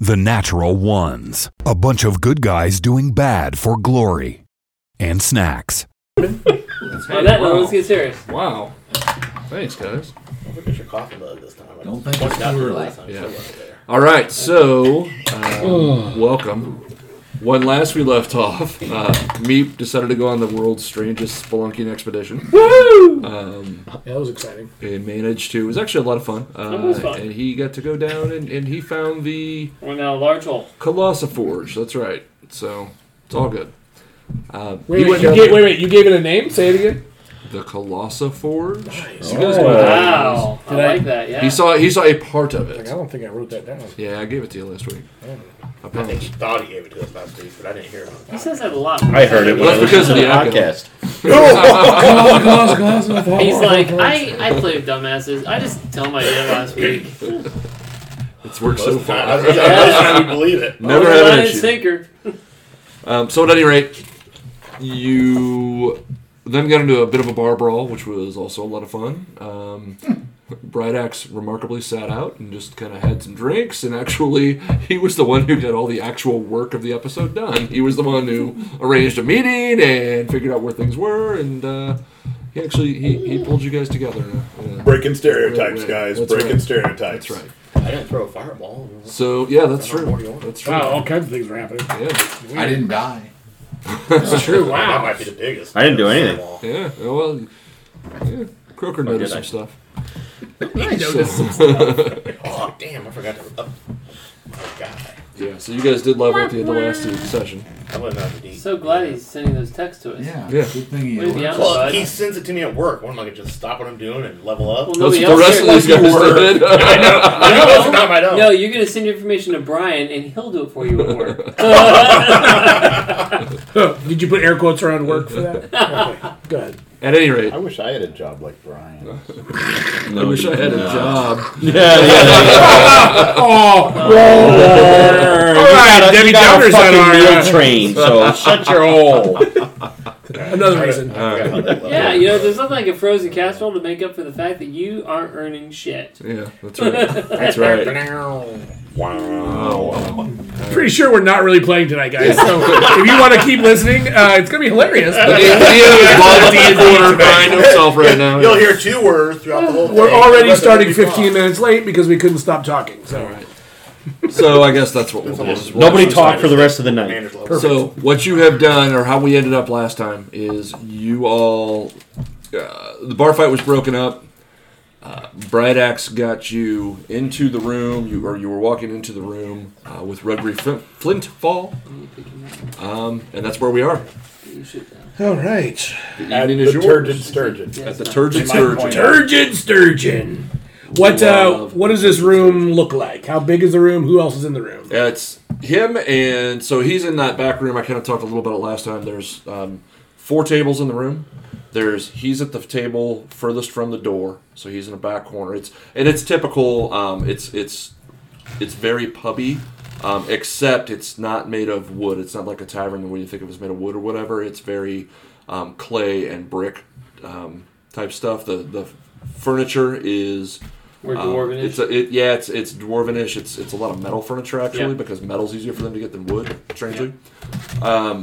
The Natural Ones. A bunch of good guys doing bad for glory. And snacks. On that note, let's get serious. Wow. Thanks, guys. Look at your coffee mug this time. I don't think point it's it out too to you early. last time. Yeah. It's still up there. All right, so uh, welcome. When last we left off, uh, Meep decided to go on the world's strangest spelunking expedition. Yeah, that was exciting. He managed to. It was actually a lot of fun. Uh, It was fun. And he got to go down and, and he found the We're now a large hole. Colossa Forge. That's right. So it's all good. Uh, Wait, he wait, went you down gave, there- wait, wait, you gave it a name? Say it again. the Colossa Forge. So you guys know what that is. Wow. I Did I- like that, yeah. He saw he saw a part of Like, I oh. it. don't think I wrote that down. Yeah, I gave it to you last week. I I think promise. he thought he gave it to us last week, but I didn't hear him. He says that a lot. I heard it when Well, I that's was because of listening to the the podcast. He's like, I, I play with dumbasses. I just tell my dad last week. It's worked so Most far. time, I was trying to believe it. Never I was a had line an issue. sinker. Um, so at any rate, you then got into a bit of a bar brawl, which was also a lot of fun. Um, Bright Axe remarkably sat out and just kind of had some drinks, and actually he was the one who got all the actual work of the episode done. He was the one who arranged a meeting and figured out where things were, and uh, he actually he, he pulled you guys together. in a- in a- Breaking Right, stereotypes, right. guys. That's Breaking right. stereotypes. That's right. I didn't throw a fireball. So yeah, that's true. That's true. Oh. Wow, all kinds of things were happening. Yeah. I didn't die. It's true. That Wow. might be the biggest. I didn't do anything. Fireball. Yeah, well, yeah, Croker noticed did I? some stuff. I noticed So- Oh, damn, I forgot to up my guy. yeah, so you guys did level at the end of last session. I went out to D. So glad he's sending those texts to us. Yeah, Yeah. good thing he We'd be out, Well, bud. he sends it to me at work. What am I going to just stop what I'm doing and level up? Well, That's nobody what the else rest of here- these guys did. I know. I know most of the time I don't. No, you're going to send your information to Brian, and he'll do it for you at work. Did you put air quotes around work for that? Okay, Go ahead. At any rate, I wish I had a job like Brian. I wish I had a job. All right, Debbie Downer's on our- train, so shut your hole. Another reason. I forgot about that level. yeah, you know, there's nothing like a frozen casserole to make up for the fact that you aren't earning shit. Yeah, that's right. That's right. Pretty sure we're not really playing tonight, guys. So if you want to keep listening, uh, it's going to be hilarious. The but- idea is Bob's in the corner crying to himself right now. You'll hear two words throughout the whole thing. We're already That's starting what we 15 minutes late because we couldn't stop talking. So So I guess that's what we'll do. is we'll- Nobody talk for the rest of the thought. night. Commander's level. So what you have done, or how we ended up last time, is you all. Uh, the bar fight was broken up. Uh, Bright Axe got you into the room, you or you were walking into the room uh, with Rudgery Flint, Flintfall, um, and that's where we are. You should, uh, all right, The At evening the is yours. Turgid Sturgeon. At the Turgid They might Surgeon. point out. Turgid Sturgeon. What uh, Love what does this room look like? How big is the room? Who else is in the room? Yeah, it's him, and so he's in that back room. I kind of talked a little about it last time. There's um, four tables in the room. There's he's at the table furthest from the door, so he's in a back corner. It's and it's typical. Um, it's it's it's very pubby, um, except it's not made of wood. It's not like a tavern where you think of as made of wood or whatever. It's very um, clay and brick um, type stuff. The the furniture is we're um, dwarven It's a, it, yeah, it's it's dwarvenish. It's it's a lot of metal furniture actually Yeah. because metal's easier for them to get than wood. Strangely, um,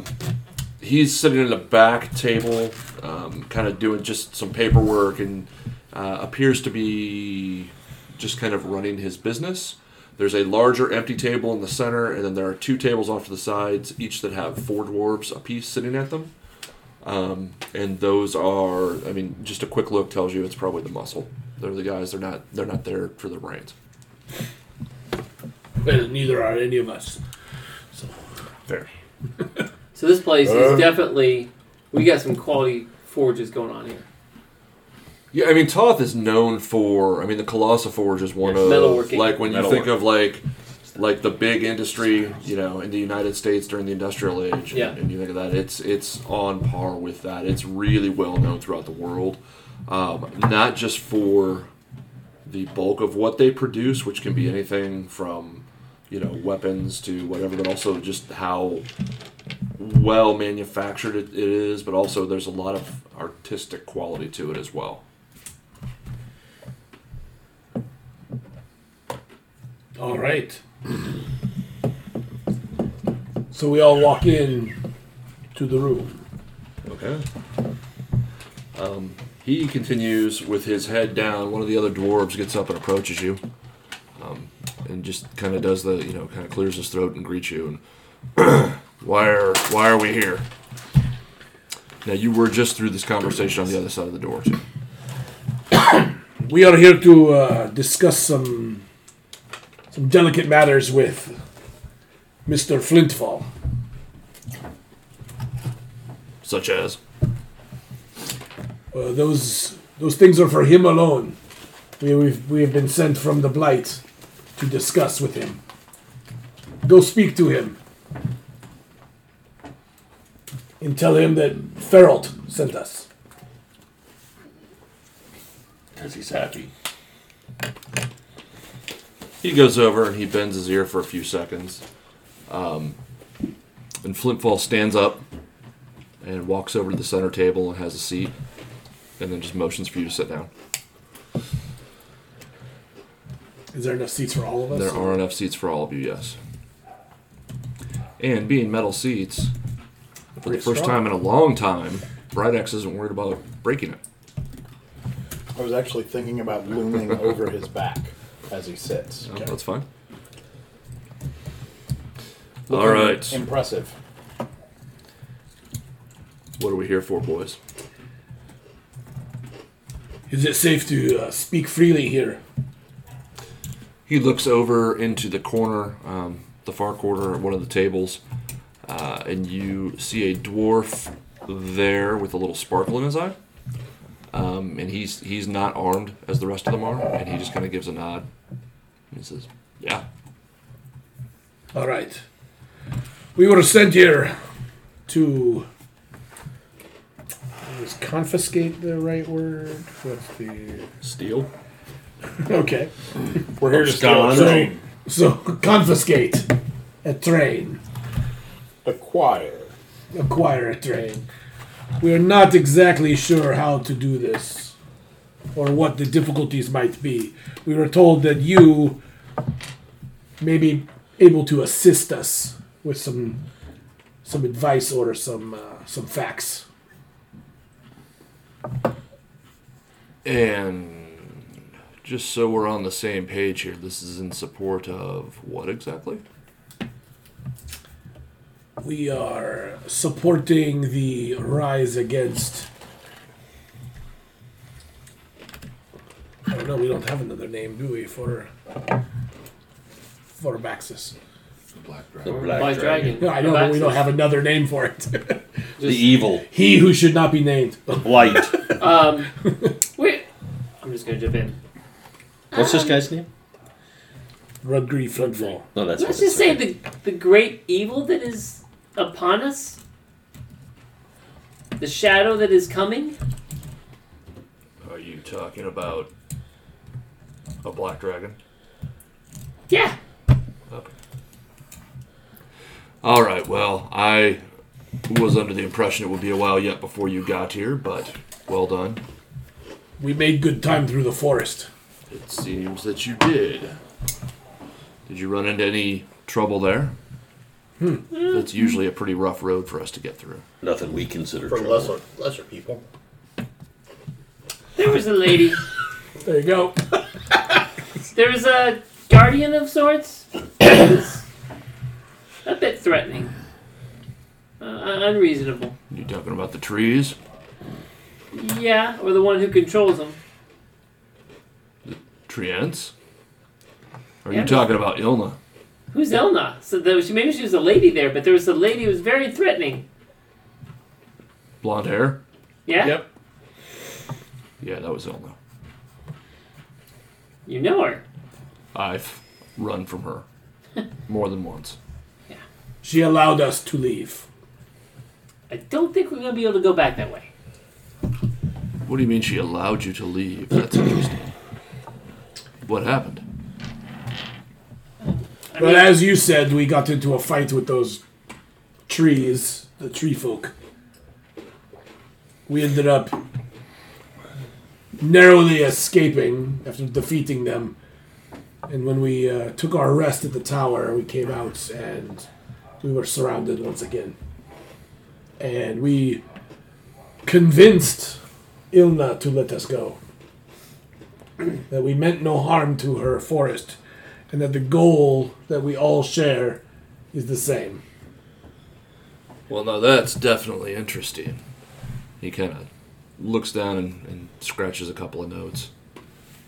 he's sitting at the back table, um, kind of doing just some paperwork and uh, appears to be just kind of running his business. There's a larger empty table in the center, and then there are two tables off to the sides, each that have four dwarves apiece sitting at them. Um, and those are, I mean, just a quick look tells you it's probably the muscle. They're the guys. They're not. They're not there for the brains. And Uh, neither are any of us. Fair. So this place Uh. is definitely we got some quality forges going on here. Yeah, I mean, Toth is known for. I mean, the Colossal Forge is one of Metalworking. like when you Metalwork. think of like like the big industry, you know, in the United States during the Industrial Age. Yeah. And, and you think of that, it's it's on par with that. It's really well known throughout the world, um, not just for the bulk of what they produce, which can be anything from you know weapons to whatever, but also just how well manufactured it, it is, but also there's a lot of artistic quality to it as well. All right. So we all walk in to the room. Okay. Um, he continues with his head down. One of the other dwarves gets up and approaches you, um, and just kind of does the you know kind of clears his throat and greets you. And why are why are we here? Now you were just through this conversation on the other side of the door. Too. We are here to uh, discuss some some delicate matters with Mr. Flintfall. Such as Uh, those those things are for him alone. We, we've we have been sent from the blight to discuss with him. Go speak to him and tell him that Feralt sent us. because he's happy. He goes over and he bends his ear for a few seconds, um, and Flintfall stands up and walks over to the center table and has a seat, and then just motions for you to sit down. Is there enough seats for all of us? There are enough seats for all of you, yes. And being metal seats, for the Pretty first strong. time in a long time, Bright X isn't worried about breaking it. I was actually thinking about looming over his back as he sits. No, That's fine. All right. Impressive. What are we here for, boys? Is it safe to uh, speak freely here? He looks over into the corner, um, the far corner of one of the tables, uh, and you see a dwarf there with a little sparkle in his eye. Um, and he's he's not armed as the rest of them are, and he just kind of gives a nod. And he says, "Yeah, All right. We were sent here to Is confiscate the right word? What's the steal." okay. We're here to steal a Abscond. So, train. so confiscate a train, Acquire. acquire a train. We are not exactly sure how to do this or what the difficulties might be. We were told that you may be able to assist us with some some advice or some uh, some facts. And just so we're on the same page here, this is in support of what exactly? We are supporting the rise against. I don't know. We don't have another name, do we? For for Baxis. Black The dragon. Black White Dragon. No, I know, but we don't have another name for it. The evil. he who should not be named. Blight. Um, wait. I'm just gonna jump in. What's this guy's name? Rudgree Flintfall. No, that's Let's just say the the great evil that is upon us, the shadow that is coming. Are you talking about a black dragon? Yeah. All right. Well, I was under the impression it would be a while yet before you got here, but well done. We made good time through the forest. It seems that you did. Did you run into any trouble there? Hmm. That's usually a pretty rough road for us to get through. nothing we consider For trouble. lesser, lesser people. There was a lady. There you go. There was a guardian of sorts. It was a bit threatening, uh, un- unreasonable. You talking about the trees? Yeah, or the one who controls them. Tree ants? Are Yeah. you talking about Ilna? Who's Elna? So there was, maybe she was a lady there, but there was a lady who was very threatening. Blonde hair? Yeah, Yep. Yeah, that was Ilna. you know her. I've run from her more than once. She allowed us to leave. I don't think we're gonna be able to go back that way. What do you mean she allowed you to leave? That's interesting. What happened? I But mean, as you said, we got into a fight with those trees, the tree folk. We ended up narrowly escaping after defeating them. And when we uh, took our rest at the tower, we came out and we were surrounded once again. And we convinced Ilna to let us go. that we meant no harm to her forest, and that the goal that we all share is the same. Well, now that's definitely interesting. He kind of looks down and, and scratches a couple of notes.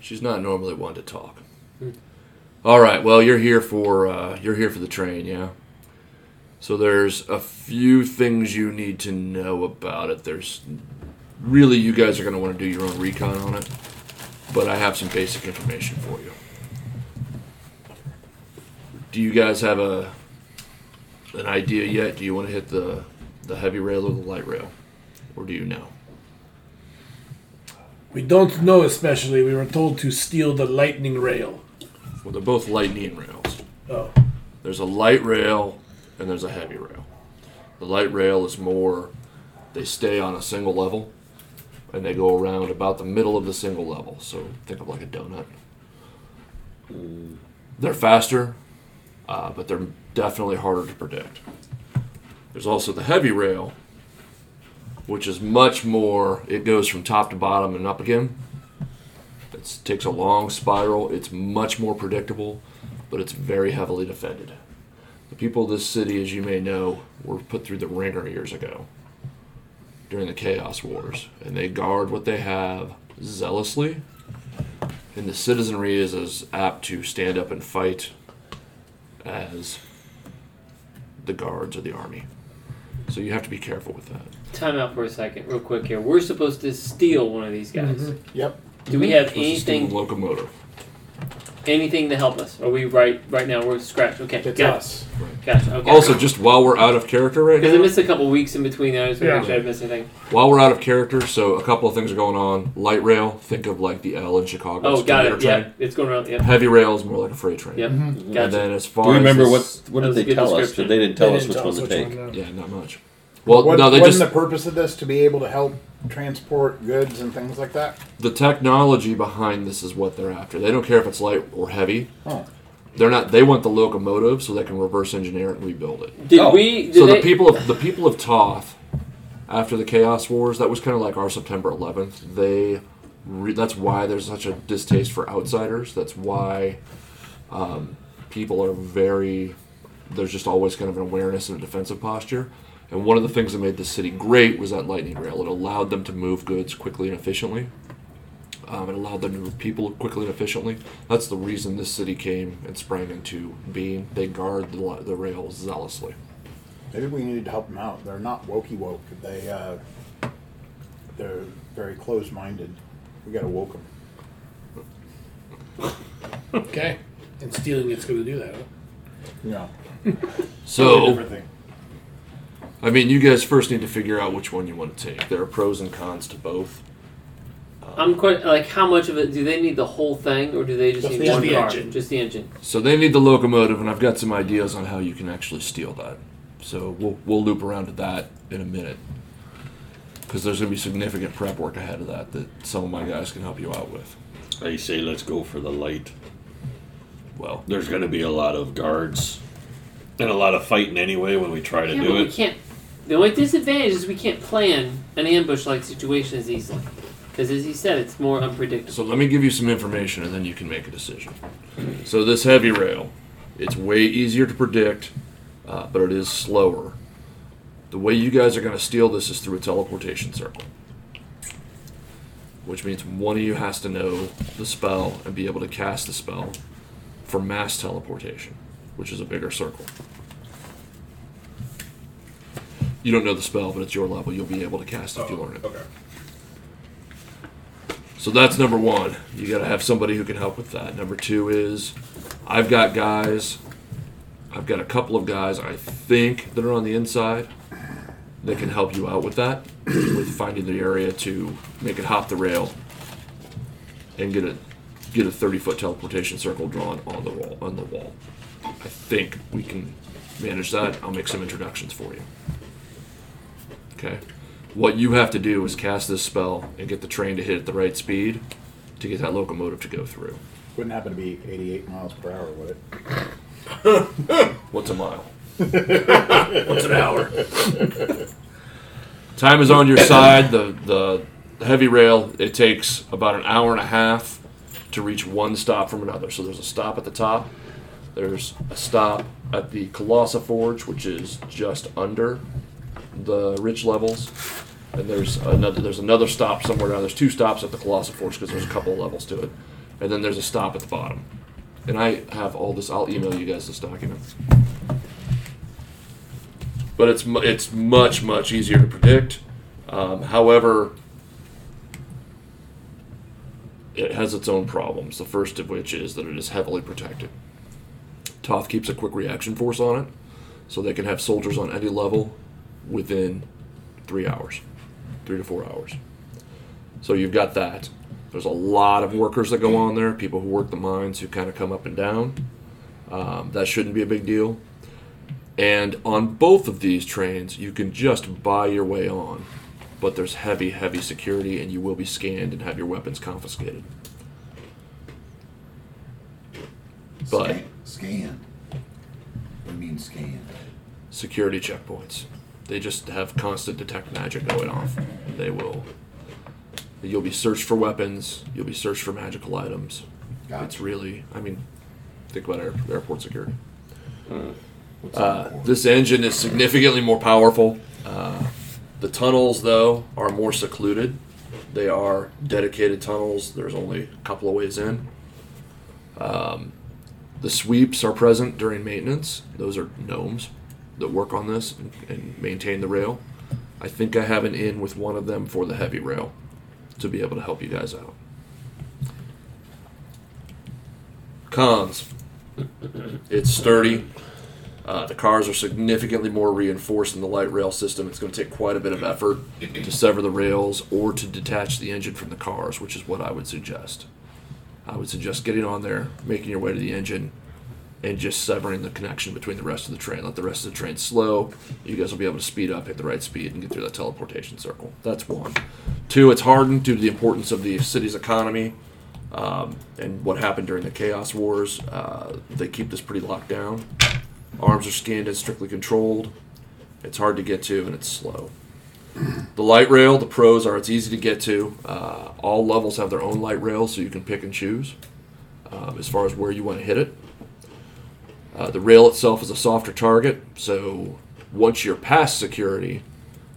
She's not normally one to talk. All right. Well, you're here for uh, you're here for the train, yeah. So there's a few things you need to know about it. There's really you guys are going to want to do your own recon on it, but I have some basic information for you. Do you guys have a an idea yet? Do you want to hit the the heavy rail or the light rail, or do you know? We don't know, especially. We were told to steal the lightning rail. Well, they're both lightning rails. Oh. There's a light rail and there's a heavy rail. The light rail is more, they stay on a single level and they go around about the middle of the single level. So think of like a donut. They're faster, uh, but they're definitely harder to predict. There's also the heavy rail, which is much more, it goes from top to bottom and up again. It takes a long spiral. It's much more predictable, but it's very heavily defended. The people of this city, as you may know, were put through the ringer years ago during the Chaos Wars, and they guard what they have zealously. And the citizenry is as apt to stand up and fight as the guards or the army. So you have to be careful with that. Time out for a second, real quick here. We're supposed to steal one of these guys. Yep. Do we have This is still anything locomotive. anything to help us? Are we right right now? We're scratched. Okay, It's got us. it. Gotcha. Okay. Also, just while we're out of character right because I now, missed a couple weeks in between there, so Yeah. make sure I didn't miss anything. While we're out of character, so a couple of things are going on. Light rail, think of like the L in Chicago. Oh, it's a got commuter it. Yeah, train. it's going around. Yep, Heavy rail is more like a freight train. yep. And Gotcha. then as far Do you remember as what That what did was a they good tell us? description. They didn't tell They us didn't which tell one us to which take. one, uh, no. Yeah, not much. Well, no, they wasn't just the purpose of this to be able to help transport goods and things like that? the technology behind this is what they're after. They don't care if it's light or heavy. They're not. They want the locomotive so they can reverse engineer it and rebuild it. Did Oh. we? Did so they, the people of the people of Toth, after the Chaos Wars, that was kind of like our September 11th. They, re, that's why there's such a distaste for outsiders. That's why um, people are very. There's just always kind of an awareness and a defensive posture. And one of the things that made the city great was that lightning rail. It allowed them to move goods quickly and efficiently. Um, it allowed them to move people quickly and efficiently. That's the reason this city came and sprang into being. They guard the, li- the rail zealously. Maybe we needed to help them out. They're not wokey woke. They uh, they're very closed minded. We gotta woke them. Okay. And stealing it's going to do that. Huh? Yeah. So, Everything. I mean, you guys first need to figure out which one you want to take. There are pros and cons to both. I'm quite like how much of it? Do they need the whole thing, or do they just, Just need the- one just the car? engine. Just the engine. So they need the locomotive, and I've got some ideas on how you can actually steal that. So we'll we'll loop around to that in a minute, because there's going to be significant prep work ahead of that that some of my guys can help you out with. I say let's go for the light. Well, There's going to be a lot of guards and a lot of fighting anyway when we try to Yeah, do but we it. can't. The only disadvantage is we can't plan an ambush-like situation as easily, because as he said, it's more unpredictable. So let me give you some information and then you can make a decision. So this heavy rail, it's way easier to predict, uh, but it is slower. The way you guys are going to steal this is through a teleportation circle, which means one of you has to know the spell and be able to cast the spell for mass teleportation, which is a bigger circle. You don't know the spell, but it's your level. You'll be able to cast it if you learn it. Okay. So that's number one. You got to have somebody who can help with that. Number two is I've got guys, I've got a couple of guys I think that are on the inside that can help you out with that, with finding the area to make it hop the rail and get a get a 30 foot teleportation circle drawn on the wall on the wall. I think we can manage that. I'll make some introductions for you. Okay. What you have to do is cast this spell and get the train to hit at the right speed to get that locomotive to go through. Wouldn't happen to be eighty eight miles per hour, would it? What's a mile? Once an hour. Time is on your side. The the heavy rail it takes about an hour and a half to reach one stop from another. So there's a stop at the top. There's a stop at the Colossa Forge, which is just under the ridge levels. And there's another there's another stop somewhere down. There's two stops at the Colossa Forge because there's a couple of levels to it. And then there's a stop at the bottom. And I have all this. I'll email you guys this document. But it's mu- it's much much easier to predict. Um, however, it has its own problems. The first of which is that it is heavily protected. Toth keeps a quick reaction force on it, so they can have soldiers on any level within three hours, three to four hours. So you've got that. There's a lot of workers that go on there, people who work the mines who kind of come up and down. Um, that shouldn't be a big deal. And on both of these trains, you can just buy your way on, but there's heavy, heavy security, and you will be scanned and have your weapons confiscated. But Scan. scan. What do you mean scan? security checkpoints. They just have constant detect magic going off. They will. You'll be searched for weapons. You'll be searched for magical items. It's Gotcha. really, I mean, think about air, airport security. Hmm. Uh, What's that for? This engine is significantly more powerful. Uh, the tunnels, though, are more secluded. They are dedicated tunnels. There's only a couple of ways in. Um, the sweeps are present during maintenance. Those are gnomes that work on this and, and maintain the rail. I think I have an in with one of them for the heavy rail to be able to help you guys out. Cons. It's sturdy. Uh, the cars are significantly more reinforced in the light rail system. It's going to take quite a bit of effort to sever the rails or to detach the engine from the cars, which is what I would suggest. I would suggest getting on there, making your way to the engine, and just severing the connection between the rest of the train. Let the rest of the train slow. You guys will be able to speed up, hit the right speed, and get through that teleportation circle. That's one. Two, it's hardened due to the importance of the city's economy um, and what happened during the Chaos Wars. Uh, they keep this pretty locked down. Arms are scanned and strictly controlled. It's hard to get to and it's slow. The light rail, the pros are it's easy to get to. Uh, all levels have their own light rail, so you can pick and choose um, as far as where you want to hit it. Uh, the rail itself is a softer target, so once you're past security,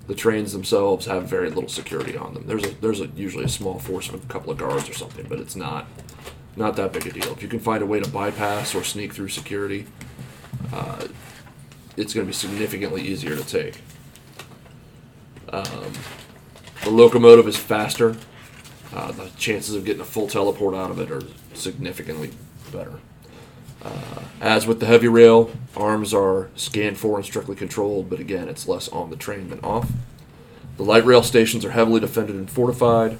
the trains themselves have very little security on them. There's a, there's a, usually a small force of a couple of guards or something, but it's not not that big a deal. If you can find a way to bypass or sneak through security, uh, it's going to be significantly easier to take. Um, the locomotive is faster. Uh, the chances of getting a full teleport out of it are significantly better. Uh, as with the heavy rail, arms are scanned for and strictly controlled, but again, it's less on the train than off. The light rail stations are heavily defended and fortified.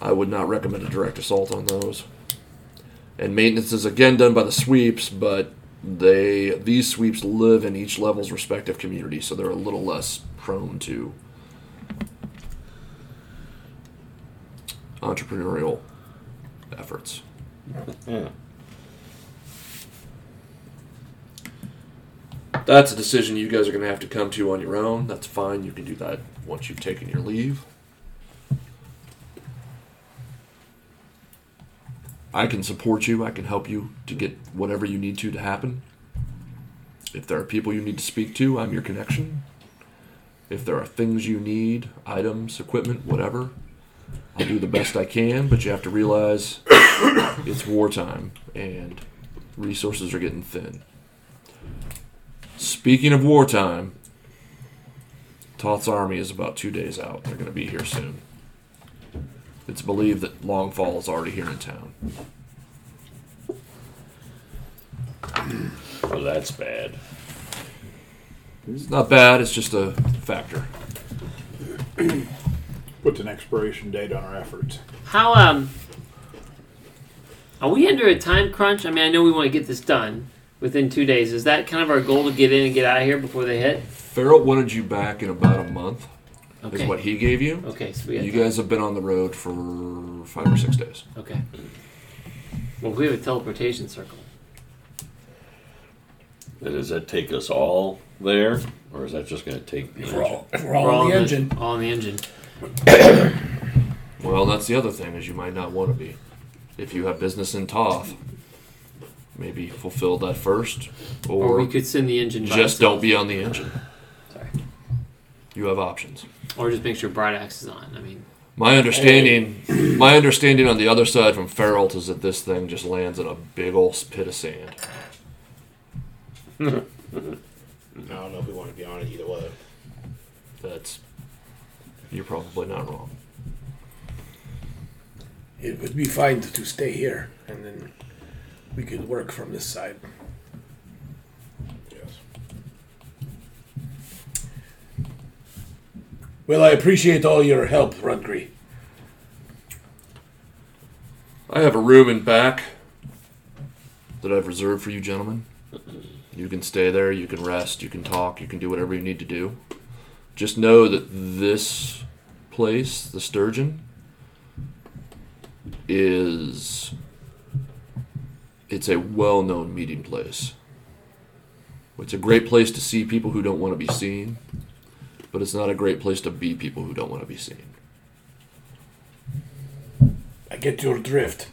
I would not recommend a direct assault on those and maintenance is again done by the sweeps, but they these sweeps live in each level's respective community, so they're a little less prone to entrepreneurial efforts. Mm. That's a decision you guys are going to have to come to on your own. That's fine. You can do that once you've taken your leave. I can support you. I can help you to get whatever you need to to happen. If there are people you need to speak to, I'm your connection. If there are things you need, items, equipment, whatever, I'll do the best I can, but you have to realize it's wartime and resources are getting thin. Speaking of wartime, Toth's army is about two days out. They're going to be here soon. It's believed that Longfall is already here in town. Well, that's bad. It's not bad, it's just a factor. Puts an expiration date on our efforts. How um are we under a time crunch? I mean, I know we want to get this done within two days. Is that kind of our goal to get in and get out of here before they hit? Farrell wanted you back in about a month, Okay. is what he gave you. Okay, so we got You time. guys have been on the road for five or six days. Okay. Well, we have a teleportation circle. And does that take us all there, or is that just going to take the We're all, we're all We're on all the in engine. All on the engine. Well, that's the other thing is you might not want to be. If you have business in Toth, maybe fulfill that first, Or, or we could send the engine. by just itself. don't be on the engine. Sorry. You have options. Or just make sure Bright Axe is on. I mean, My understanding, my understanding on the other side from Feralt is that this thing just lands in a big old pit of sand. I don't know if we want to be on it either way. That's you're probably not wrong. It would be fine to stay here, and then we could work from this side. Yes. Well, I appreciate all your help, Rundgren. I have a room in back that I've reserved for you gentlemen. You can stay there, you can rest, you can talk, you can do whatever you need to do. Just know that this place, the Sturgeon, is it's a well-known meeting place. It's a great place to see people who don't want to be seen, but it's not a great place to be people who don't want to be seen. I get your drift.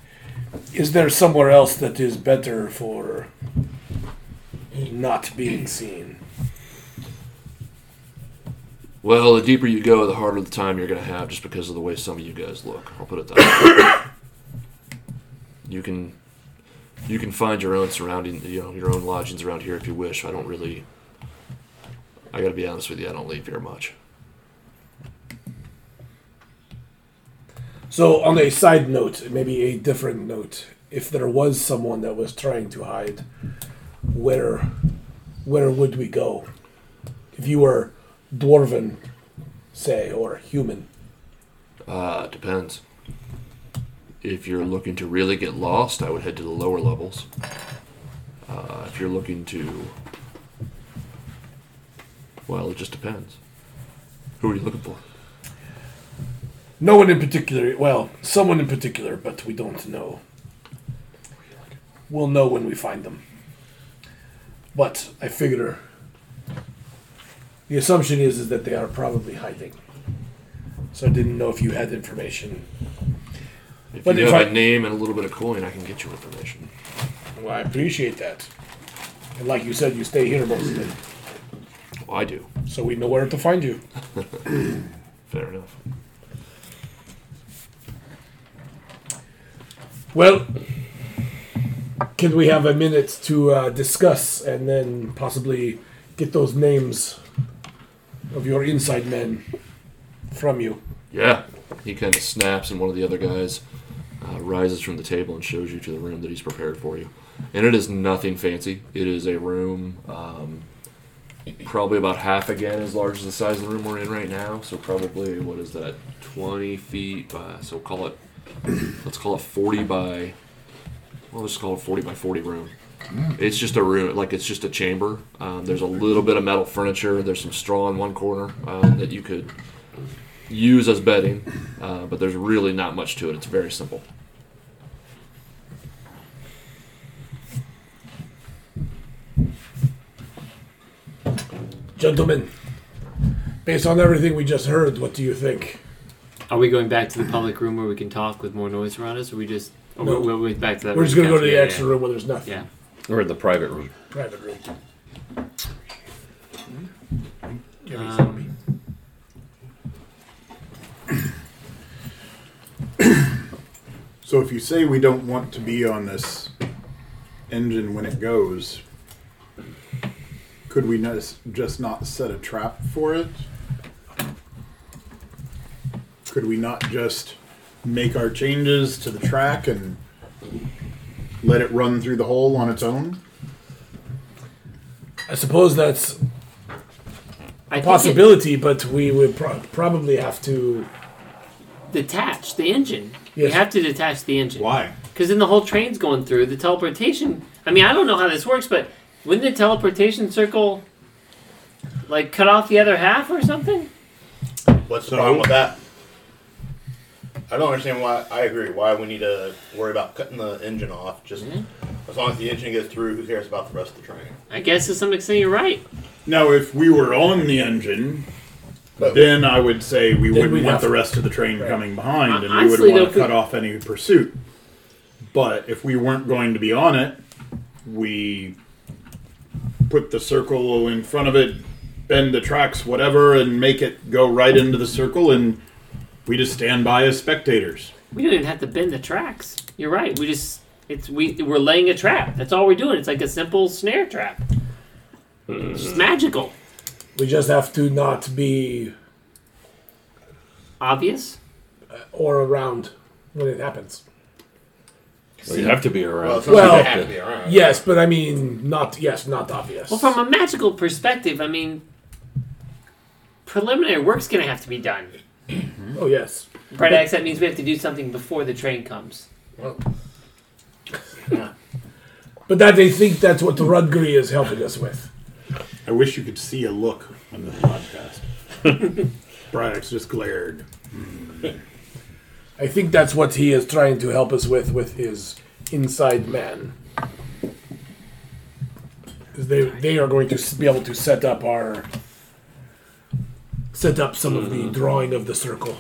Is there somewhere else that is better for not being seen? Well, the deeper you go, the harder the time you're going to have just because of the way some of you guys look. I'll put it that way. you can you can find your own surrounding, you know, your own lodgings around here if you wish. I don't really I got to be honest with you, I don't leave here much. So, on a side note, maybe a different note, if there was someone that was trying to hide, where, where would we go? If you were dwarven, say, or human, Uh, it depends. If you're looking to really get lost, I would head to the lower levels. Uh, if you're looking to well, it just depends. Who are you looking for? no one in particular. Well, someone in particular, but we don't know. We'll know when we find them. But I figure the assumption is is that they are probably hiding. So I didn't know if you had information. If But you if have a I- name and a little bit of coin, I can get you information. Well, I appreciate that. And like you said, you stay here most of it, Oh, I do. so we know where to find you. Fair enough. Well, can we have a minute to uh, discuss and then possibly get those names of your inside men from you? Yeah. He kind of snaps, and one of the other guys uh, rises from the table and shows you to the room that he's prepared for you. And it is nothing fancy. It is a room, um, probably about half again as large as the size of the room we're in right now. So probably what is that? Twenty feet by. So call it. Let's call it forty by. Well, let's call it forty by forty room. It's just a room, like it's just a chamber. Um, there's a little bit of metal furniture. There's some straw in one corner um, that you could use as bedding, uh, but there's really not much to it. It's very simple. Gentlemen, based on everything we just heard, what do you think? are we going back to the public room where we can talk with more noise around us? Or we just. Or No. we'll, we'll back to that We're room just going to go after- to the yeah, extra room where there's nothing. Yeah. yeah. Or in the private room? Private room. Um, So if you say we don't want to be on this engine when it goes, could we not, just not set a trap for it? Could we not just make our changes to the track and let it run through the hole on its own? I suppose that's I a think possibility, but we would pro- probably have to. it- detach the engine. We Yes. have to detach the engine. Why? Because then the whole train's going through. The teleportation. I mean, I don't know how this works, but wouldn't the teleportation circle. Like cut off the other half or something? What's the problem with that? I don't understand why. I agree. Why we need to worry about cutting the engine off? Just Mm-hmm. As long as the engine gets through, who cares about the rest of the train? I guess to some extent you're right. Now, if we were on the engine, But- then I would say we we'd wouldn't have want the to- rest of the train coming behind, and Honestly, we would though, want if to we- cut off any pursuit. But if we weren't going to be on it, we put the circle in front of it, bend the tracks, whatever, and make it go right into the circle, and we just stand by as spectators. We don't even have to bend the tracks. You're right. We just it's we we're laying a trap. That's all we're doing. It's like a simple snare trap. It's just magical. We just have to not be Obvious. or around when it happens. Well, you have to be around. Well, it's not Well- well, have to be around. Yes, but I mean not. Yes, not obvious. Well, from a magical perspective, I mean, preliminary work's gonna have to be done. oh yes. Right, Alex, that means we have to do something before the train comes. But that they think that's what the Rudgery is helping us with. I wish you could see a look on the podcast. Braddock's just glared. I think that's what he is trying to help us with with his inside man. 'Cause They they are going to s- be able to set up our set up some of the drawing of the circle.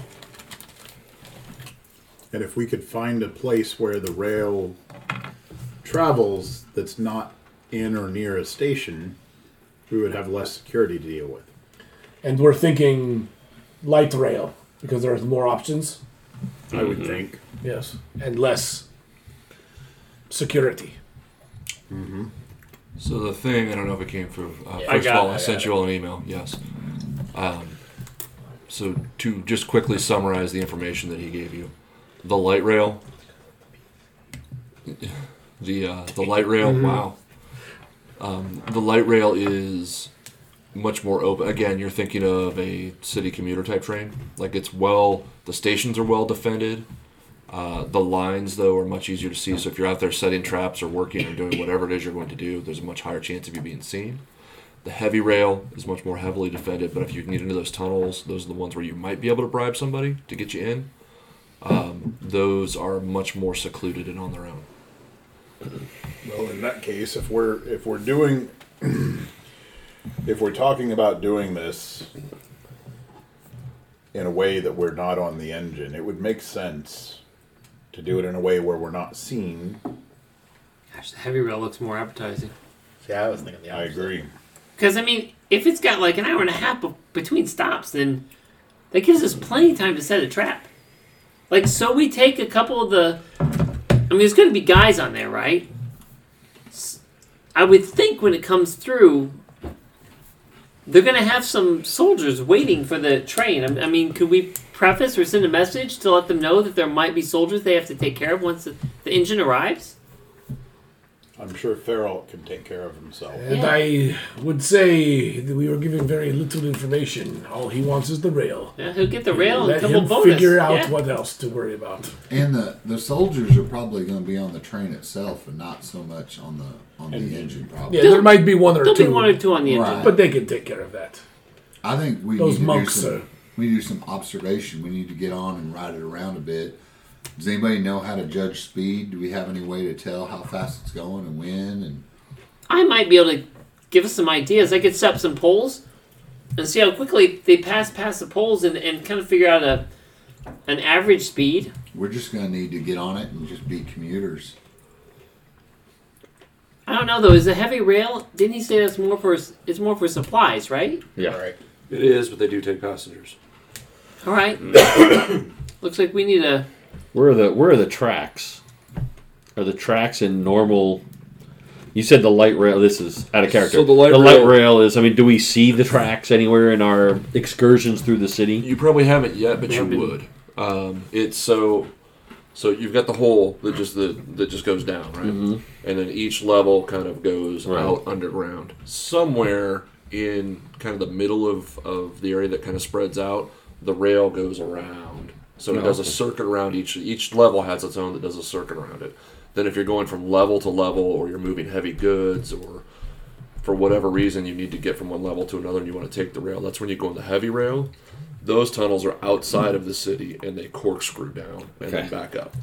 And if we could find a place where the rail travels that's not in or near a station, we would have less security to deal with. And we're thinking light rail because there's more options. I would think. Yes, and less security. So the thing, I don't know if it came through. Uh, I first of got all, it, I, I sent you all an email. Yes. Um, so to just quickly summarize the information that he gave you, the light rail, the uh, the light rail. Mm-hmm. Wow. Um, the light rail is much more open. Again, you're thinking of a city commuter type train. Like it's well, the stations are well defended. Uh, the lines, though, are much easier to see. So if you're out there setting traps or working or doing whatever it is you're going to do, there's a much higher chance of you being seen. The heavy rail is much more heavily defended, but if you can get into those tunnels, those are the ones where you might be able to bribe somebody to get you in. Um, those are much more secluded and on their own. Well, in that case, if we're if we're doing if we're talking about doing this in a way that we're not on the engine, it would make sense to do it in a way where we're not seen. Gosh, the heavy rail looks more appetizing. Yeah, I was thinking the I opposite. agree. Because I mean, if it's got like an hour and a half be- between stops, then that gives us plenty of time to set a trap. Like, so we take a couple of the. I mean, there's going to be guys on there, right? S- I would think when it comes through, they're going to have some soldiers waiting for the train. I, I mean, could we preface or send a message to let them know that there might be soldiers they have to take care of once the, the engine arrives? I'm sure Farrell can take care of himself. And I would say that we were given very little information. All he wants is the rail. Yeah, he'll get the rail and Let Oh, double him bonus. figure out yeah. what else to worry about. And the, the soldiers are probably going to be on the train itself and not so much on the on the engine. Probably. Yeah, there might be one or There'll two, be one or two on the engine. Right. but they can take care of that. I think we Those need to monks, do sir. some, we need to do some observation. We need to get on and ride it around a bit. Does anybody know how to judge speed? Do we have any way to tell how fast it's going and when? And I might be able to give us some ideas. I could set up some polls and see how quickly they pass past the polls and, and kind of figure out a an average speed. we're just going to need to get on it and just be commuters. I don't know though. Is the heavy rail? Didn't he say that's more for it's more for supplies, right? All right. It is, but they do take passengers. All right. Looks like we need a. Where are the where are the tracks? Are the tracks in normal? You said the light rail. This is out of character. So the light rail- rail is. I mean, do we see the tracks anywhere in our excursions through the city? You probably haven't yet, but you Haven't. would. Um, it's so so you've got the hole that just the that just goes down, right? And then each level kind of goes Right. out underground. Somewhere in kind of the middle of, of the area that kind of spreads out, the rail goes around. So it does a circuit around each each level has its own that does a circuit around it. Then if you're going from level to level or you're moving heavy goods or for whatever reason you need to get from one level to another and you want to take the rail, that's when you go on the heavy rail. Those tunnels are outside of the city and they corkscrew down and then Okay. back up.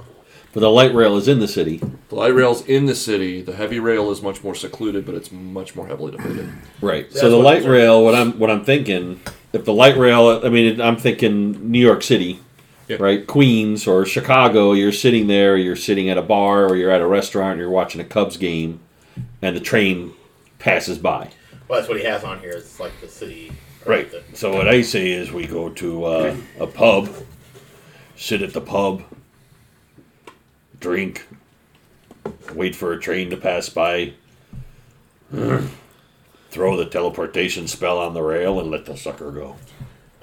But the light rail is in the city. The light rail's in the city. The heavy rail is much more secluded, but it's much more heavily defended. Right. So the light rail, what I'm what I'm thinking, if the light rail, I mean, I'm thinking New York City, Yeah. right? Queens or Chicago. You're sitting there. You're sitting at a bar or you're at a restaurant. You're watching a Cubs game, and the train passes by. Well, that's what he has on here. It's like the city. or Right. the- So what I say is we go to uh, a pub, sit at the pub, drink, wait for a train to pass by, throw the teleportation spell on the rail, and let the sucker go.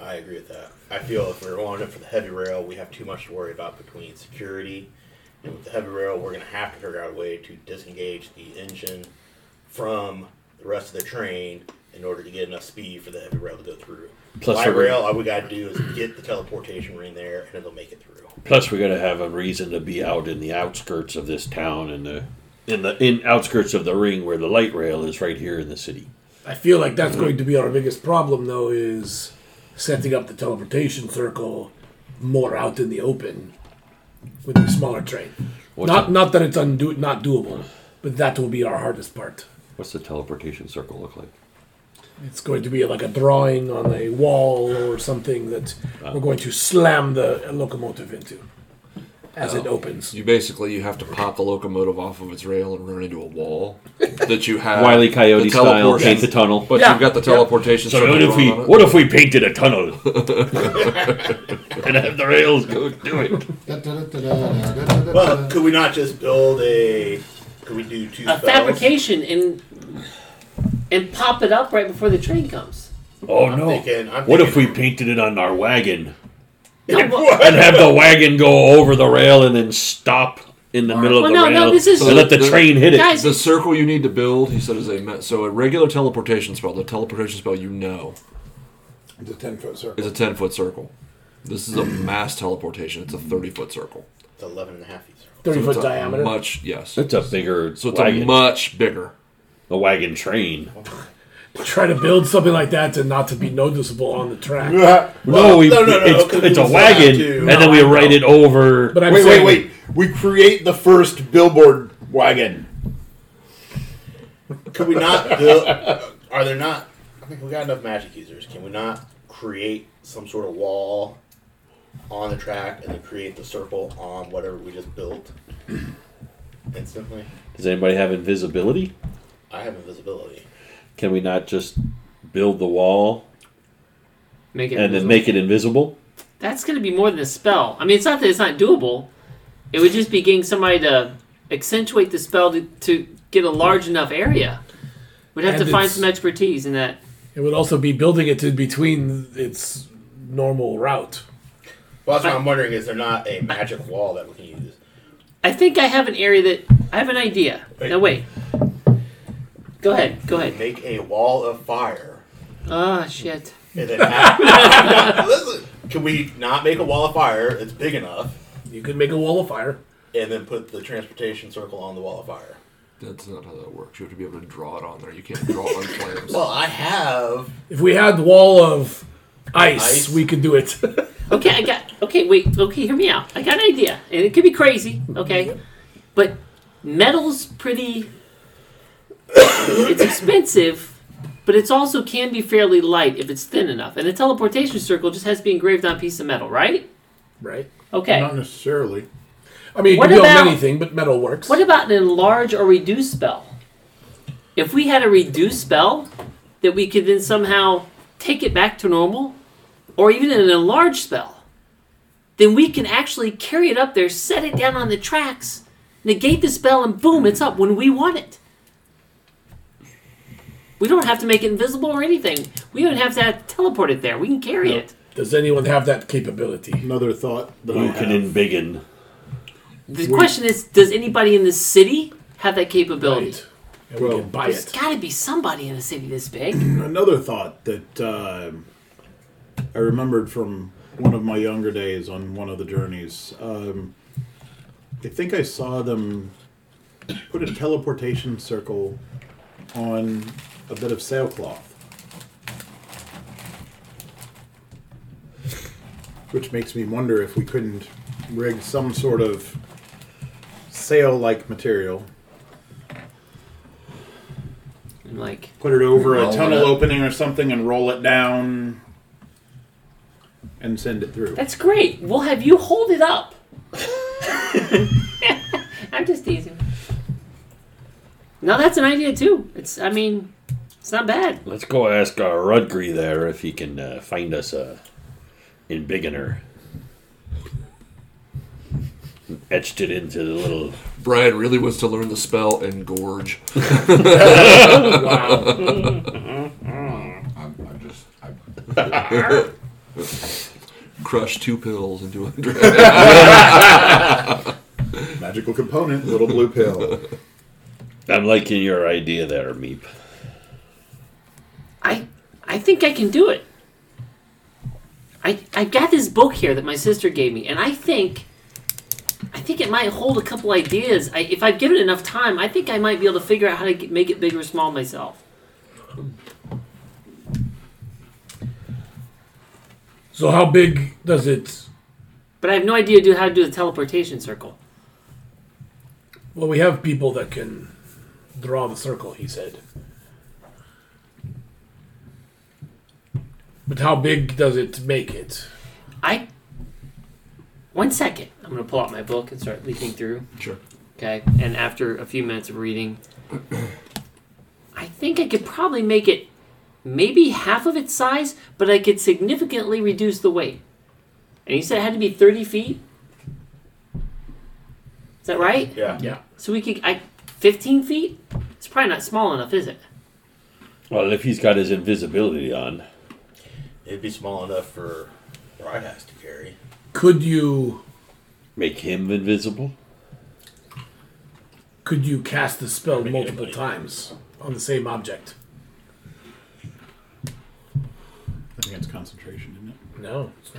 I agree with that. I feel if we're going in for the heavy rail, we have too much to worry about between security and with the heavy rail, we're going to have to figure out a way to disengage the engine from the rest of the train in order to get enough speed for the heavy rail to go through. Plus, Plus light we're- rail, all we got to do is get the teleportation ring there, and it'll make it through. Plus, we got to have a reason to be out in the outskirts of this town and the in the in outskirts of the ring where the light rail is right here in the city. I feel like that's going to be our biggest problem, though, is setting up the teleportation circle more out in the open with the smaller train. What's not a- not that it's undo- not doable, but that will be our hardest part. What's the teleportation circle look like? It's going to be like a drawing on a wall or something that we're going to slam the locomotive into as it opens. You basically you have to pop the locomotive off of its rail and run into a wall that you have. Wily E. Coyote Uh, the style, teleportation- paint the tunnel. But Yeah. you've got the teleportation. So circle what if going we on it. what if we painted a tunnel and have the rails go do it? Well, could we not just build a? Could we do two a spells? fabrication and and pop it up right before the train comes. Oh I'm no! thinking- I'm what if we thinking- painted it on our wagon No, well, and have the wagon go over the rail and then stop in the middle of Well, the no, rail no, this is- and let the So the- train hit it? Guys- the circle you need to build, he said, is a me- so a regular teleportation spell. The teleportation spell you know It's a ten foot circle. is a ten foot circle. This is a mass teleportation. It's a thirty foot circle. It's 11 and a half feet. Thirty It's foot a diameter. Much yes. It's a bigger So it's wagon, a much bigger. a wagon train. Try to build something like that and not to be noticeable on the track. no, we, no, no, no, it's, because it's we a still wagon, have to- and then we write it over. But I'm wait, saying, wait, wait. We create the first billboard wagon. Could we not build? Are there not? I think we got enough magic users. Can we not create some sort of wall on the track and then create the circle on whatever we just built instantly? Does anybody have invisibility? I have invisibility. Can we not just build the wall make it and then make it invisible? That's going to be more than a spell. I mean, it's not that it's not doable. It would just be getting somebody to accentuate the spell to, to get a large enough area. We'd have And to find it's- some expertise in that. it would also be building it in between its normal route. Well, that's what I'm wondering. Is there not a magic wall that we can use? I think I have an area that I have an idea. No, wait. Go ahead. Go ahead. Make a wall of fire. Ah, shit. And then have, listen. Can we not make a wall of fire? It's big enough, You could make a wall of fire. and then put the transportation circle on the wall of fire. That's not how that works. You have to be able to draw it on there. You can't draw it on flames. Well, I have If we had wall of ice, Ice. we could do it. Okay, I got. Okay, wait. Okay, hear me out. I got an idea, and it could be crazy. Okay, but metal's pretty. it's expensive, but it's also can be fairly light if it's thin enough. And a teleportation circle just has to be engraved on a piece of metal, right? right. Okay. Not necessarily. I mean, you What can build about- anything, but metal works. What about an enlarge or reduce spell? If we had a reduce spell that we could then somehow take it back to normal, or even an enlarge spell, then we can actually carry it up there, set it down on the tracks, negate the spell, and boom, it's up when we want it. We don't have to make it invisible or anything. We don't have to have- teleport it there. We can carry it. Does anyone have that capability? Another thought that I Who have. can embiggen? The question is, does anybody in the city have that capability? Right. And we Well, can buy There's it. got to be somebody in the city this big. Another thought that um I remembered from one of my younger days on one of the journeys. Um, I think I saw them put a teleportation circle on a bit of sailcloth, which makes me wonder if we couldn't rig some sort of sail like material, And like, put it over Roll a it tunnel up. opening or something, and roll it down and send it through. that's great. We'll have you hold it up. I'm just teasing. No, that's an idea too. It's, I mean, it's not bad. Let's go ask uh, Rudgry there if he can uh, find us a in Bigginer. Etched it into the little. Brian really wants to learn the spell engorge. Wow. I'm, I'm just. I'm, Crush two pills into a drink. Magical component, little blue pill. I'm liking your idea there, Meep. I, I think I can do it. I, I got this book here that my sister gave me, and I think, I think it might hold a couple ideas. I, if I give it enough time, I think I might be able to figure out how to get, make it big or small myself. So how big does it? But I have no idea do how to do the teleportation circle. Well, we have people that can draw the circle. He said. But how big does it make it? I. One second. I'm going to pull out my book and start leafing through. Sure. Okay. And after a few minutes of reading, I think I could probably make it maybe half of its size, but I could significantly reduce the weight. And you said it had to be 30 feet? Is that right? Yeah. Yeah. So we could. I, 15 feet? It's probably not small enough, is it? Well, if he's got his invisibility on, It'd be small enough for Bright has to carry. Could you make him invisible. could you cast the spell Make it multiple like- times on the same object? I think that's concentration, isn't it? No. It's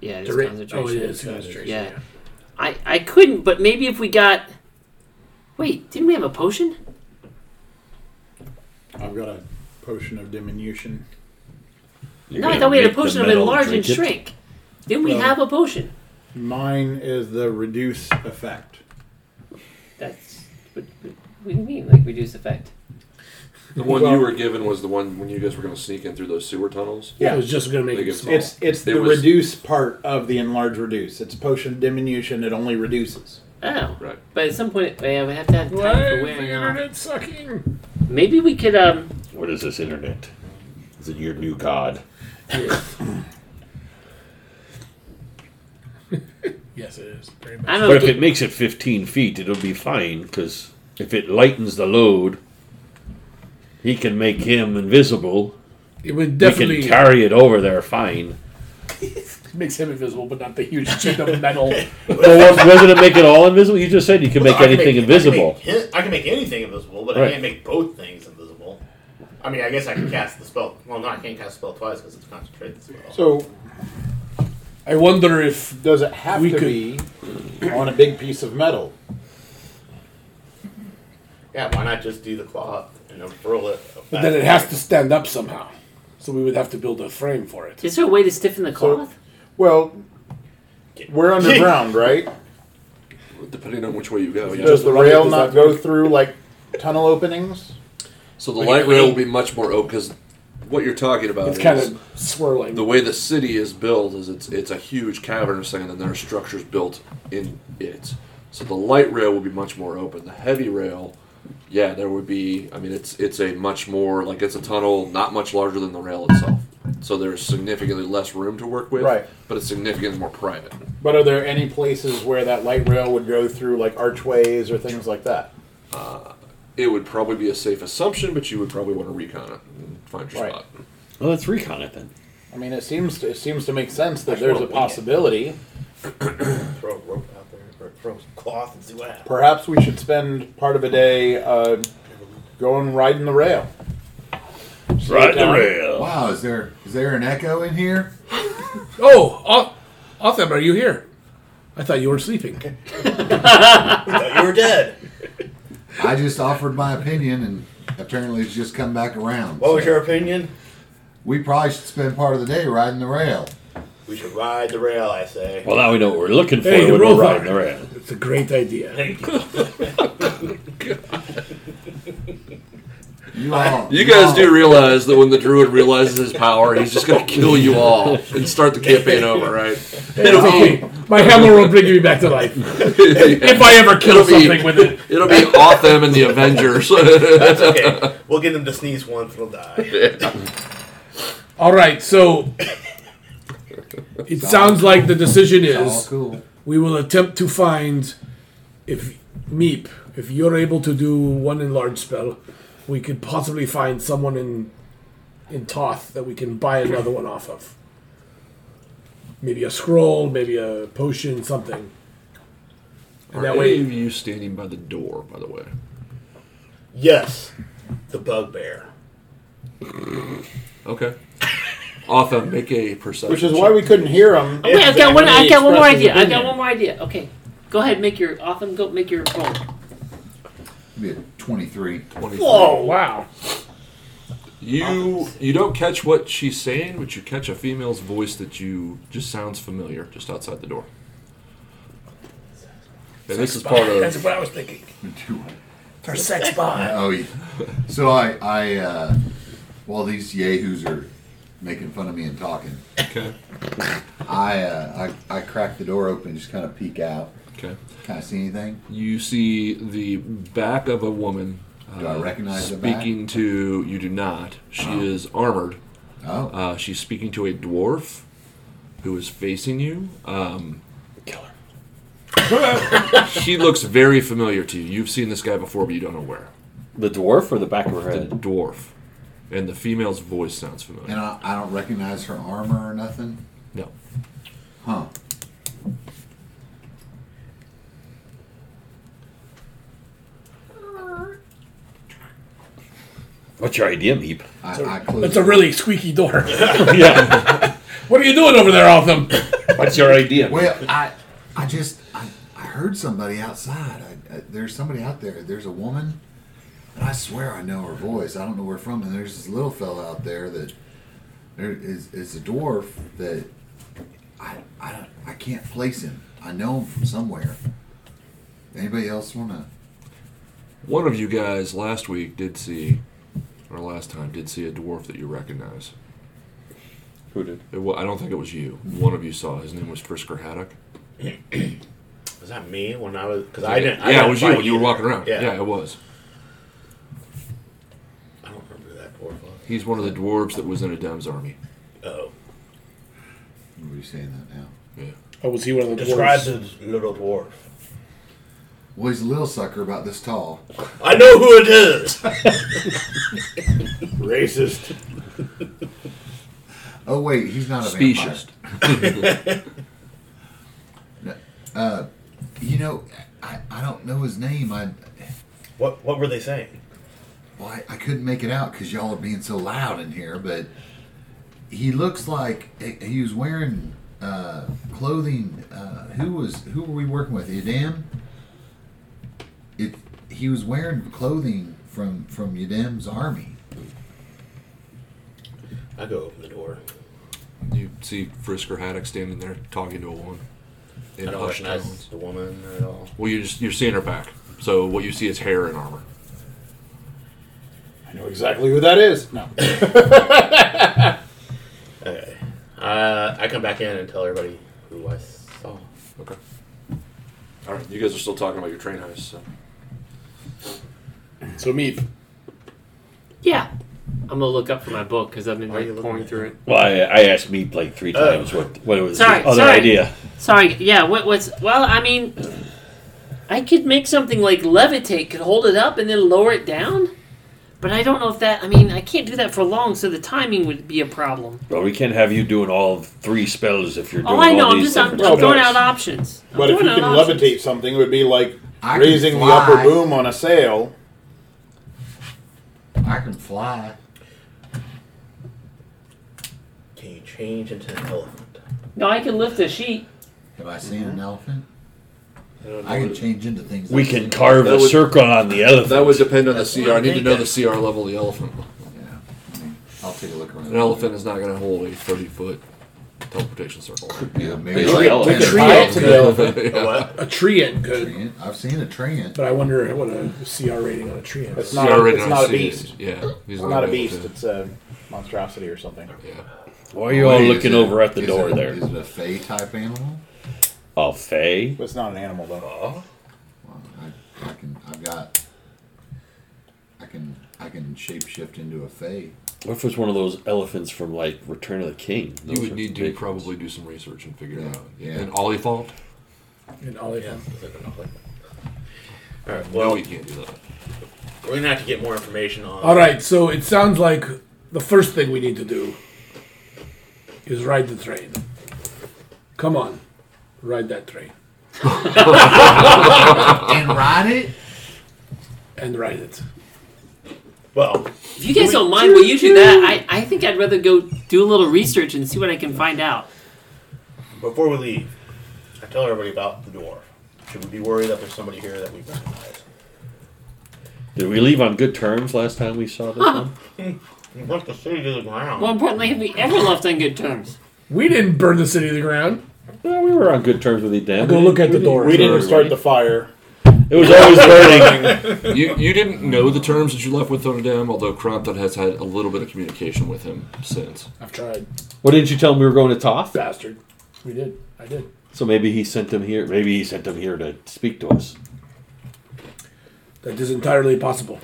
Yeah, it's direct- concentration. Oh, it is. Concentration, Yeah. I, I couldn't, but maybe if we got. Wait, didn't we have a potion? I've got a potion of diminution. You're no, I gonna thought we had a make the potion of metal enlarge and drink it? shrink. Didn't we Well- have a potion? Mine is the reduce effect. That's. What, what what do you mean, like reduce effect? The one you were given was the one when you guys were going to sneak in through those sewer tunnels. Yeah, it was just going to make Like it it's- small. It's it's There the was- reduce part of the enlarge reduce. It's potion of diminution. It only reduces. Oh. Right. But at some point, I would have to have time for wearing out. sucking? Maybe we could, um. What is this internet? Is it your new god? Yes, it is. Very much. I But don't if know. it makes it 15 feet, it'll be fine because if it lightens the load, he can make him invisible. It would He definitely can carry it over there fine. makes him invisible, but not the huge sheet of metal. Well, wa- wasn't it make it all invisible? You just said you can make I can anything make- invisible. I can, make, I can make anything invisible, but Right. I can't make both things invisible. I mean, I guess I can cast the spell. Well, no, I can't cast the spell twice because it's concentrated spell. So I wonder if does it have We to be on a big piece of metal? yeah, why not just do the cloth and unfurl it? but then it has to stand up somehow. So we would have to build a frame for it. Is there a way to stiffen the cloth? Well, we're underground, right? Depending on which way you go. Yeah. Does the run it, rail does not that- go through like tunnel openings? So the light rail will be much more open because what you're talking about It's is kind of swirling. the way the city is built is it's it's a huge cavernous thing, and then there are structures built in it. So the light rail will be much more open. The heavy rail, yeah, there would be. I mean, it's it's a much more like it's a tunnel, not much larger than the rail itself. So there's significantly less room to work with, Right. But it's significantly more private. But are there any places where that light rail would go through like archways or things like that? It would probably be a safe assumption, but you would probably want to recon it and find your Right. spot. Well, let's recon it then. I mean, it seems to, it seems to make sense that Actually, there's a we'll wing it. possibility. throw a rope out there, or throw some cloth and see what happens. Perhaps we should spend part of a day uh, going riding the rail. Slow Right the down. rail. wow, is there is there an echo in here? Oh, Oth- Otham, are you here? I thought you were sleeping. I thought you were dead. I just offered my opinion, and apparently it's just come back around. What was your opinion? We probably should spend part of the day riding the rail. We should ride the rail, I say. Well, now we know what we're looking for Hey, when roll we're riding hard. the rail. It's a great idea. Thank you. You all. You guys all- do realize that when the druid realizes his power, he's just going to kill you all and start the campaign over, right? It's okay. My hammer will bring me back to life. If I ever kill It'll be- something with it. It'll be Otham and the Avengers. That's okay. We'll get them to sneeze once, they'll die. All right, so it sounds like the decision All is cool. we will attempt to find if Meep, if you're able to do one enlarge spell, we could possibly find someone in in Toth that we can buy another one off of. Maybe a scroll, maybe a potion, something. Are that that way- way, of you standing by the door, by the way. Yes, the bugbear. Okay. Otham, make a perception. Which is why we couldn't hear him. Wait, I've got one. I've got one more idea. I've have got one more idea. Okay, go ahead. Make your Otham. Go make your roll. It'd be a 23. Whoa, wow. You you don't catch what she's saying, but you catch a female's voice that you just sounds familiar, just outside the door. And this is part That's of what I was thinking. For sex bot. Oh, yeah. So I, I, uh, while these yahoos are making fun of me and talking, okay, I, uh, I, I crack the door open, just kind of peek out. okay. Can I see anything? You see the back of a woman. Do I recognize the back? Uh, Speaking to you, do not. She is armored. Oh, Uh, she's speaking to a dwarf who is facing you. Um, Kill her. she looks very familiar to you. You've seen this guy before, but you don't know where. The dwarf or the back of her The head? dwarf. And the female's voice sounds familiar. and I, I don't recognize her armor or nothing. No. Huh? What's your idea, Meep? I, I close. That's a the- really squeaky door. Oh, yeah. what are you doing over there, Otham? What's your idea? Well, I, I just, I, I heard somebody outside. I, I, there's somebody out there. There's a woman, and I swear I know her voice. I don't know where from. And there's this little fella out there that, there is is a dwarf that, I, I don't, I can't place him. I know him from somewhere. Anybody else wanna? One of you guys last week did see, or last time, did see a dwarf that you recognize. Who did? It, wa I don't think it was you. One of you saw. His name was Frisker Haddock. Was that me when I was? Because I didn't. I yeah, didn't it was you fight when you were either. walking around. Yeah. Yeah. it was. I don't remember who that dwarf. was. He's one of the dwarves that was in Adam's army. Oh, What are you saying that now? Yeah. Oh, was he one of the describe dwarves? the little dwarf. Well, he's a little sucker about this tall. I know who it is. Racist. Oh wait, he's not a vampire. Specious. Uh, you know, I, I don't know his name. I, What What were they saying? Well, I, I couldn't make it out because y'all are being so loud in here, but he looks like he- he was wearing uh, clothing. Uh, who was who were we working with? Yadam. It he was wearing clothing from from Yadam's army. I go open the door. You see Frisker Haddock standing there talking to a woman. In I don't hushed recognize tones. the woman at all. Well, you're just you're seeing her back. So what you see is hair and armor. I know exactly who that is. No. Okay. Uh, I come back in and tell everybody who I saw. Okay. All right, you guys are still talking about your train heist. So. So Meep. Yeah. I'm gonna look up for my book because I've been Why are you like looking pouring at through it. Well, I, I asked Meep like three Uh, times what what was Sorry, his other sorry. idea. Sorry. Yeah. What, what's well? I mean, I could make something like levitate, could hold it up and then lower it down. But I don't know if that. I mean, I can't do that for long, so the timing would be a problem. Well, we can't have you doing all three spells if you're doing All all, I know, I'm these just I'm, different I'm throwing out robots. options. I'm But if you throwing can out options. levitate something, it would be like I can raising the fly. upper boom on a sail. I can fly. Can you change into an elephant? No, I can lift a sheet. Have I seen an elephant? I don't know. I can change into things. We I've can seen. carve That a would- circle on the elephant. That would depend on the CR. I need to think know that- the CR level of the elephant. Yeah. I mean, I'll take a look around. An elephant is not going to hold a 30 foot teleportation circle. Yeah, maybe. They like Like a elephants. tree ant could go. A what? A tree ant could. Treant. I've seen a treant. But I wonder what a CR rating on a tree ant He's is. not- already it's not a seen beast. it. Yeah, he's It's not a able beast. to- It's a monstrosity or something. yeah. Why are you all Wait, is looking it- over at the is door it- there? Is it a fey type animal? Oh, Faye? But it's not an animal though. Well, I, I can. I've got. I can. I can shapeshift into a fey. What if it's one of those elephants from, like, Return of the King? Those You would are need to big- probably do some research and figure it Yeah, out. yeah. And Ollie fault? And all they Yeah. have. All right. No, Well, we can't do that. we're gonna have to get more information on. All right, so it sounds like the first thing we need to do is ride the train. Come on, ride that train And ride it. and ride it. Well, If you guys don't mind, will you do that? I, I think I'd rather go do a little research and see what I can find out. before we leave, I tell everybody about the dwarf. Should we be worried that there's somebody here that we recognize? Did we leave on good terms last time we saw this one? We left the city to the ground. More importantly, have we ever left on good terms? We didn't burn the city to the ground. Yeah, we were on good terms with each damn. Go look at the door. We didn't start the fire. It was always burning. You you didn't know the terms that you left with Thunderdam, although Crompton has had a little bit of communication with him since. I've tried, what didn't you tell him we were going to Toth? bastard. We did. I did. So maybe he sent them here. Maybe he sent them here to speak to us. That is entirely possible.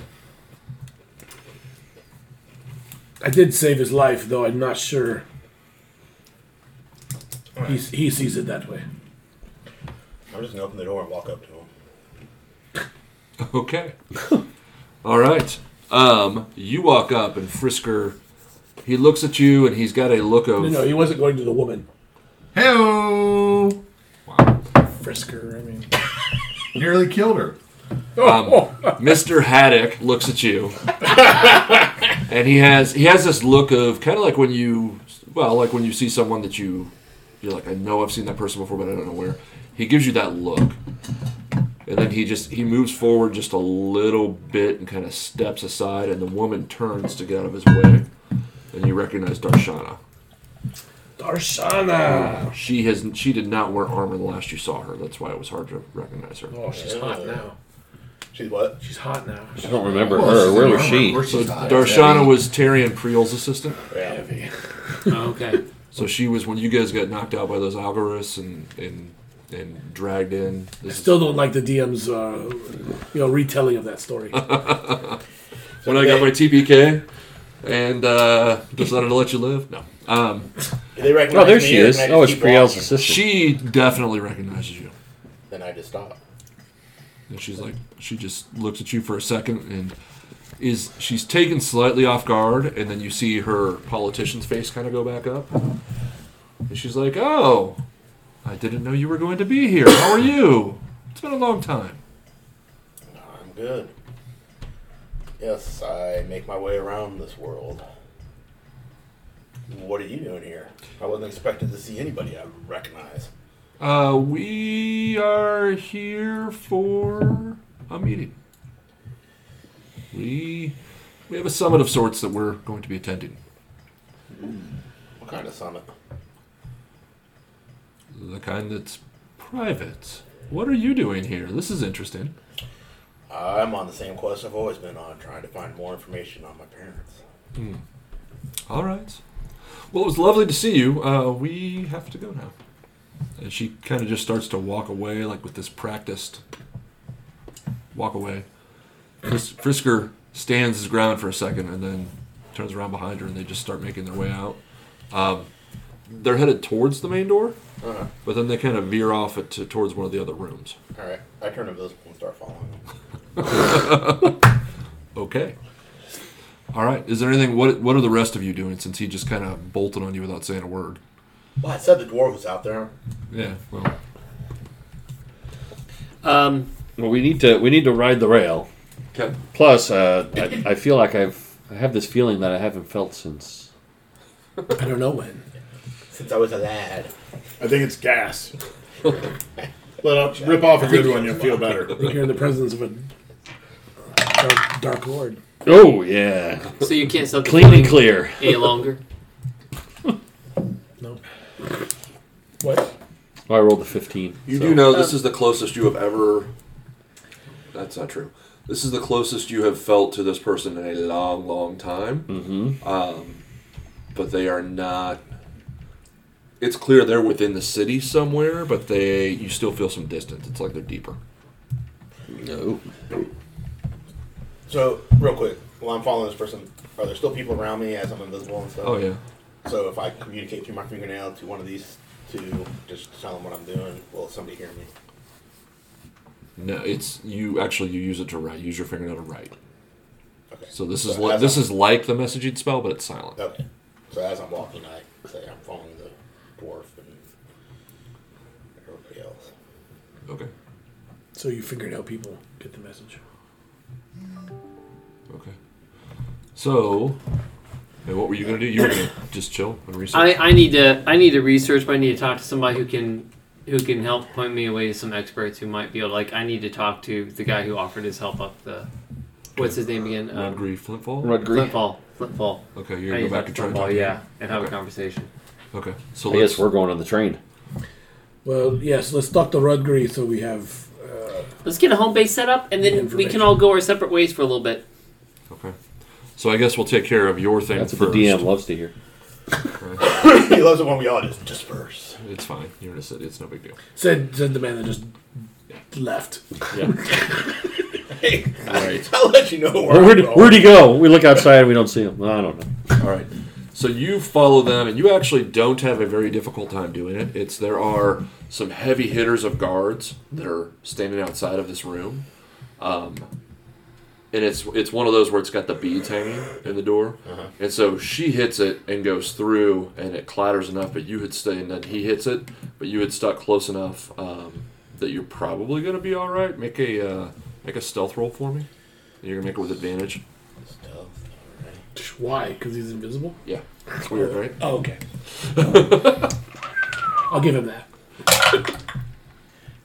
I did save his life, though I'm not sure. He, he sees it that way. I'm just gonna open the door and walk up to him. Okay. All right. Um, you walk up and Frisker, he looks at you and he's got a look of No, no, he wasn't going to the woman. Hello. Frisker, I mean. Nearly killed her. Mr. Haddock looks at you, and he has he has this look of kind of like when you well like when you see someone that you you're like I know I've seen that person before but I don't know where. He gives you that look, and then he just he moves forward just a little bit and kind of steps aside, and the woman turns to get out of his way, and you recognize Darshana. Darshana! She has she did not wear armor the last you saw her. That's why it was hard to recognize her. Oh, she's hot now. She's what? She's hot now. I don't remember Well, her. she's Where in was armor. she? Where's So she tied? Darshana was Terry and Creel's assistant. Yeah. Oh, okay. So she was when you guys got knocked out by those Algoriths and and and dragged in. This Still don't like the DM's, uh, you know, retelling of that story. is when I got my TPK and uh, decided to let you live. No, um, Do they recognize Oh, there me she or is. can I Oh, it's just keep Priel's walking? assistant. she definitely recognizes you. Then I just stop. And she's like, she just looks at you for a second and is she's taken slightly off guard, and then you see her politician's face kind of go back up, and she's like, "Oh, I didn't know you were going to be here. How are you? It's been a long time." I'm good. Yes, I make my way around this world. What are you doing here? I wasn't expected to see anybody I recognize. Uh, we are here for a meeting. We we have a summit of sorts that we're going to be attending. What kind of summit? The kind that's private. What are you doing here? This is interesting. I'm on the same quest I've always been on, trying to find more information on my parents. All right. Well, it was lovely to see you. Uh, we have to go now. And she kind of just starts to walk away, like with this practiced walk away. Fris- Frisker stands his ground for a second and then turns around behind her, and they just start making their way out. Um, they're headed towards the main door, Uh-huh. but then they kind of veer off it to, towards one of the other rooms. All right, I turn invisible and start following him. Okay. All right. Is there anything? What What are the rest of you doing? Since he just kind of bolted on you without saying a word. Well, I said the dwarf was out there. Yeah. Well. Um, Well, we need to we need to ride the rail. Okay. Plus, uh, I, I feel like I've I have this feeling that I haven't felt since. I don't know when. Since I was a lad, I think it's gas. Let up, rip off a good one. You'll feel better. I think you're in the presence of a dark, dark lord. Oh yeah, so you can't stop the clean and feeling clear. any longer. No. What? Well, I rolled a 15. You so- do know this is the closest you have ever. That's not true. This is the closest you have felt to this person in a long, long time. Mm-hmm. Um, but they are not. It's clear they're within the city somewhere, but they you still feel some distance. It's like they're deeper. No. So, real quick, while I'm following this person, are there still people around me as I'm invisible and stuff? Oh yeah. So if I communicate through my fingernail to one of these two, just tell them what I'm doing, will somebody hear me? No, it's you. Actually, you use it to write. Use your fingernail to write. Okay. So this is So like as this I'm- is like the messaging spell, but it's silent. Okay. So as I'm walking, I say I'm following the dwarf and everybody else. Okay. So you figured out people get the message. Okay. So, and what were you gonna do? You were gonna just chill and research. I, I need to I need to research, but I need to talk to somebody who can who can help point me away to some experts who might be able. Like I need to talk to the guy who offered his help up the. What's his name again? Red Um, Gree Flintfall. Rudgry. Flintfall. Flintfall. Okay, you're I need to gonna go back talk to and try to Flintfall, talk. yeah, and have a Okay. conversation. Okay. So I let's. guess we're going on the train. Well, yes. Let's talk to Rudgree so we have. Let's get a home base set up, and then we can all go our separate ways for a little bit. Okay. So I guess we'll take care of your thing That's what first. the DM loves to hear. he loves it when we all just disperse. It's fine. You're in a city. It's no big deal. Said said the man that just left. Right. I'll let you know where Where, I'm where'd, going. where'd he go? We look outside and we don't see him. I don't know. All right. So you follow them, and you actually don't have a very difficult time doing it. It's there are some heavy hitters of guards that are standing outside of this room, um, and it's it's one of those where it's got the beads hanging in the door, and so she hits it and goes through, and it clatters enough, but you had stayed, and then he hits it, but you had stuck close enough um, that you're probably gonna be all right. Make a uh, make a stealth roll for me. You're gonna make it with advantage. Stuff. All right. Why? Because he's invisible. Yeah, it's weird, right? Oh, okay. I'll give him that.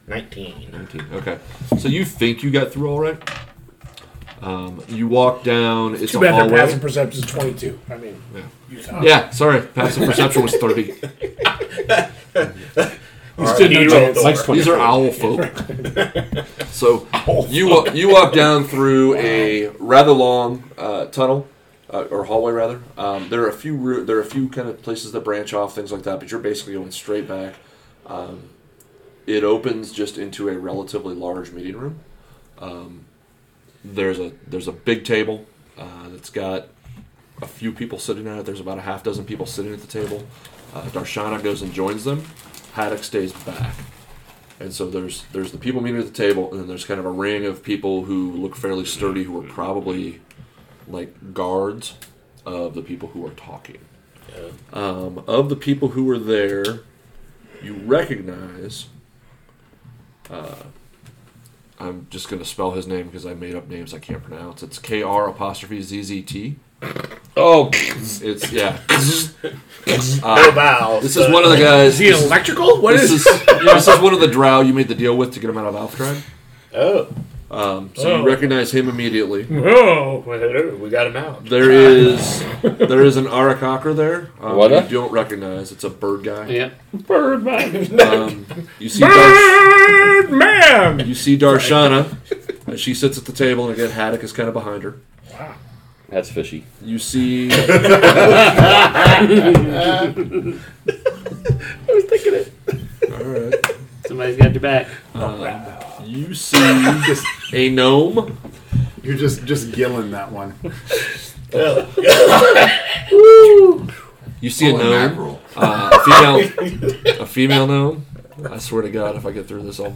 19. 19. Okay. So you think you got through all right? Um, you walk down. It's Too a bad their hallway. passive perception is twenty-two. I mean, yeah, sorry. Passive perception was 30. we stood no chance. Mike's 20. These are owl folk. so you wa- you walk down through a rather long uh, tunnel uh, or hallway rather. Um, there are a few ru- there are a few kind of places that branch off things like that, but you're basically going straight back. Um, it opens just into a relatively large meeting room. Um, there's a there's a big table uh, that's got a few people sitting at it. There's about a half dozen people sitting at the table. Uh, Darshana goes and joins them. Haddock stays back. And so there's there's the people meeting at the table, and then there's kind of a ring of people who look fairly sturdy, who are probably like guards of the people who are talking. Um, of the people who were there, you recognize. Uh, I'm just gonna spell his name because I made up names I can't pronounce. It's K R apostrophe Z Z T. Oh, It's yeah. No bows. This is one of the guys. Is he electrical? What This is is? yeah, this is one of the drow you made the deal with to get him out of Alfred. Oh. Um, so you recognize him immediately. Oh, We got him out. There is there is an Aracocker there. Um, What you a- don't recognize. It's a bird guy. Yeah. Birdman! Um, you see Dar- Birdman! you see Darshana. and she sits at the table, and again Haddock is kind of behind her. that's fishy. You see Somebody's got your back. you see a gnome. You're just just gilling that one. You see a Holy gnome. mackerel. Uh, a female a female gnome. I swear to God, if I get through this, I'll.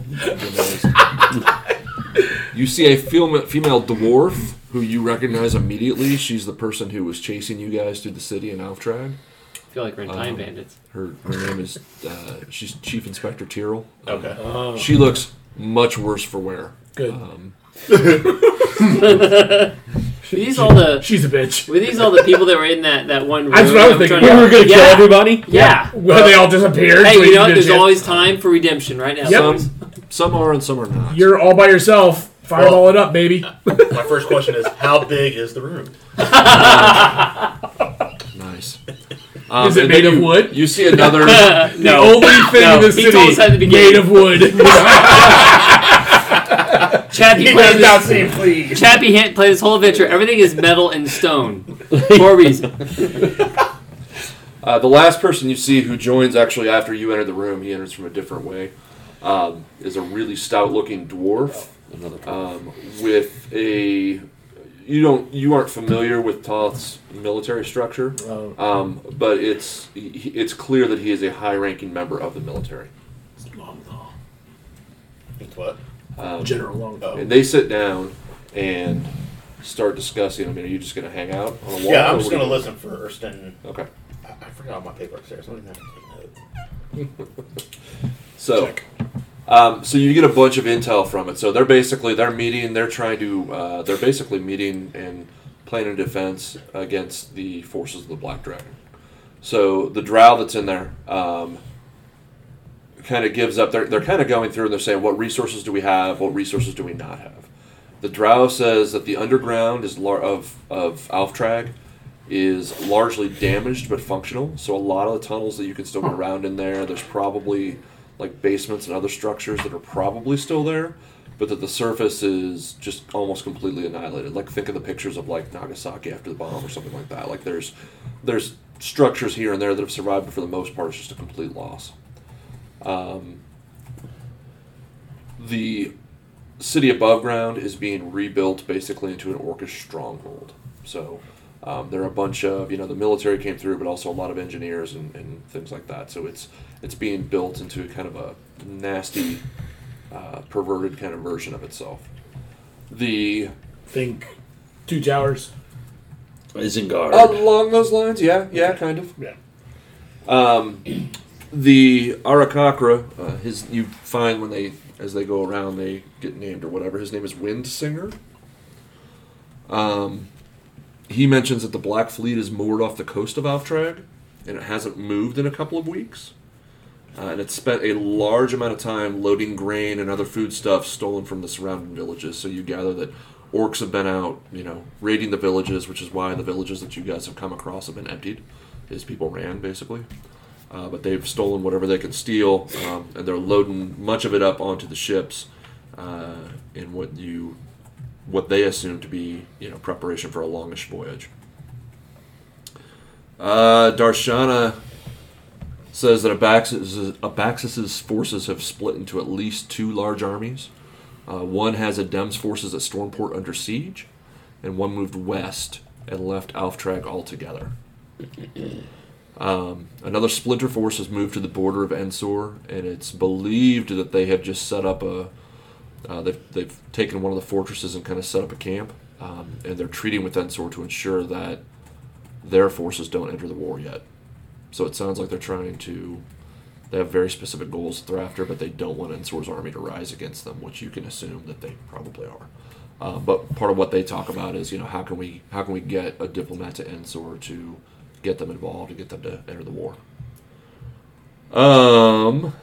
you see a female female dwarf who you recognize immediately. She's the person who was chasing you guys through the city in Alftrag. I feel like we're in Um, time bandits. Her her name is uh, she's Chief Inspector Tyrrell. Okay. She looks much worse for wear. Good. Were these all the She's a bitch. were these all the people that were in that that one room? That's what I was I'm thinking. trying to- We were Gonna yeah. kill everybody? Yeah. Well, they all disappeared. Hey, so you know what? did There's it. always time for redemption right now. Yep. folks. Some are and some are not. You're all by yourself. Fireball it up, baby. My first question is how big is the room? Nice. Um, Is it and made of then you- wood? You see another. The no. only thing No, in the he told us at the city beginning. made of wood. Chad, he played this- not say please. Chappie Hint played this whole adventure. Everything is metal and stone. For a reason. Uh, the last person you see who joins actually after you enter the room, he enters from a different way, um, is a really stout-looking dwarf um, with a. You don't. You aren't familiar with Toth's military structure, Oh. um, but it's he- he- it's clear that he is a high-ranking member of the military. It's what? General Oh. Longfellow. And they sit down and start discussing. I mean, are you just going to hang out on a wall? Yeah, or I'm just what gonna are you- listen first, and Okay. I, I forgot all my paper upstairs. I'm gonna have to take notes. So, um, so you get a bunch of intel from it. So they're basically they're meeting. They're trying to. Uh, they're basically meeting and planning defense against the forces of the Black Dragon. So the Drow that's in there um, kind of gives up. They're they're kind of going through and they're saying, what resources do we have? What resources do we not have? The Drow says that the underground is lar- of of Alftrag is largely damaged but functional. So a lot of the tunnels that you can still get around in there, there's probably like basements and other structures that are probably still there, but that the surface is just almost completely annihilated. Like think of the pictures of like Nagasaki after the bomb or something like that. Like there's there's structures here and there that have survived, but for the most part, it's just a complete loss. Um, the city above ground is being rebuilt basically into an orcish stronghold. So um, there are a bunch of you know the military came through, but also a lot of engineers and, and things like that. So it's it's being built into kind of a nasty, uh, perverted kind of version of itself. The Think two towers. Isengard. Along those lines, yeah, yeah, kind of. Yeah. Um, the Arakakra, uh, his you find when they as they go around they get named or whatever. His name is Windsinger. Um, he mentions that the Black Fleet is moored off the coast of Alftrag, and it hasn't moved in a couple of weeks. Uh, and it's spent a large amount of time loading grain and other foodstuff stolen from the surrounding villages. So you gather that orcs have been out, you know, raiding the villages, which is why the villages that you guys have come across have been emptied, is people ran basically. Uh, but they've stolen whatever they can steal, um, and they're loading much of it up onto the ships uh, in what you, what they assume to be, you know, preparation for a longish voyage. Uh, Darshana says that Abaxis, Abaxis's forces have split into at least two large armies. Uh, one has Adem's forces at Stormport under siege, and one moved west and left Alftrag altogether. Um, another splinter force has moved to the border of Ensor, and it's believed that they have just set up a. Uh, they've, they've taken one of the fortresses and kind of set up a camp, um, and they're treating with Ensor to ensure that their forces don't enter the war yet. So it sounds like they're trying to. They have very specific goals that they're after, but they don't want Ensor's army to rise against them, which you can assume that they probably are. Uh, but part of what they talk about is, you know, how can we how can we get a diplomat to Ensor to get them involved and get them to enter the war. Um,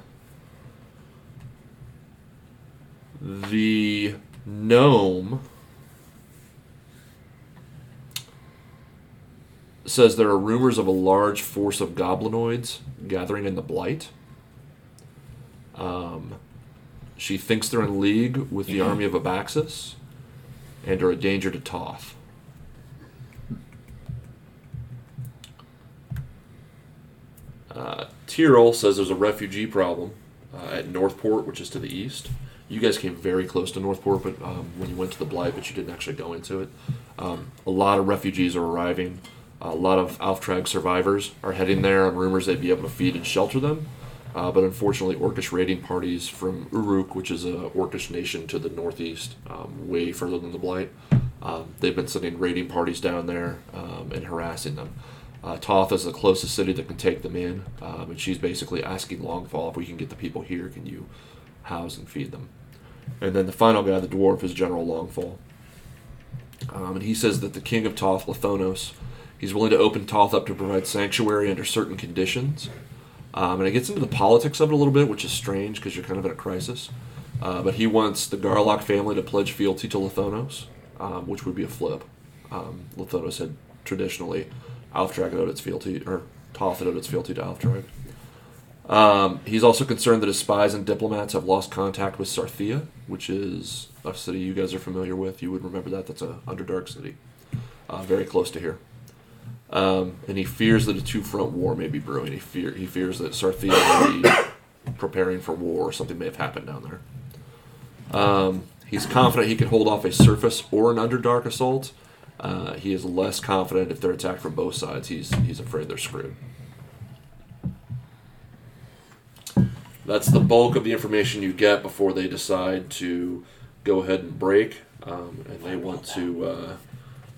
the gnome says there are rumors of a large force of goblinoids gathering in the blight. Um, she thinks they're in league with the army of Abaxis and are a danger to Toth. Uh, Tyrell says there's a refugee problem uh, at Northport, which is to the east. You guys came very close to Northport, but um, when you went to the Blight, but you didn't actually go into it. Um, a lot of refugees are arriving. A lot of Alftrag survivors are heading there on rumors they'd be able to feed and shelter them. Uh, but unfortunately, Orcish raiding parties from Uruk, which is a Orcish nation to the northeast, um, way further than the Blight, um, they've been sending raiding parties down there um, and harassing them. Uh, Toth is the closest city that can take them in, um, and she's basically asking Longfall if we can get the people here, can you house and feed them? And then the final guy, the dwarf, is General Longfall. Um, and he says that the king of Toth, Lathonos, he's willing to open Toth up to provide sanctuary under certain conditions. Um, and it gets into the politics of it a little bit, which is strange because you're kind of in a crisis. Uh, but he wants the Garlock family to pledge fealty to Lathonos, um, which would be a flip. Um, Lathonos had traditionally Alfdrag owed its fealty, or positive it's fealty to Alfdroid. Um, he's also concerned that his spies and diplomats have lost contact with Sarthea, which is a city you guys are familiar with. You would remember that. That's a Underdark city, uh, very close to here. Um, and he fears that a two-front war may be brewing. He fear he fears that Sarthea may be preparing for war, or something may have happened down there. He's confident he can hold off a surface or an underdark assault. Uh, he is less confident if they're attacked from both sides. He's he's afraid they're screwed. That's the bulk of the information you get before they decide to go ahead and break, um, and they want to uh,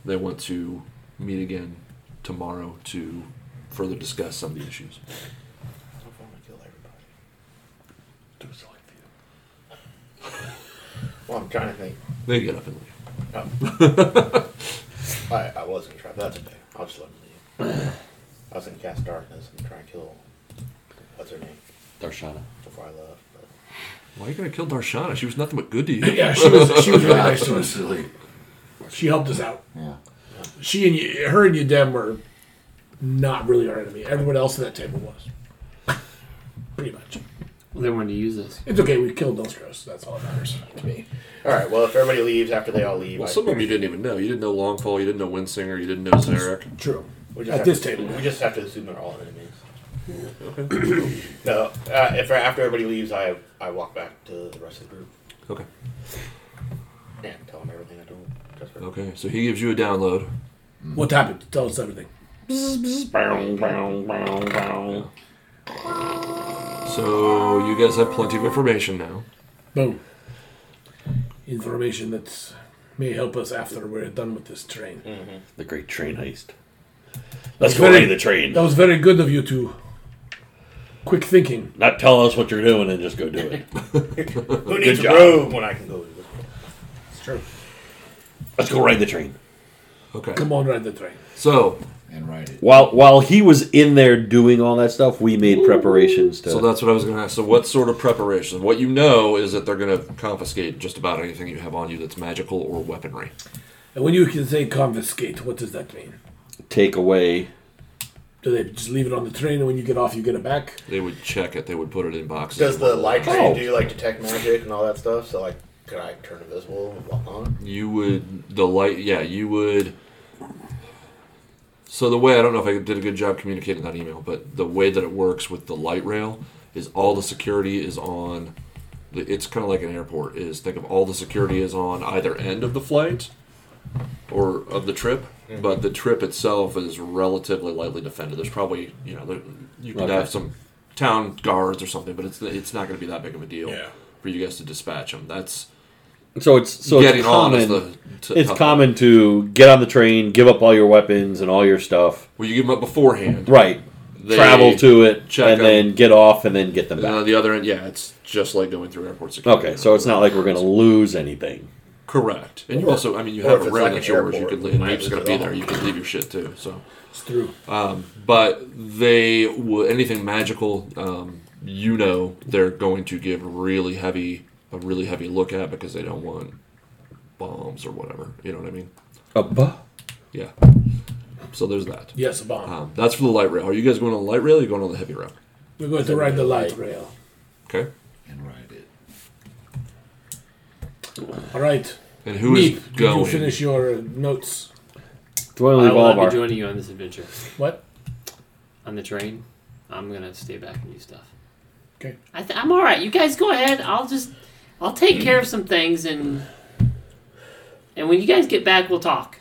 they want to meet again tomorrow to further discuss some of the issues. Well, I'm trying to think. They get up and leave. Oh. I, I was gonna try. That's okay. I'll just let him leave. I was gonna cast darkness and try and kill. What's her name? Darshana. Before I left. But Why are you gonna kill Darshana? She was nothing but good to you. Yeah, she was, she was really nice to so us. silly. She helped us out. Yeah. She and you, her and Yudem were not really our enemy. Everyone else at that table was. Pretty much. They want to use us. It's okay. We killed Nostros. That's all that matters to me. all right. Well, if everybody leaves after they all leave, Well, I- some of them you didn't even know. You didn't know Longfall. You didn't know Windsinger. You didn't know Zarek. True. we At have this to- table. we just have to assume they're all enemies. no, uh, if after everybody leaves, I I walk back to the rest of the group Okay. and tell them everything I told Jessica. Okay. So he gives you a download. What happened? Tell us everything. So you guys have plenty of information now. Boom. Information that may help us after we're done with this train. The great train heist. Let's go very- raid the train. That was very good of you two. Quick thinking. Not tell us what you're doing and just go do it. Who needs job. a robe when I can go to this? It's true. Let's go ride the train. Okay. Come on, ride the train. So And write it. While while he was in there doing all that stuff, we made preparations to. so that's what I was going to ask. So what sort of preparation? What you know is that they're going to confiscate just about anything you have on you that's magical or weaponry. And when you can say confiscate, what does that mean? take away. Do they just leave it on the train and when you get off, you get it back? They would check it. They would put it in boxes. Does the light train Oh. do like detect magic and all that stuff? So like, could I turn invisible and walk on? You would the light. Yeah, you would. So the way I don't know if I did a good job communicating that email, but the way that it works with the light rail is all the security is on. The, it's kind of like an airport. Is think of all the security is on either end of the flight or of the trip, but the trip itself is relatively lightly defended. There's probably you know there, you could Okay. have some town guards or something, but it's it's not going to be that big of a deal for you guys to dispatch them. That's So it's so getting it's common. on is the t- it's tough part. common to get on the train, give up all your weapons and all your stuff. Well, you give them up beforehand. Right. They travel to it check and them. Uh, then get off and then get them And then back. on the other end, yeah, it's just like going through airport security. Okay, so it's not like we're going to lose anything. correct. And you also, I mean, you or have if a it's room like that's an yours. You airport, could, we leave- and might you're just gonna lose be it there. all. You could leave your shit too. So, It's through. but they would anything magical. Um, you know, they're going to give really heavy a really heavy look at because they don't want bombs or whatever. You know what I mean? A bu- Yeah. So there's that. Yes, a bomb. Uh-huh. Um, that's for the light rail. Are you guys going on the light rail? or Are you going on the heavy rail? We're going to ride the light rail. Okay. And write it. All right. And who is Neep, did you going? finish your uh, notes? Do I I leave will all not of be our? joining you on this adventure. What? On the train, I'm gonna stay back and do stuff. 'Kay. I th- I'm all right. You guys go ahead. I'll just, I'll take care of some things and, and when you guys get back, we'll talk.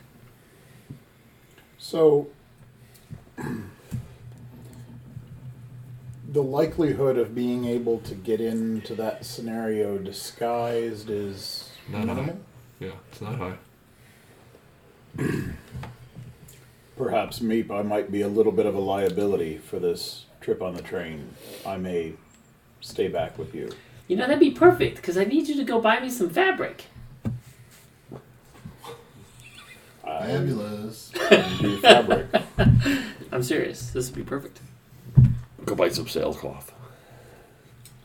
So, the likelihood of being able to get into that scenario disguised is Not minimal, high. Yeah, it's not high. Perhaps Meep, I might be a little bit of a liability for this trip on the train. I may stay back with you. You know that'd be perfect because I need you to go buy me some fabric. Fabulous. Do fabric. I'm serious. This would be perfect. Go buy some sailcloth.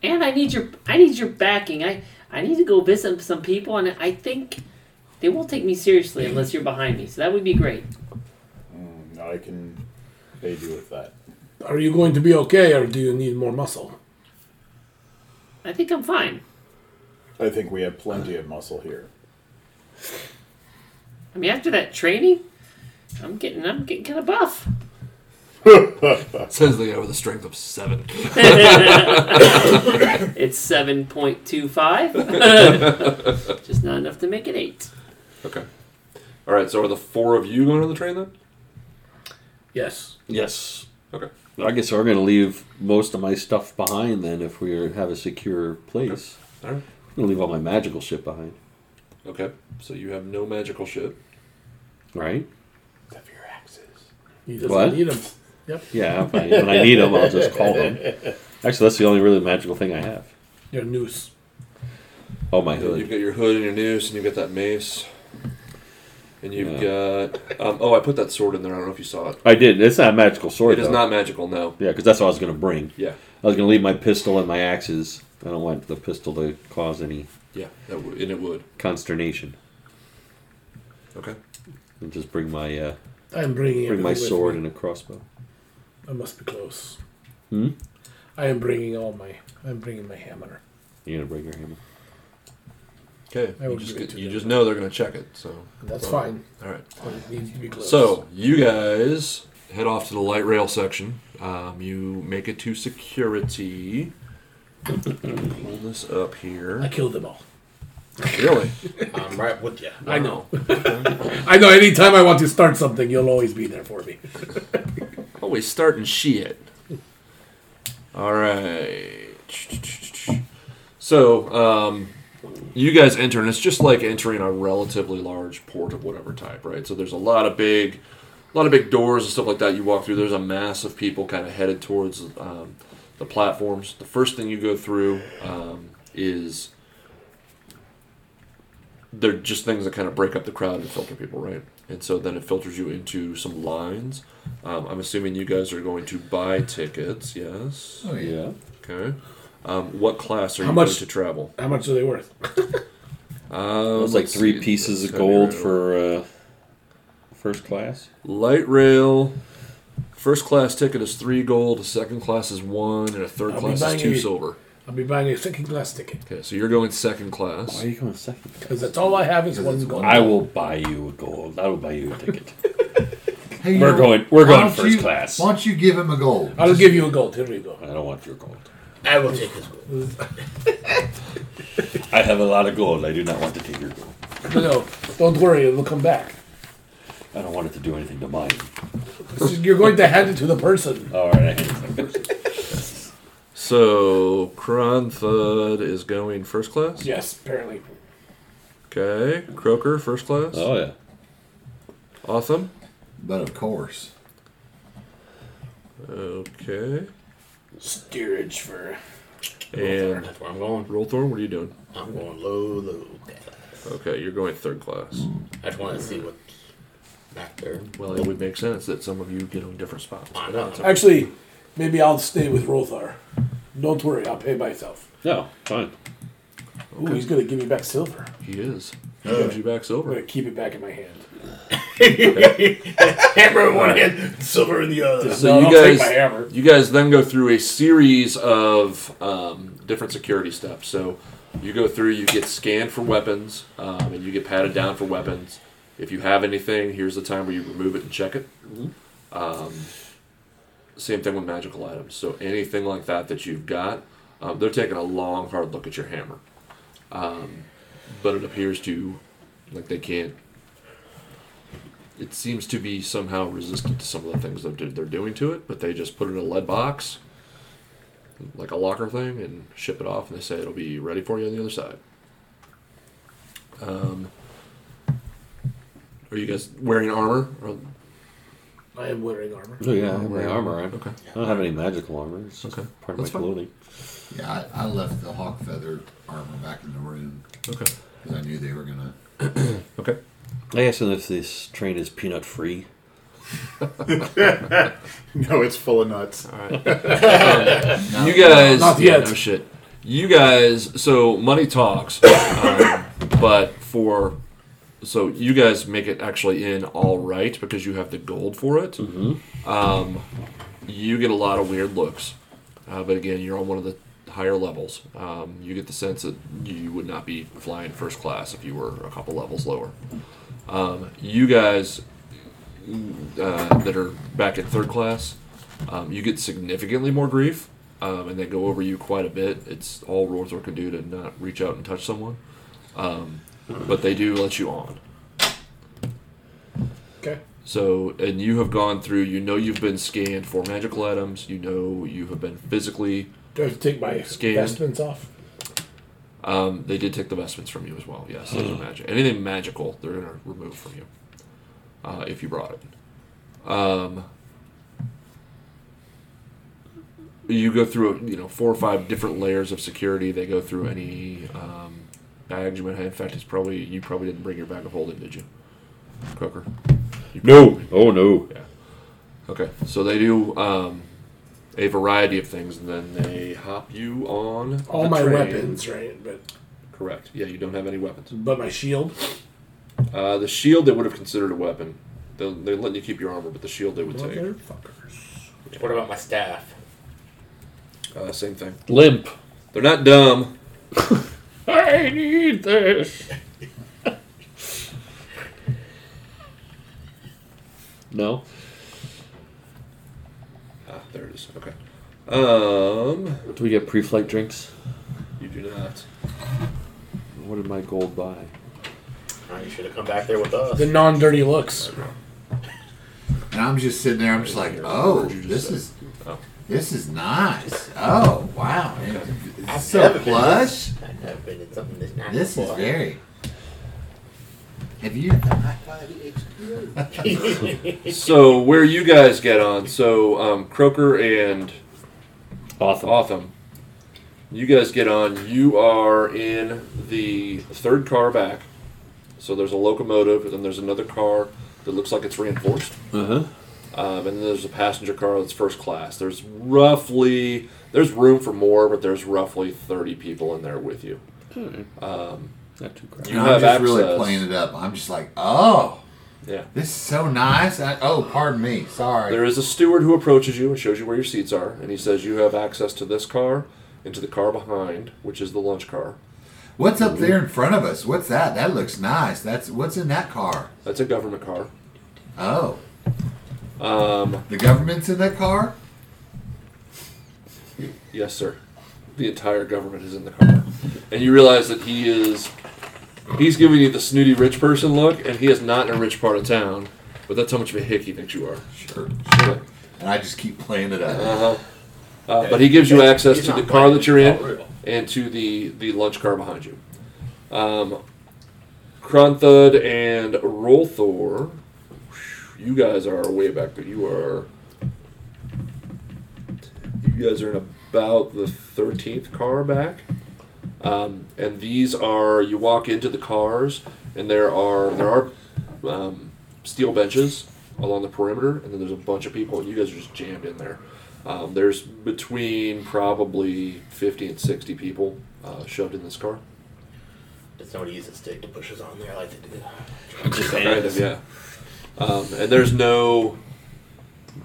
And I need your, I need your backing. I, I need to go visit some people, and I think they won't take me seriously unless you're behind me. So that would be great. Mm, I can aid you with that. Are you going to be okay, or do you need more muscle? I think I'm fine. I think we have plenty of muscle here. I mean, after that training, I'm getting I'm getting kind of buff. Says the guy with a strength of seven. It's seven point two five, just not enough to make it eight. Okay. All right. So are the four of you going on the train then? Yes. Yes. Okay. I guess we're going to leave most of my stuff behind then if we have a secure place. All right. I'm going to leave all my magical shit behind, Okay. So you have no magical shit. right? Except for your axes. He doesn't What? need them. Yeah, if I, when I need them, I'll just call them. Actually, that's the only really magical thing I have. Your noose. Oh, my You've hood. got your hood and your noose, and you've got that mace, and you've got. Um, oh, I put that sword in there. I don't know if you saw it. I did. It's not a magical sword. It is though. not magical. No. Yeah, because that's what I was going to bring. Yeah. I was going to leave my pistol and my axes. I don't want the pistol to cause any Yeah. That would and it would. consternation. Okay. And just bring my uh, I'm bringing. bring my everything with sword me. and a crossbow. I must be close. Hmm? I am bringing all my. I'm bringing my hammer. You're gonna bring your hammer. Okay. I You would just, agree get- to you that. just know they're going to check it. So. That's So, fine. All right. But it needs to be close. So you guys head off to the light rail section. Um, you make it to security. Pull this up I here. killed them all. Really? I'm right with you. I know. I know. Anytime I want to start something, you'll always be there for me. Always starting shit. All right. So, um, you guys enter, and it's just like entering a relatively large port of whatever type, right? So there's a lot of big, a lot of big doors and stuff like that. You walk through. There's a mass of people kind of headed towards um, the platforms. The first thing you go through um, is they're just things that kind of break up the crowd and filter people, right? And so then it filters you into some lines. Um, I'm assuming you guys are going to buy tickets, yes? Oh, yeah. Okay. Um, what class are How you much- going to travel? How much are they worth? It was Um, like three pieces of gold for uh, first class. light rail. First class ticket is three gold, a second class is one, and a third I'll be class buying is two you- silver. I'll be buying a second class ticket Okay, so you're going second Why class. are you going second? because that's all I have is one gold. I will buy you a gold. I will buy you a ticket. Hey, you We're know, going- we're why going don't first you- class. Why don't you give him a gold? I'll give you a gold. Here we go. I don't want your gold. I will take his gold. I have a lot of gold. I do not want to take your gold. No, no, don't worry. It'll come back. I don't want it to do anything to mine. This is- You're going to hand it to the person. All right. I hate it. So Kronthud is going first class. Yes, apparently. Okay, Croker first class. Oh yeah. Awesome. But of course. Okay. Steerage for. And That's where I'm going. Rollthorn, what are you doing? I'm going low, low. Okay, you're going third class. I just want to see what's back there. Well, it would make sense that some of you get on different spots. I know. Actually, maybe I'll stay with Rothar. Don't worry. I'll pay myself. No, fine. Ooh, he's gonna give me back silver. He is. He gives you back I'm gonna silver. keep it back in my hand. Hammer in one hand, silver in the other. So no, you don't guys, take my hammer. you guys then go through a series of um, different security steps. So you go through, you get scanned for weapons, um, and you get patted down for weapons. If you have anything, here's the time where you remove it and check it. Mm-hmm. Um, same thing with magical items. So anything like that that you've got, um, they're taking a long, hard look at your hammer. Um, but it appears to, like they can't. It seems to be somehow resistant to some of the things that they're they're doing to it, but they just put it in a lead box, like a locker thing, and ship it off, and they say it'll be ready for you on the other side. Um, are you guys wearing armor? Or, I am wearing armor. Oh yeah, I have my armor on. Okay. I don't have any magical armor. It's just Okay. part of That's my fine. clothing. Yeah, I, I left the hawk feather armor back in the room okay. because I knew they were gonna. Okay. I asked him if this train is peanut free. No, it's full of nuts. You guys, Not yeah, yet. no shit. You guys, so money talks, um, but for so you Mm-hmm. guys make it actually in all right because you have the gold for it. Um, you get a lot of weird looks. Uh, but again, you're on one of the higher levels. Um, you get the sense that you would not be flying first class if you were a couple levels lower. Um, you guys uh, that are back in third class, um, you get significantly more grief, um, and they go over you quite a bit. It's all Rorzor can do to not reach out and touch someone, um, but they do let you on. Okay. So, and you have gone through. You know you've been scanned for magical items. You know you have been physically. Do I have to take my Scanned. vestments off? Um, they did take the vestments from you as well. Yes, those Hmm. are magic. Anything magical, they're gonna remove from you uh, if you brought it. Um, you go through you know four or five different layers of security. They go through any um, bags you might have. In fact, it's probably you probably didn't bring your bag of holding, did you, Cooker? You No. Oh no. Okay, so they do um, a variety of things, and then they hop you on All the my train. weapons, right? But Correct. Yeah, you don't have any weapons. but my shield. Uh, the shield they would have considered a weapon. They they let you keep your armor, but the shield they would take. What about my staff? Uh, same thing. Limp. They're not dumb. I need this. no. Ah, there it is. Okay. Um, Do we get pre-flight drinks? you do not. What did my gold buy? Oh, you should have come back there with us. The non-dirty looks. And I'm just sitting there. I'm just like, oh, this is Oh. this is nice. Oh wow, it's so never been- plush. I've never been in something this nice This is before. very. Have you? So where you guys get on? So um, Croker and Awesome. Otham, you guys get on. You are in the third car back. So there's a locomotive, and then there's another car that looks like it's reinforced. Uh-huh. Um, and then there's a passenger car that's first class. There's roughly there's room for more, but there's roughly 30 people in there with you. Not too You And I'm have just really access. playing it up. I'm just like, oh, Yeah. this is so nice. I, oh, pardon me, sorry. There is a steward who approaches you and shows you where your seats are, and he says you have access to this car and to the car behind, which is the lunch car. What's up there in front of us? What's that? That looks nice. That's what's in that car. That's a government car. Oh, Um, the government's in that car. yes, sir. The entire government is in the car, and you realize that he is. He's giving you the snooty rich person look, and he is not in a rich part of town. But that's how much of a hick he thinks you are. Sure, sure. And I just keep playing it up. Uh, but he gives you access He's to the not car playing. that you're Oh, in real. and to the, the lunch car behind you. Um, Kronthud and Rolthor, you guys are way back, but you are. You guys are in about the 13th car back. Um, and these are you walk into the cars and there are there are um, steel benches along the perimeter and then there's a bunch of people and you guys are just jammed in there um, there's between probably 50 and 60 people uh, shoved in this car Did somebody use a stick to push us on there like they did? kind of, yeah um, and there's no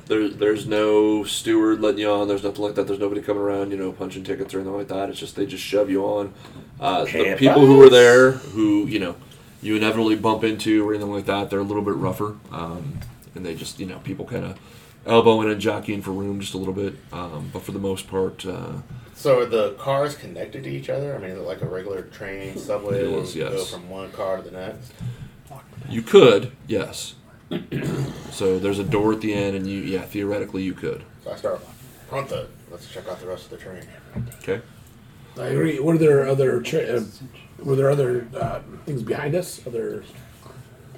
there, there's no steward letting you on there's nothing like that there's nobody coming around you know punching tickets or anything like that it's just they just shove you on uh, the people who were there who you know you inevitably bump into or anything like that they're a little bit rougher um, and they just you know people kind of elbowing and jockeying for room just a little bit um, but for the most part uh, So are the cars connected to each other? I mean, is it like a regular train, subway, It where is, we go yes. from one car to the next? You could, yes. so there's a door at the end, and you, yeah, theoretically you could. So I start front the. Let's check out the rest of the train. Okay. I agree. Were there other tra- uh, were there other uh, things behind us? Other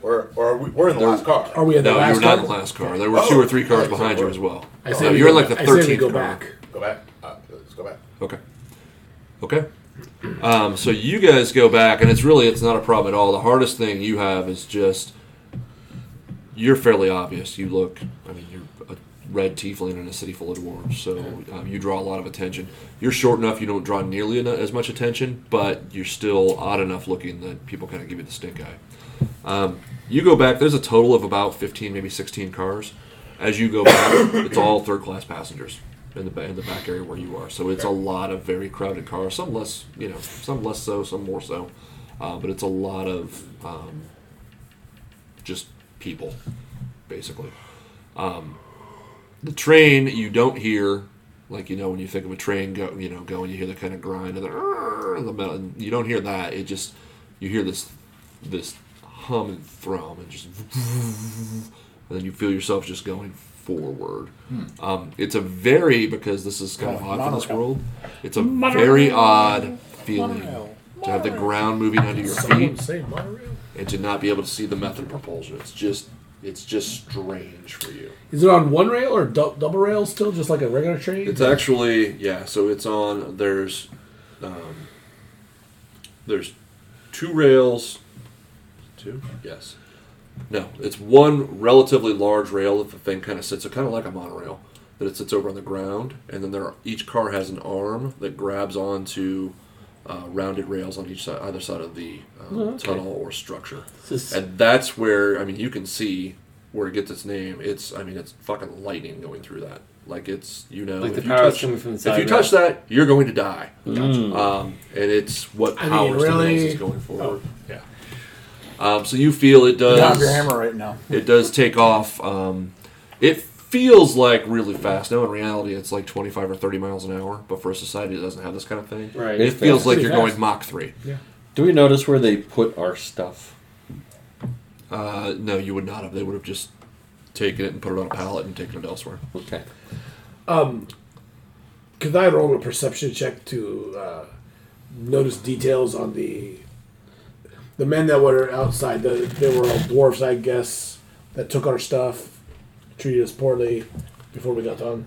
We're or are we, we're in the last car. are we at the No, you last were not in car? the last car. There were two or three cars Oh, behind you sorry. as well. I No, said you're like the I said we 13th go car. back. Go back. Uh, let's go back. Okay. Okay. Um, so you guys go back, and it's really it's not a problem at all. The hardest thing you have is just you're fairly obvious. You look, I mean, you're a red tiefling in a city full of dwarves, so um, you draw a lot of attention. You're short enough; you don't draw nearly eno- as much attention, but you're still odd enough looking that people kind of give you the stink eye. Um, you go back. There's a total of about 15, maybe 16 cars. As you go back, it's all third class passengers in the ba- in the back area where you are. So it's a lot of very crowded cars. Some less, you know, some less so, some more so. Uh, but it's a lot of um, just people, basically. Um, the train you don't hear, like you know when you think of a train go, you know, going, you hear the kind of grind of the, "Rrrr," and the metal. and You don't hear that. It just you hear this this hum and thrum and just and then you feel yourself just going forward. Um, it's a very because this is kind of odd for this world. It's a very odd feeling to have the ground moving under your feet Say monorail. and to not be able to see the method of propulsion. It's just it's just strange for you. Is it on one rail or dou- double rail still, just like a regular train? It's actually yeah. So it's on. There's um, there's two rails. Two yes. No, it's one relatively large rail that the thing kind of sits. So kind of like a monorail that it sits over on the ground, and then there are, each car has an arm that grabs onto. Uh, rounded rails on each side, either side of the um, tunnel or structure, Oh, This is- and that's where I mean you can see where it gets its name. It's I mean it's fucking lightning going through that. Like it's you know Like the if you power is touch- coming from the if side you touch that, you're going to die. Um, and it's what Hmm. I mean, powers the really? rails is going forward. Oh. Yeah. Um, so you feel it does. right now. It does take off. Um, it feels like really fast. Now in reality, it's like 25 or 30 miles an hour. But for a society that doesn't have this kind of thing, Right. it It's feels fast. like Pretty you're fast. going Mach three. Do we notice where they put our stuff? Uh, no, you would not have. They would have just taken it and put it on a pallet and taken it elsewhere. Okay. Could I roll a perception check to uh, notice details on the the men that were outside? The, they were all dwarfs, I guess, that took our stuff, treated us poorly before we got on.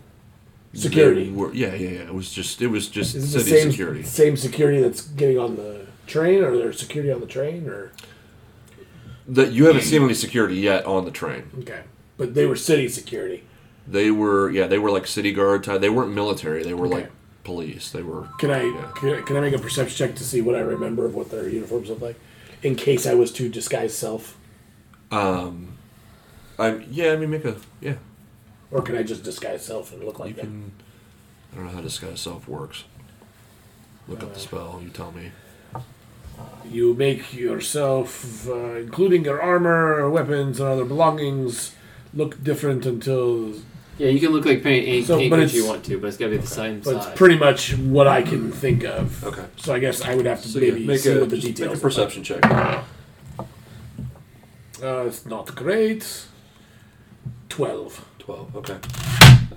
Security. They were- yeah, yeah, yeah. It was just it was just Is it the city same security. same security that's getting on the train, or there's security on the train, or That you haven't seen any security yet on the train. okay? But they were city security. They were yeah, they were like city guard type. They weren't military. They were Okay. like police. They were Can I Yeah. can, I- can I make a perception check to see what I remember of what their uniforms look like, in case I was to disguise self, I'm yeah. I mean, make a yeah. or can I just disguise self and look like You that? can. I don't know how disguise self works. Look up the spell. You tell me. You make yourself, uh, including your armor, weapons, and other belongings, look different until. Yeah, you can look like paint any So, paint but colors you it's- want to, but it's got to be the same But size. it's pretty much what I can think of. Okay. So I guess I would have to So maybe yeah, make see a, what the just make a details. perception check. are. Uh, it's not great. Twelve. Twelve. Okay.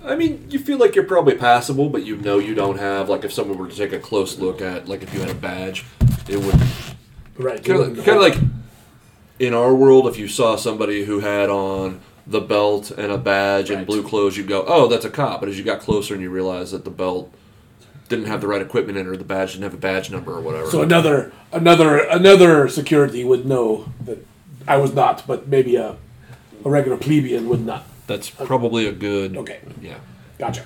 I mean, you feel like you're probably passable, but you know you don't have like if someone were to take a close look at like if you had a badge, it would Right. kind of, kind of like in our world, if you saw somebody who had on the belt and a badge and Right. blue clothes, you'd go, "Oh, that's a cop." But as you got closer and you realized that the belt didn't have the right equipment in, it, or the badge didn't have a badge number, or whatever. So another another another security would know that I was not, but maybe a a regular plebeian would not. that's probably a good. Okay. Yeah. Gotcha.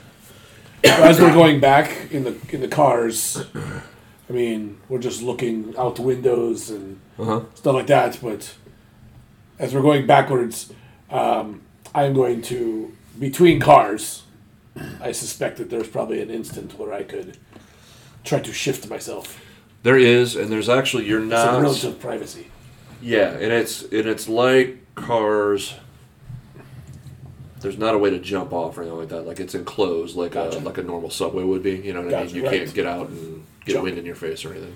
So as we're going back in the in the cars, I mean, we're just looking out the windows and stuff like that. But as we're going backwards, um, I'm going to between cars. I suspect that there's probably an instant where I could try to shift myself. There is, and there's actually you're It's a not. relative privacy. Yeah, and it's and it's like cars. There's not a way to jump off or anything like that. Like it's enclosed, like a like a normal subway would be. You know what I Gotcha, mean? You right. can't get out and get Jump. wind in your face or anything.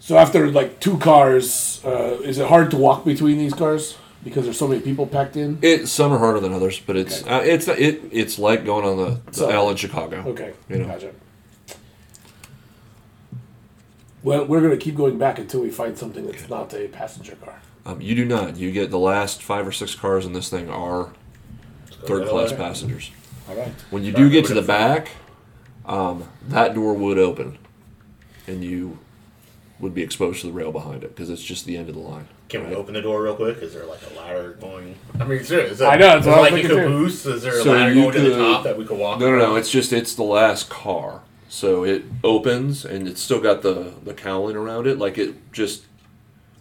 So after like two cars, uh, is it hard to walk between these cars because there's so many people packed in? It some are harder than others, but it's uh, it's it it's like going on the, the So- L in Chicago. Okay, You know. gotcha. Well, we're gonna keep going back until we find something that's not a passenger car. Um, you do not. You get the last five or six cars in this thing are third class passengers. All right. When you do get to the back, um, that door would open, and you would be exposed to the rail behind it because it's just the end of the line. Can we right? open the door real quick? Is there like a ladder going? I mean, seriously, is that, I know, that's is what I was it like a thinking too. caboose? Is there a So ladder you going to the could- top that we could walk? No, no, no. around? It's just it's the last car, so it opens and it's still got the the cowling around it. Like it just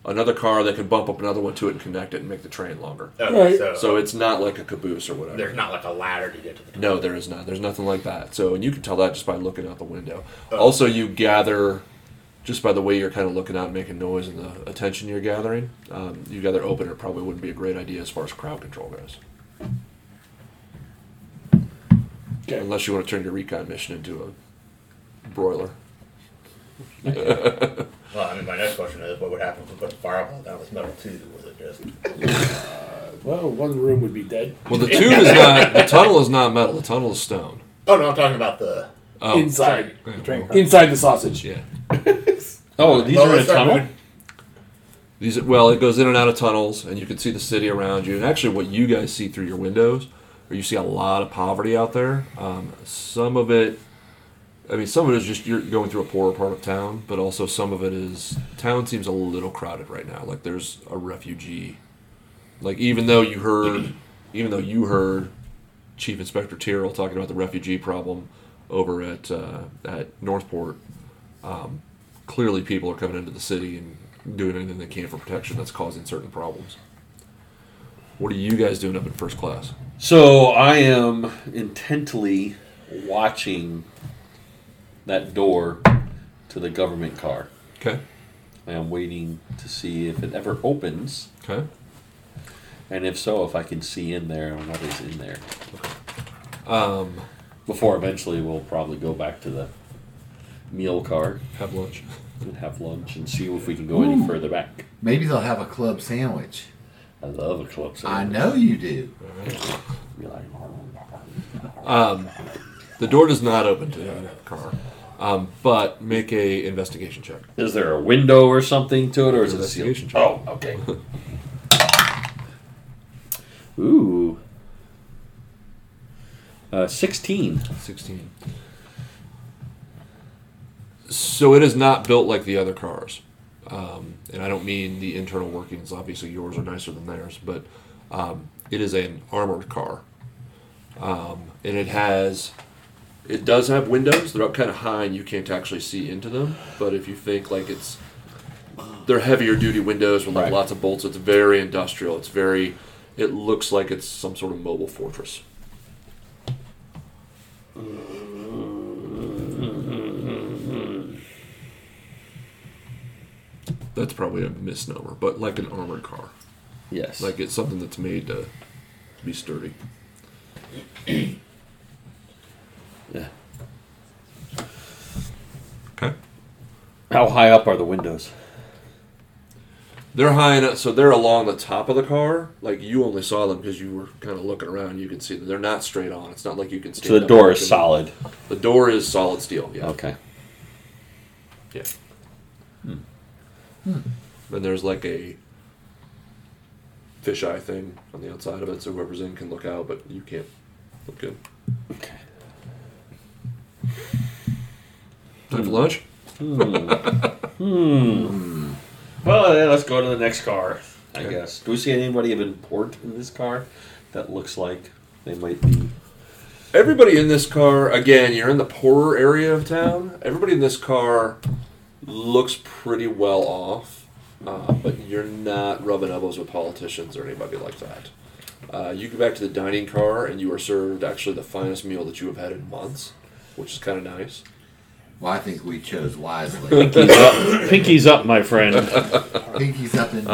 another car that can bump up another one to it and connect it and make the train longer. Okay, Right. so, So it's not like a caboose or whatever. there's not like a ladder to get to the top. No, there is not. There's nothing like that. So, and you can tell that just by looking out the window. Also, you gather, just by the way you're kind of looking out and making noise and the attention you're gathering, um, you gather open. It probably wouldn't be a great idea as far as crowd control goes. Unless you want to turn your recon mission into a broiler. Well, I mean, my next question is, what would happen if we put a fireball down this metal tube? Was it just Well, one room would be dead. Well, the tube is not. The tunnel is not metal. The tunnel is stone. Oh no, I'm talking about the. Oh, inside. Inside the sausage. yeah. Oh, these Well, are in a let's start tunnel. moving. These well, it goes in and out of tunnels, and you can see the city around you. And actually, what you guys see through your windows, or you see a lot of poverty out there. Um, some of it, I mean, some of it is just you're going through a poorer part of town, but also some of it is town seems a little crowded right now. Like there's a refugee. Like even though you heard, even though you heard Chief Inspector Tyrrell talking about the refugee problem over at uh, at Northport, clearly people are coming into the city and doing anything they can for protection that's causing certain problems. What are you guys doing up in first class? So I am intently watching that door to the government car. Okay. I am waiting to see if it ever opens, Okay. and if so, if I can see in there and what is in there. Um, Before eventually we'll probably go back to the meal car Have lunch. and have lunch and see if we can go any further back. Maybe they'll have a club sandwich. I love a club I sandwich. know you do. Be like, "Oh, The door does not open to the car, um, but make a investigation check. Is there a window or something to it, or is it sealed? Investigation check. Oh, okay. Ooh. Uh, 16. 16. So it is not built like the other cars. Um, and I don't mean the internal workings. Obviously, yours are nicer than theirs, but um, it is an armored car. Um, and it has, it does have windows. They're up kind of high and you can't actually see into them. But if you think like it's, they're heavier duty windows with like Right. lots of bolts. It's very industrial. It's very, it looks like it's some sort of mobile fortress. That's probably a misnomer, but like an armored car. Yes. Like it's something that's made to be sturdy. yeah. Okay. How high up are the windows? They're high enough, so they're along the top of the car. Like you only saw them because you were kind of looking around. You can see that they're not straight on. It's not like you can. So the stand up door and is look at solid. them. The door is solid steel. Yeah. Okay. Yeah. And Hmm. there's like a fisheye thing on the outside of it, so whoever's in can look out, but you can't look in. Okay. Time for lunch. Well, yeah, let's go to the next car, I guess. Do we see anybody of import in this car that looks like they might be? Everybody in this car, again, you're in the poorer area of town. Everybody in this car looks pretty well off, uh, but you're not rubbing elbows with politicians or anybody like that. Uh, you go back to the dining car, and you are served actually the finest meal that you have had in months, which is kind of nice. Well, I think we chose wisely. Pinky's up, my friend. Pinky's up indeed.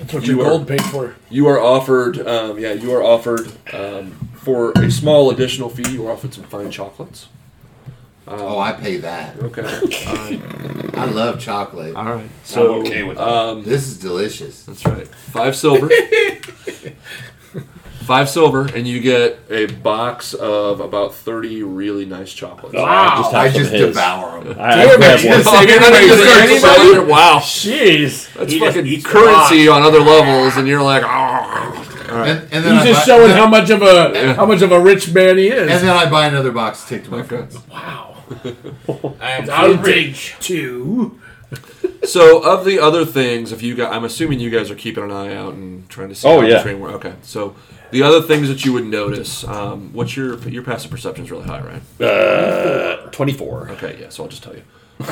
That's what You your are- gold paid for. You are offered, um, yeah, you are offered um, for a small additional fee. You are offered some fine chocolates. oh, I pay that. Okay. I love chocolate. All right. So with This is delicious. That's right. Five silver. Five silver, and you get a box of about thirty really nice chocolates. I just, I have some just of his. devour them. I, I have one. Oh, you're not gonna give it to anybody? Wow, Jeez. that's He just fucking eats the currency on other levels, and you're like, "Ah." "Argh." All right. And, and then He's I just buy, showing how much of a how much of a rich man he is. And then I buy another box to take to my friends. I am Outrage too. So, of the other things, if you guys, I'm assuming you guys are keeping an eye out and trying to see. how Oh, the yeah. Train work. Okay. So, the other things that you would notice, um, what's your your passive perception is really high, right? Uh, 24. Okay, yeah, so I'll just tell you.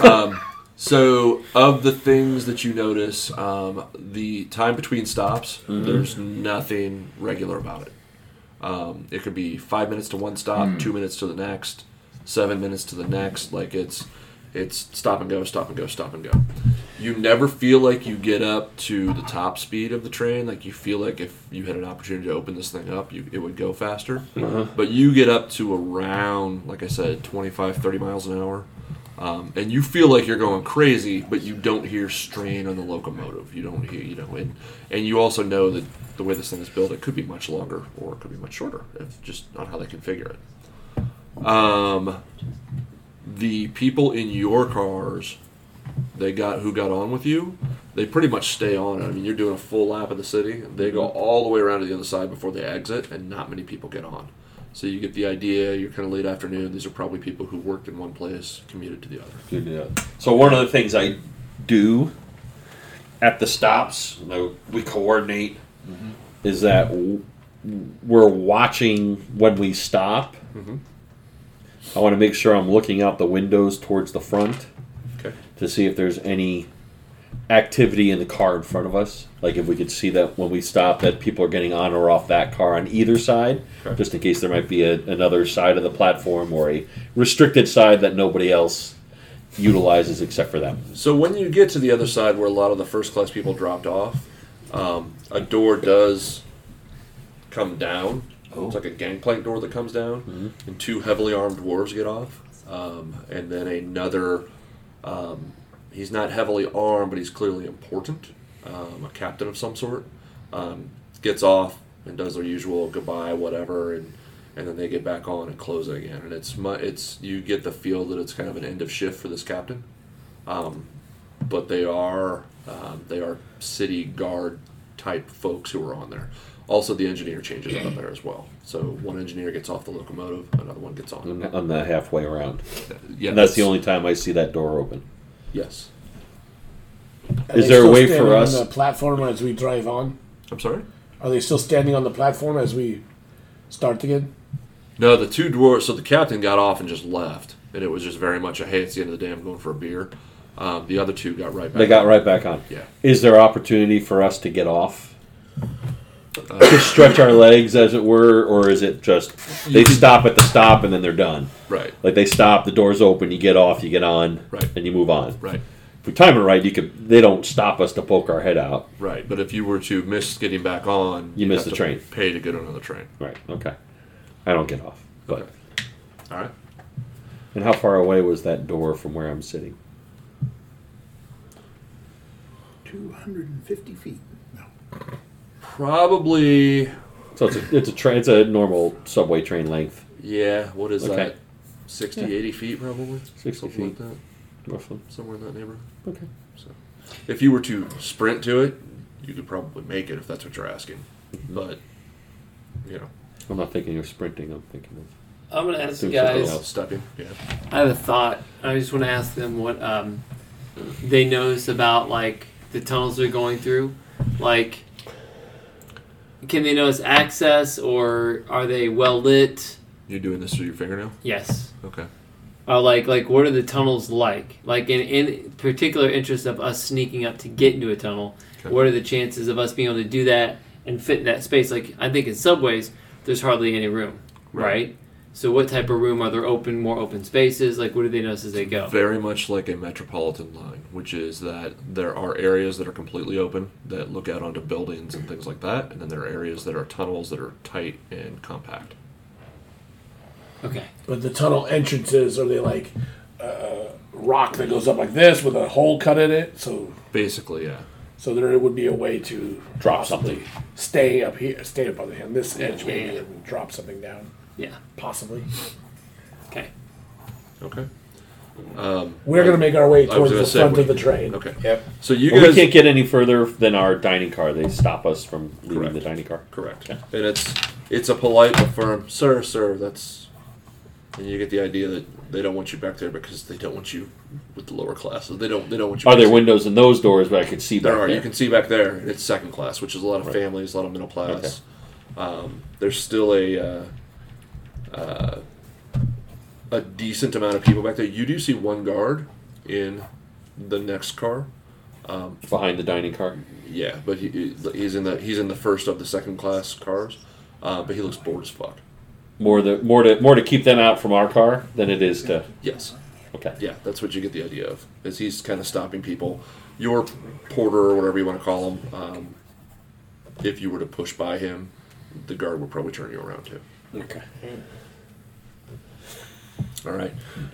Um, So, of the things that you notice, um, the time between stops, Mm-hmm. there's nothing regular about it. Um, it could be five minutes to one stop, two minutes to the next, seven minutes to the next. Like it's, it's stop and go, stop and go, stop and go. You never feel like you get up to the top speed of the train. Like you feel like if you had an opportunity to open this thing up, you, it would go faster. But you get up to around, like I said, 25, 30 miles an hour. Um, and you feel like you're going crazy, but you don't hear strain on the locomotive. You don't hear, you know, and, and you also know that the way this thing is built, it could be much longer or it could be much shorter, if just on how they configure it. Um, the people in your cars, they got who got on with you, they pretty much stay on. it. I mean, you're doing a full lap of the city. They go all the way around to the other side before they exit, and not many people get on. So you get the idea. You're kind of late afternoon. These are probably people who worked in one place, commuted to the other. Good to know. So one of the things I do at the stops, you know, we coordinate, Mm-hmm. is that w- we're watching when we stop. Mm-hmm. I want to make sure I'm looking out the windows towards the front Okay. to see if there's any activity in the car in front of us. Like if we could see that when we stop, that people are getting on or off that car on either side, Okay. just in case there might be a, another side of the platform or a restricted side that nobody else utilizes except for them. So when you get to the other side, where a lot of the first class people dropped off, um, a door does come down. It's like a gangplank door that comes down, and two heavily armed dwarves get off, um, and then another. Um, he's not heavily armed, but he's clearly important, um, a captain of some sort. Um, gets off and does their usual goodbye, whatever, and and then they get back on and close it again. And it's mu- it's you get the feel that it's kind of an end of shift for this captain Um, but they are um, they are city guard type folks who are on there. Also, the engineer changes out there as well. So one engineer gets off the locomotive, another one gets on. on the- on the halfway around. Yeah, And that's the only time I see that door open. Yes, Are Is they there a still way standing for on us- the platform as we drive on? I'm sorry. Are they still standing on the platform as we start again? No, the two dwarves. So the captain got off and just left, and it was just very much a hey, it's the end of the day. I'm going for a beer. Um, the other two got right back. They got right back on. Yeah. Is there opportunity for us to get off? Uh, to stretch our legs, as it were, or is it just they stop at the stop and then they're done? right, Like they stop, the doors open, you get off, you get on, Right. and you move on. right, If we time it right, you could. They don't stop us to poke our head out. right. But if you were to miss getting back on, You you'd miss have the to train. Pay to get on another train. Right. Okay. I don't get off. But All right. and how far away was that door from where I'm sitting? 250 feet. No. Probably. So it's a it's a tra- it's a normal subway train length, Yeah, what is Okay. that? 60, 80 feet probably? 60 Something feet. like roughly. that. Somewhere in that neighborhood. Okay. If you were to sprint to it, you could probably make it if that's what you're asking. But, you know, I'm not thinking of sprinting. I'm thinking of I'm gonna ask the Seems like a guys. lot. stepping. Yeah. I have a thought. I just want to ask them what um, they notice about like the tunnels they're going through. Like, can they notice access or are they well lit? You're doing this through your fingernail? Yes. Okay. Or like like what are the tunnels like? Like in, in particular interest of us sneaking up to get into a tunnel, Okay. what are the chances of us being able to do that and fit in that space? Like I think in subways there's hardly any room, right? So what type of room are there open more open spaces? Like what do they notice as they go? Very much like a metropolitan line, which is that there are areas that are completely open that look out onto buildings and things like that, and then there are areas that are tunnels that are tight and compact. Okay. But the tunnel entrances are they like uh, rock that goes up like this with a hole cut in it? So Basically, yeah. so there would be a way to Drop possibly Stay up here, stay up on the on this edge maybe and drop something down, Yeah. possibly. Okay. Okay. We're gonna make our way I was towards going the to say. front we- of the train. Okay. Yep. So you Well, guys. we can't get any further than our dining car. They stop us from leaving Correct. the dining car. Correct. And it's it's a polite but firm, sir, sir. That's and you get the idea that they don't want you back there because they don't want you with the lower classes. They don't they don't want you. Are back there windows in those doors that I could see There back are. there? You can see back there. It's second class, which is a lot of families, a lot of middle class. Um, there's still a uh, uh, a decent amount of people back there. You do see one guard in the next car. behind the dining car. Yeah, but he, he- he's in the he's in the first of the second class cars. Uh, but he looks bored as fuck. More the more to more to keep them out from our car than it is to. Yes. Okay. Yeah, that's what you get the idea of. Is he's kind of stopping people. Your porter, or whatever you want to call him, um, if you were to push by him, the guard would probably turn you around too. Okay. All right.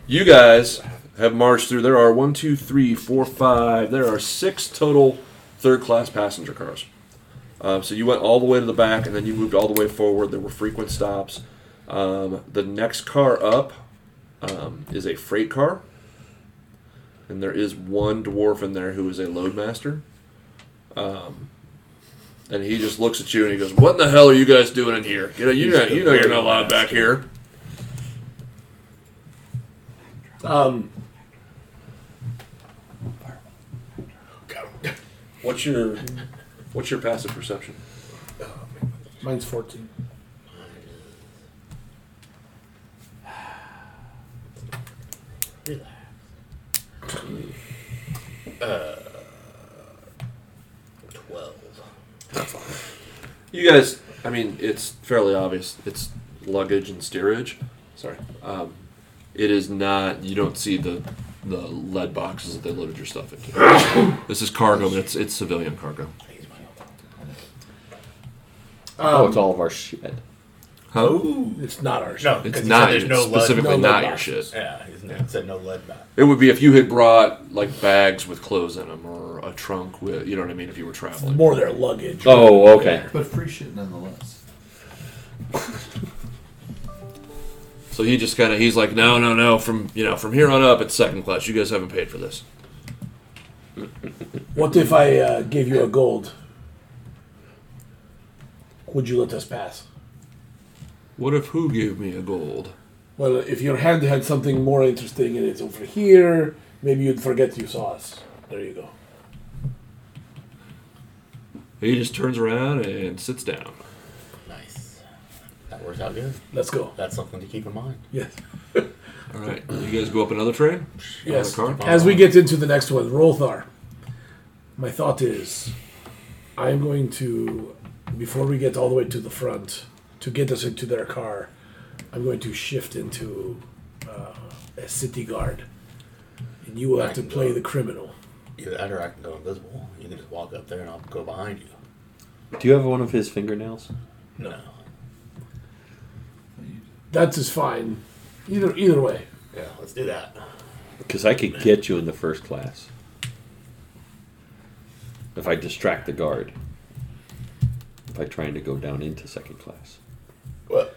You guys have marched through. There are one, two, three, four, five. There are six total third class passenger cars. Uh, so you went all the way to the back and then you moved all the way forward. There were frequent stops. Um, the next car up um, is a freight car. And there is one dwarf in there who is a loadmaster. Um, and he just looks at you and he goes, What in the hell are you guys doing in here? You know, you know, you know you're not allowed back here. Um. What's your What's your passive perception? Mine's 14. Twelve. You guys, I mean, it's fairly obvious. It's luggage and steerage. Sorry. Um, it is not. You don't see the the lead boxes that they loaded your stuff into. this is cargo, but it's it's civilian cargo. Um, oh, it's all of our shit. Huh? It's not ours. No, It's 'cause he not said Oh. there's it's no lead- specifically no lead not your boxes. shit. Yeah, he's not, it said no lead back. It would be if you had brought like bags with clothes in them or a trunk with you know what I mean if you were traveling. More their luggage. Oh, okay. But free shit nonetheless. So he just kind of he's like, no, no, no. From you know from here on up, it's second class. You guys haven't paid for this. What if I uh, gave you a gold? Would you let us pass? What if who gave me a gold? Well, if your hand had something more interesting and it's over here, maybe you'd forget you saw us. There you go. He just turns around and sits down. Nice. That works out good. Let's go. That's something to keep in mind. Yes. All right, you guys go up another train. Yes. Another car? As we get into the next one, Rolthar, my thought is I'm going to, before we get all the way to the front, to get us into their car, I'm going to shift into uh, a city guard. And you will have to play the criminal. Either that or I can go invisible. You can just walk up there and I'll go behind you. Do you have one of his fingernails? No. That is fine. Either either way. Yeah, let's do that. Because I could get you in the first class if I distract the guard by trying to go down into second class. Well,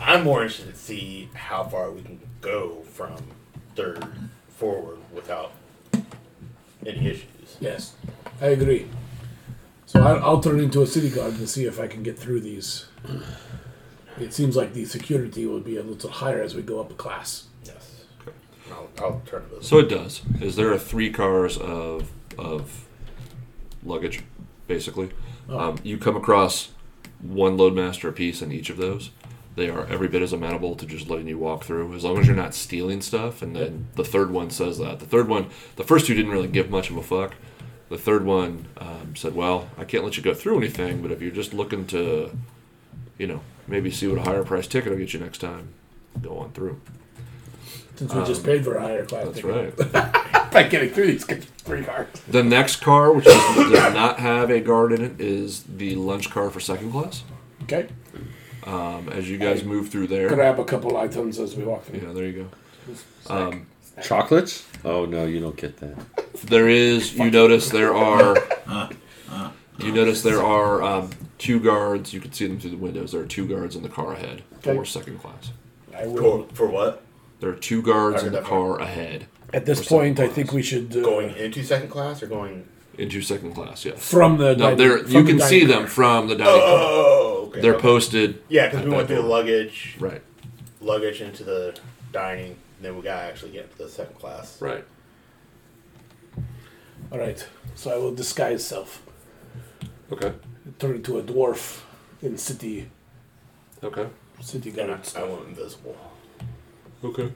I'm more interested to see how far we can go from third forward without any issues. Yes, I agree. So I'll, I'll turn into a city guard and see if I can get through these. It seems like the security will be a little higher as we go up a class. Yes. I'll, I'll turn invisible. So it does. Is there are three cars of of luggage, basically? Um, you come across one loadmaster apiece in each of those. They are every bit as amenable to just letting you walk through, as long as you're not stealing stuff. And then the third one says that. The third one, the first two didn't really give much of a fuck. The third one um, said, "Well, I can't let you go through anything, but if you're just looking to, you know, maybe see what a higher price ticket will get you next time, go on through." Since we just paid for a higher class Um, That's ticket. right. By getting through these it's pretty hard. The next car, which is, does not have a guard in it, is the lunch car for second class. Okay. Um, as you guys move through there, Grab a couple items as we walk through. yeah, there you go. Chocolates? Oh no, you don't get that. There is. You notice there are. You notice there are um, two guards. You can see them through the windows. There are two guards in the car ahead for Okay. second class. I will. For, for what? There are two guards in the Okay. car ahead At this point, I think we should uh, Going into second class or going. into second class. Yes. from the. No, dining- there. from You the can see dining them car. from the dining car. Oh, okay. They're okay. posted. Yeah, because at we that went through the door. luggage, Right. luggage into the dining, and then we gotta actually get to the second class. Right. All right. So I will disguise self, Okay. turn into a dwarf in city Okay. city And I, guard. I went invisible. Okay.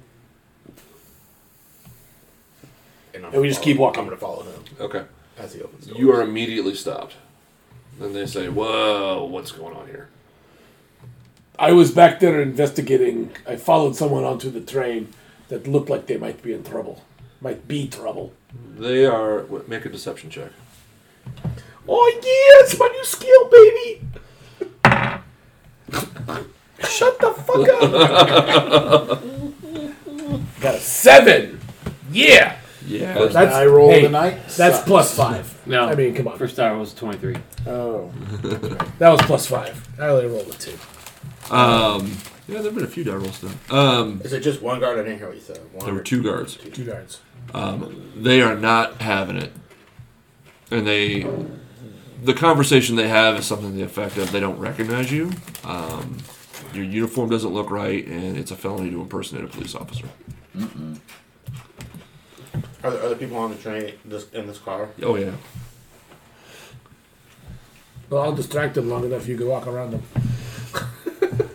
I'm And we just gonna keep follow- walking. I'm going to follow him Okay. as he opens the door. You are immediately stopped. Then they say, "Whoa, what's going on here?" I was back there investigating. I followed someone onto the train that looked like they might be in trouble. Might be trouble. They are w- make a deception check. Oh yeah, it's my new skill, baby. Shut the fuck up. Got a seven. Yeah, Yeah. that's I roll hey, tonight. That's plus five. No. I mean, come on. For Star Wars 23. Oh, that was plus five. I only rolled a two. Um. Yeah, there've been a few die rolls though. Um, Is it just one guard? I didn't hear what you said. One there were or- two guards. Two guards. They are not having it, and they. The conversation they have is something to the effect of they don't recognize you, um, your uniform doesn't look right, and it's a felony to impersonate a police officer. Are there other people on the train this, in this car? Oh yeah, Well, I'll distract them long enough. You can walk around them. Oh,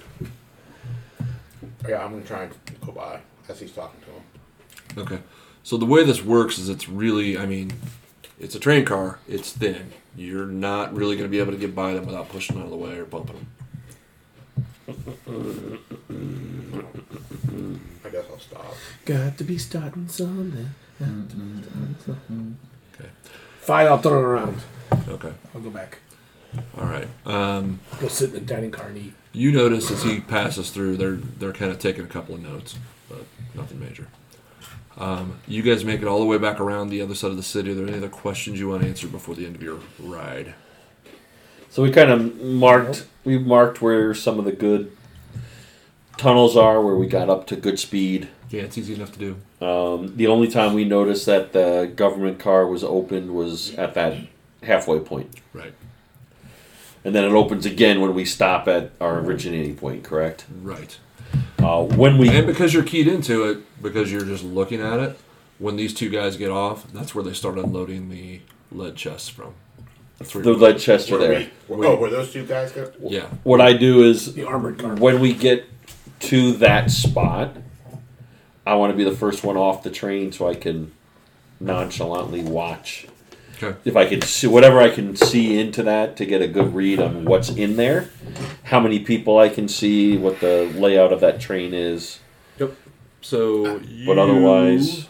Yeah, I'm going to try and go by as he's talking to him. Okay. So the way this works is it's really, I mean, it's a train car. It's thin. You're not really going to be able to get by them without pushing out of the way or bumping them. I guess I'll stop. Got to be starting something. Okay. Fine, I'll turn around. Okay. I'll go back. All right. Um, Go sit in the dining car and eat. you notice as he passes through, they're they're kind of taking a couple of notes, but nothing major. Um, you guys make it all the way back around the other side of the city. Are there any other questions you want answered before the end of your ride? So we kind of marked we marked where some of the good tunnels are, where we got up to good speed. Yeah, it's easy enough to do. Um, the only time we noticed that the government car was opened was at that halfway point, Right. and then it opens again when we stop at our originating point. Correct. Right. Uh, when we And because you're keyed into it, because you're just looking at it, when these two guys get off, that's where they start unloading the lead chests from. That's where the you're- Leadchester Where there, we- where- oh, where those two guys go? yeah, what I do is The armored car. when we get to that spot, I want to be the first one off the train so I can nonchalantly watch. okay, If I could see whatever I can see into that to get a good read on what's in there, how many people I can see, what the layout of that train is, yep. So, you but otherwise,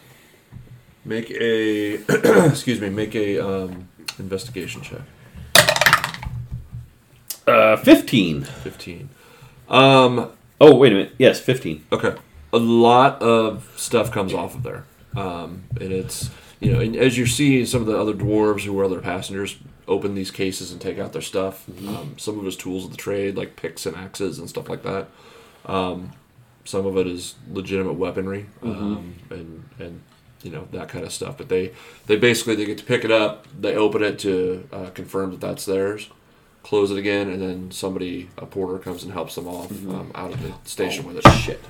make a excuse me, make a um, investigation check. uh, fifteen. Fifteen. Um, Oh wait a minute, yes, fifteen. Okay. A lot of stuff comes off of there. Um, and it's, you know, and as you see, some of the other dwarves who are other passengers open these cases and take out their stuff. Um, some of his tools of the trade, like picks and axes and stuff like that. Um, some of it is legitimate weaponry um, and, and, you know, that kind of stuff. But they, they basically, they get to pick it up, they open it to uh, confirm that that's theirs. Close it again, and then somebody, a porter, comes and helps them off um, out of the station with it Shit.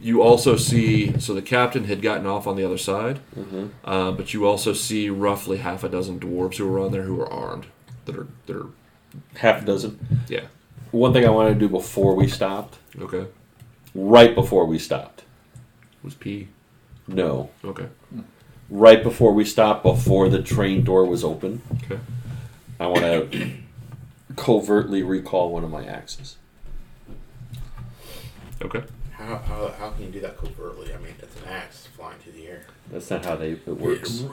you also see so the captain had gotten off on the other side uh, but you also see roughly half a dozen dwarves who are on there who are armed that are that are Half a dozen. yeah One thing I wanted to do before we stopped, okay right before we stopped. was p No, okay right before we stopped, before the train door was open, okay I want to covertly recall one of my axes. okay How, how, how can you do that covertly? I mean, it's an axe flying through the air. That's not how they it works.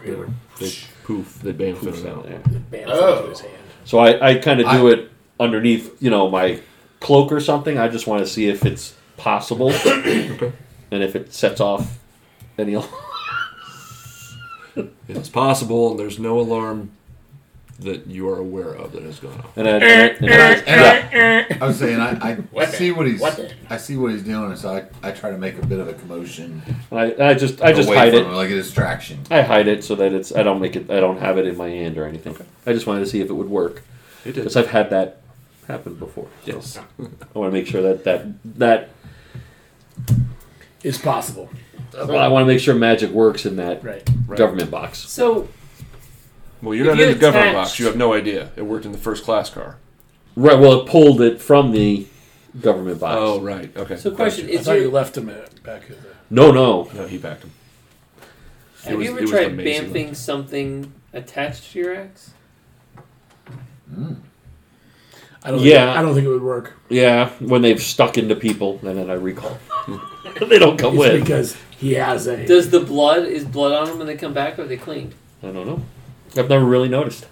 they poof they bam Poofs it out out there. Bam, Oh. into his hand. So I, I kind of do it underneath, you know, my cloak or something. I just want to see if it's possible and if it sets off any. al- it's possible and there's no alarm that you are aware of that has gone off And then, and Eh, then- yeah. I was saying I, I What the- see what he's what the- I see what he's doing, and so I, I try to make a bit of a commotion. And I, I just I just away hide from it. him, like a distraction. I hide it so that it's I don't make it I don't have it in my hand or anything. I just wanted to see if it would work it because I've had that happen before. So yes I want to make sure that that that It's possible. Well, I want to make sure magic works in that Right. government box. So, well you're If not you in the government attached- box you have no idea it worked in the first class car Right. Well, it pulled it from the government box. oh right okay so question I is thought you your, left him at, back at the. No, no. no he backed him Have was- you it ever was tried amazing. bamfing something attached to your axe? I don't Yeah. Think, I don't think it would work. Yeah, when they've stuck into people, and then I recall. they don't come It's with. because he has a. Does the blood is blood on them when they come back, or are they cleaned? I don't know. I've never really noticed.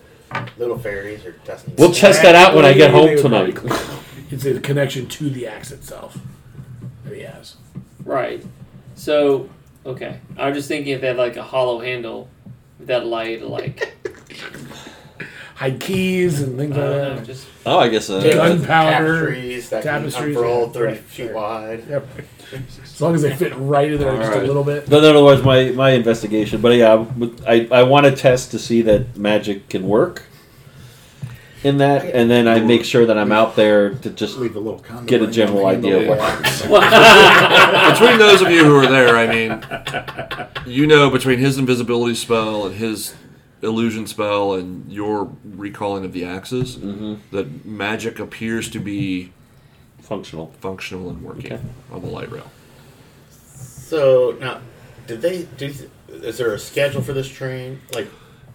Little fairies are testing. We'll test that out when I get home tonight. It's a connection to the axe itself that he has. Right. So, okay. I was just thinking if they had like a hollow handle, if that light like Hide keys and things I like don't know, that. just Oh, I guess. Uh, Gunpowder. Tapestries that Tapestries, can unfurl yeah, thirty right, feet right. wide. Yep. As long as they fit right in there just Alright. a little bit. But then otherwise, my, my investigation. But yeah, with- I, I want to test to see that magic can work in that, and then I make sure that I'm out there to just Leave a little condom Get a ring general on the idea end of of the what- wax. between those of you who are there, I mean, you know, between his invisibility spell and his illusion spell and your recalling of the axes, that magic appears to be functional. functional and working Okay. on the light rail. So now, did they do? Is there a schedule for this train? Like,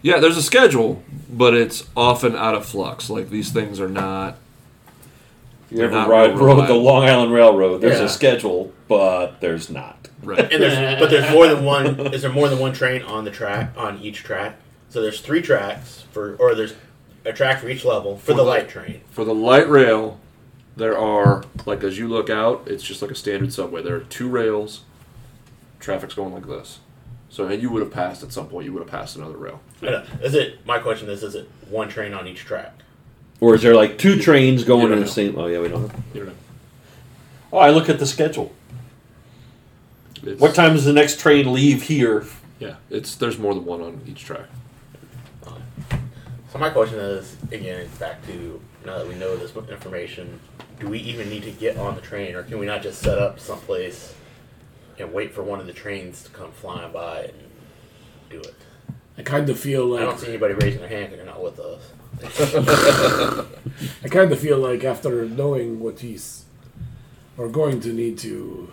Yeah, there's a schedule, but it's often out of flux. Like these things are not. You ever Not ride, real rode the reliable. Long Island Railroad? There's Yeah. a schedule, but there's not. Right. and there's but there's more than one. Is there more than one train on the track on each track? So there's three tracks for, or there's a track for each level for the light train. For the light rail, there are like as you look out, it's just like a standard subway. There are two rails. Traffic's going like this. So and you would have passed at some point. You would have passed another rail. I don't know. Is it my question? Is is it one train on each track? Or is there like two trains going don't in the know. same? Oh yeah, we don't. Know. You don't know. Oh, I look at the schedule. It's, What time does the next train leave here? Yeah, it's there's more than one on each track. So my question is again back to now that we know this information, do we even need to get on the train, or can we not just set up someplace and wait for one of the trains to come flying by and do it? I kind of feel I don't like see anybody raising their hand. 'cause They're not with us. I kind of feel like after knowing what he's, we're going to need to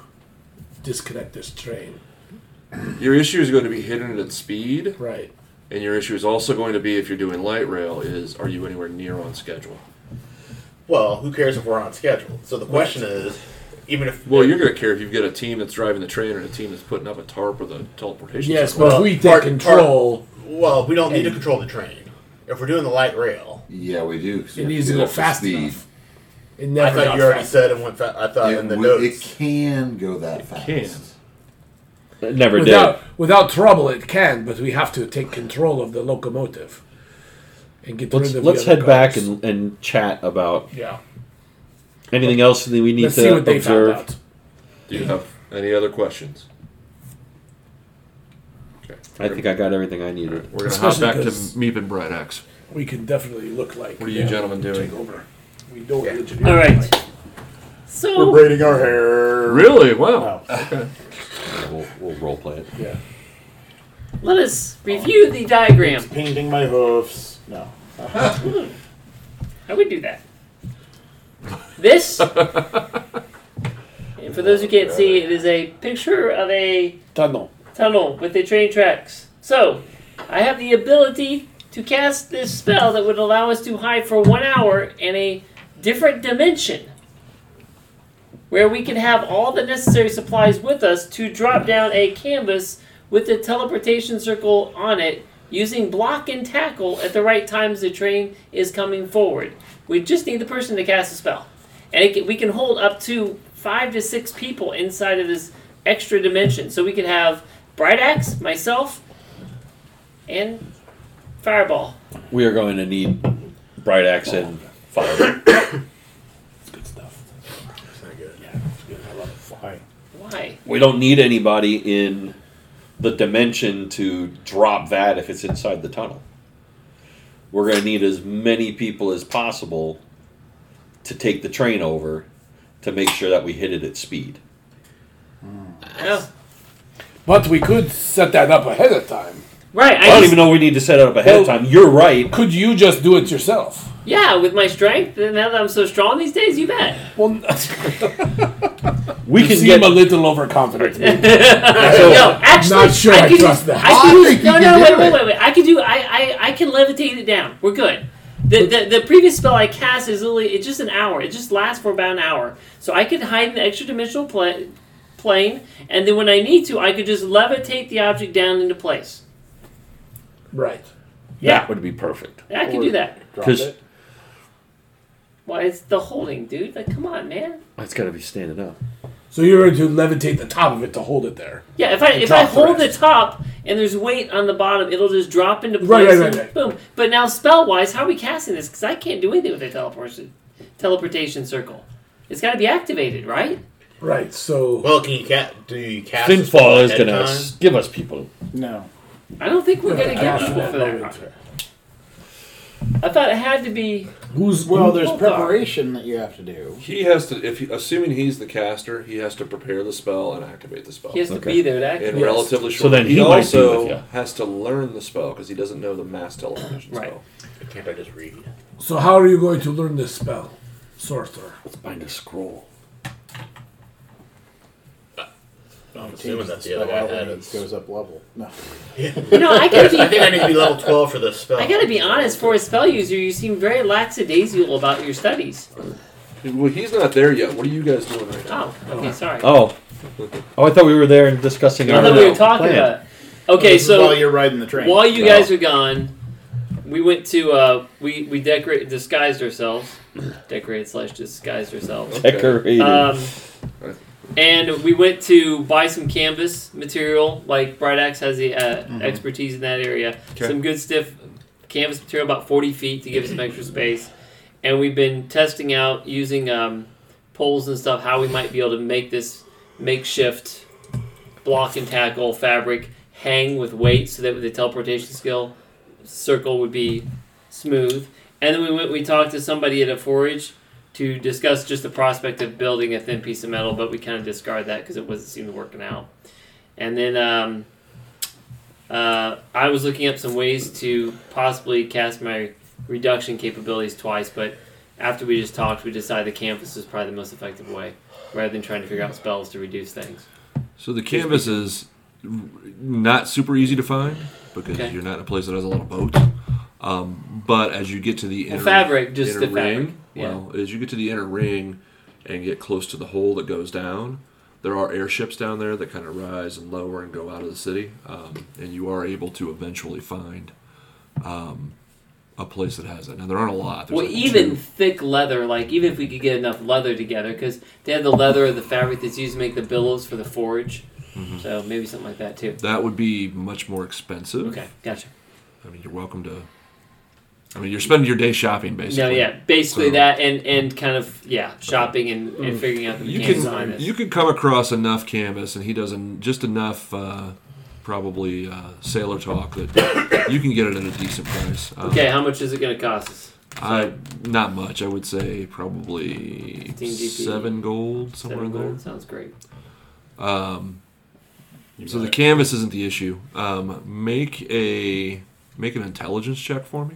disconnect this train. Your issue is going to be hidden at speed, Right. and your issue is also going to be if you're doing light rail is are you anywhere near on schedule? Well, who cares if we're on schedule? So the question is, even if Well, you're going to care if you've got a team that's driving the train and a team that's putting up a tarp with a teleportation. Yes, system. but if Well, we take part- control, well, we don't need to control the train. If we're doing the light rail, Yeah, we do. 'cause we it have needs to get go up fast speed. enough. It I never thought got you already fast. said it went. Fa- I thought It, Uh, in the w- it notes. can go that fast. can. It never without did. without trouble it can, but we have to take control of the locomotive and get Let's rid of. let's the other head back cars. and, and chat about yeah. anything else that we need Let's to see what they observe. found out. Do you have any other questions? Okay. I think I got everything I needed. We're going to hop Especially back to 'cause- Meep and Bright Axe. We can definitely look like. What are you yeah, gentlemen doing? Take over. We know what Yeah. engineering. all is. right. So We're braiding our hair. Really? Wow. Oh. We'll, we'll role play it. Yeah. let us review the diagram. Painting my hoofs. No. I would do that. This, and for those who can't see, it is a picture of a Tunnel. tunnel with the train tracks. So, I have the ability to cast this spell that would allow us to hide for one hour in a different dimension where we can have all the necessary supplies with us to drop down a canvas with the teleportation circle on it using block and tackle at the right times the train is coming forward. We just need the person to cast a spell. And it can, we can hold up to five to six people inside of this extra dimension. So we could have Bright Axe, myself, and Fireball. We are going to need bright axe and fire. Fine. Why? We don't need anybody in the dimension to drop that if it's inside the tunnel. We're going to need as many people as possible to take the train over to make sure that we hit it at speed. I don't know. But we could set that up ahead of time. Right. I don't even know we need to set it up ahead of Well- time. You're right. Could you just do it yourself? Yeah, with my strength, and now that I'm so strong these days, you bet. Well, We you can seem get. a little overconfident. no, actually, Not sure I could- trust that. I, could Oh, I do- think you no, can no, do wait, wait, it. wait, wait. I can do. I, I, I can levitate it down. We're good. The, the, the previous spell I cast is only it's just an hour. It just lasts for about an hour. So I could hide in the extra dimensional pla- plane, and then when I need to, I could just levitate the object down into place. right. That would be perfect. I could do that. Drop 'Cause- it. Why it's the holding, dude? Like, come on, man. It's got to be standing up. So you're going to levitate the top of it to hold it there. Yeah, if I if I drop the hold the rest. top and there's weight on the bottom, it'll just drop into place. Right, right, right, and right. Boom. But now spell wise, how are we casting this? Because I can't do anything with a teleportation teleportation circle. It's got to be activated, right? Right. So Well, can you ca- do you cast? the spell Finfall is ahead of going time? to give us people. No. I don't think we're gonna get after people that for moment. that. I thought it had to be. who's Well, there's Well, preparation that you have to do. He has to, if he, assuming he's the caster, he has to prepare the spell and activate the spell He has to Okay. be there to in activate. relatively short. So then he might be also with ya. has to learn the spell because he doesn't know the mass teleportation Right. spell. Can't I just read? So how are you going to learn this spell, sorcerer? Let's bind a scroll. I'm assuming that's the other guy had it. goes up level. No. You know, I gotta I think I be. need to be level twelve for this spell. I gotta be honest. For a spell user, you seem very lackadaisical about your studies. Well, he's not there yet. What are you guys doing right now? Oh, okay, sorry. Oh. Oh, I thought we were there and discussing I our. uh, thought we were talking plan. about. It. Okay, This is so while you're riding the train. While you Wow. guys are gone, we went to uh, we we decorated disguised ourselves, decorated slash disguised ourselves, Decorated. um, and we went to buy some canvas material. Like Bright Axe has the uh, expertise in that area. Okay. Some good stiff canvas material, about forty feet, to give us some extra space. And we've been testing out using um, poles and stuff how we might be able to make this makeshift block and tackle fabric hang with weight so that with the teleportation skill circle would be smooth and then we went we talked to somebody at a forage to discuss just the prospect of building a thin piece of metal but we kind of discard that because it wasn't seeming working out and then um, uh, i was looking up some ways to possibly cast my reduction capabilities twice but after we just talked we decided the canvas was probably the most effective way rather than trying to figure out spells to reduce things So the canvas is not super easy to find because Okay. you're not in a place that has a lot of boats. Um, but as you get to the Well, inner fabric, just inner the fabric, ring, yeah. well, as you get to the inner ring and get close to the hole that goes down, there are airships down there that kind of rise and lower and go out of the city, um, and you are able to eventually find um, a place that has it. Now there aren't a lot. There's Well, like even two. thick leather, like even if we could get enough leather together, because they have the leather of the fabric that's used to make the billows for the forge. Mm-hmm. So maybe something like that too. that would be much more expensive. Okay, gotcha. I mean, you're welcome to. I mean, you're spending your day shopping basically. No, yeah, basically So- Mm. that, and and kind of yeah, shopping and, and figuring out the You mechanics behind can this. you can come across enough canvas, and he doesn't just enough uh, probably uh, sailor talk that you can get it at a decent price. Um, okay, how much is it going to cost us? I not much. I would say probably 15 GP. seven gold somewhere Seven in there. gold? Sounds great. So the canvas isn't the issue. Um, make a make an intelligence check for me.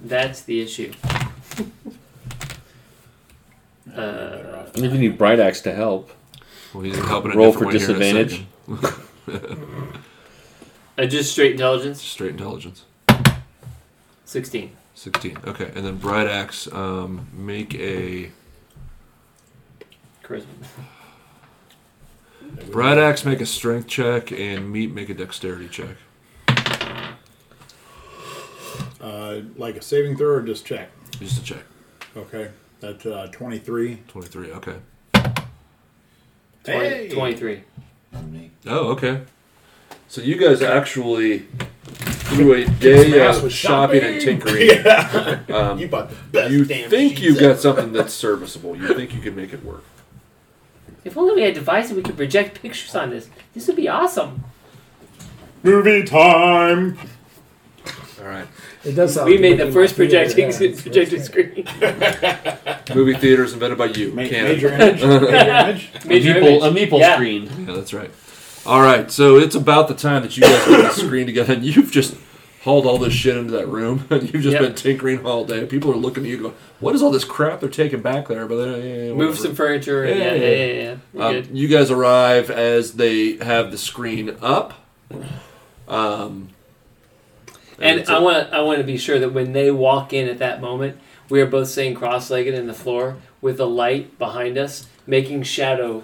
That's the issue. uh, I think you need Bright Axe to help. Well, he's helping a Roll different way for here in a disadvantage. second. uh, just straight intelligence, Straight intelligence. sixteen. 16. Okay, and then Bright Axe, um, make a. Charisma. Bright Axe, make a strength check, and Meat, make a dexterity check. Uh, like a saving throw or just check? Just a check. Okay. That's uh, 23. 23, okay. 20, Twenty-three. Oh, okay. So you guys actually through a day ass of with shopping and tinkering, Um, you bought the best you damn think you sheets got something that's serviceable. You think you can make it work. If only we had devices we could project pictures on this. This would be awesome. Movie time! All right. It does Oh, sound We like made the making first my theater projecting dance. That's projecting right. screen. Movie theaters invented by you. Ma- Canon. major image. Major image. Major a image. meeple, a meeple Yeah. screen. Yeah, that's right. All right, so it's about the time that you guys get the screen together, and you've just hauled all this shit into that room, and you've just Yep. been tinkering all day. People are looking at you, going, "What is all this crap they're taking back there?" But they yeah, yeah, Move whatever. some furniture. and- Yeah, Yeah, yeah, yeah, yeah. yeah. We're Um, good. you guys arrive as they have the screen up. Um, And it's I a- want to I want to be sure that when they walk in at that moment, we are both sitting cross-legged in the floor with the light behind us, making shadow,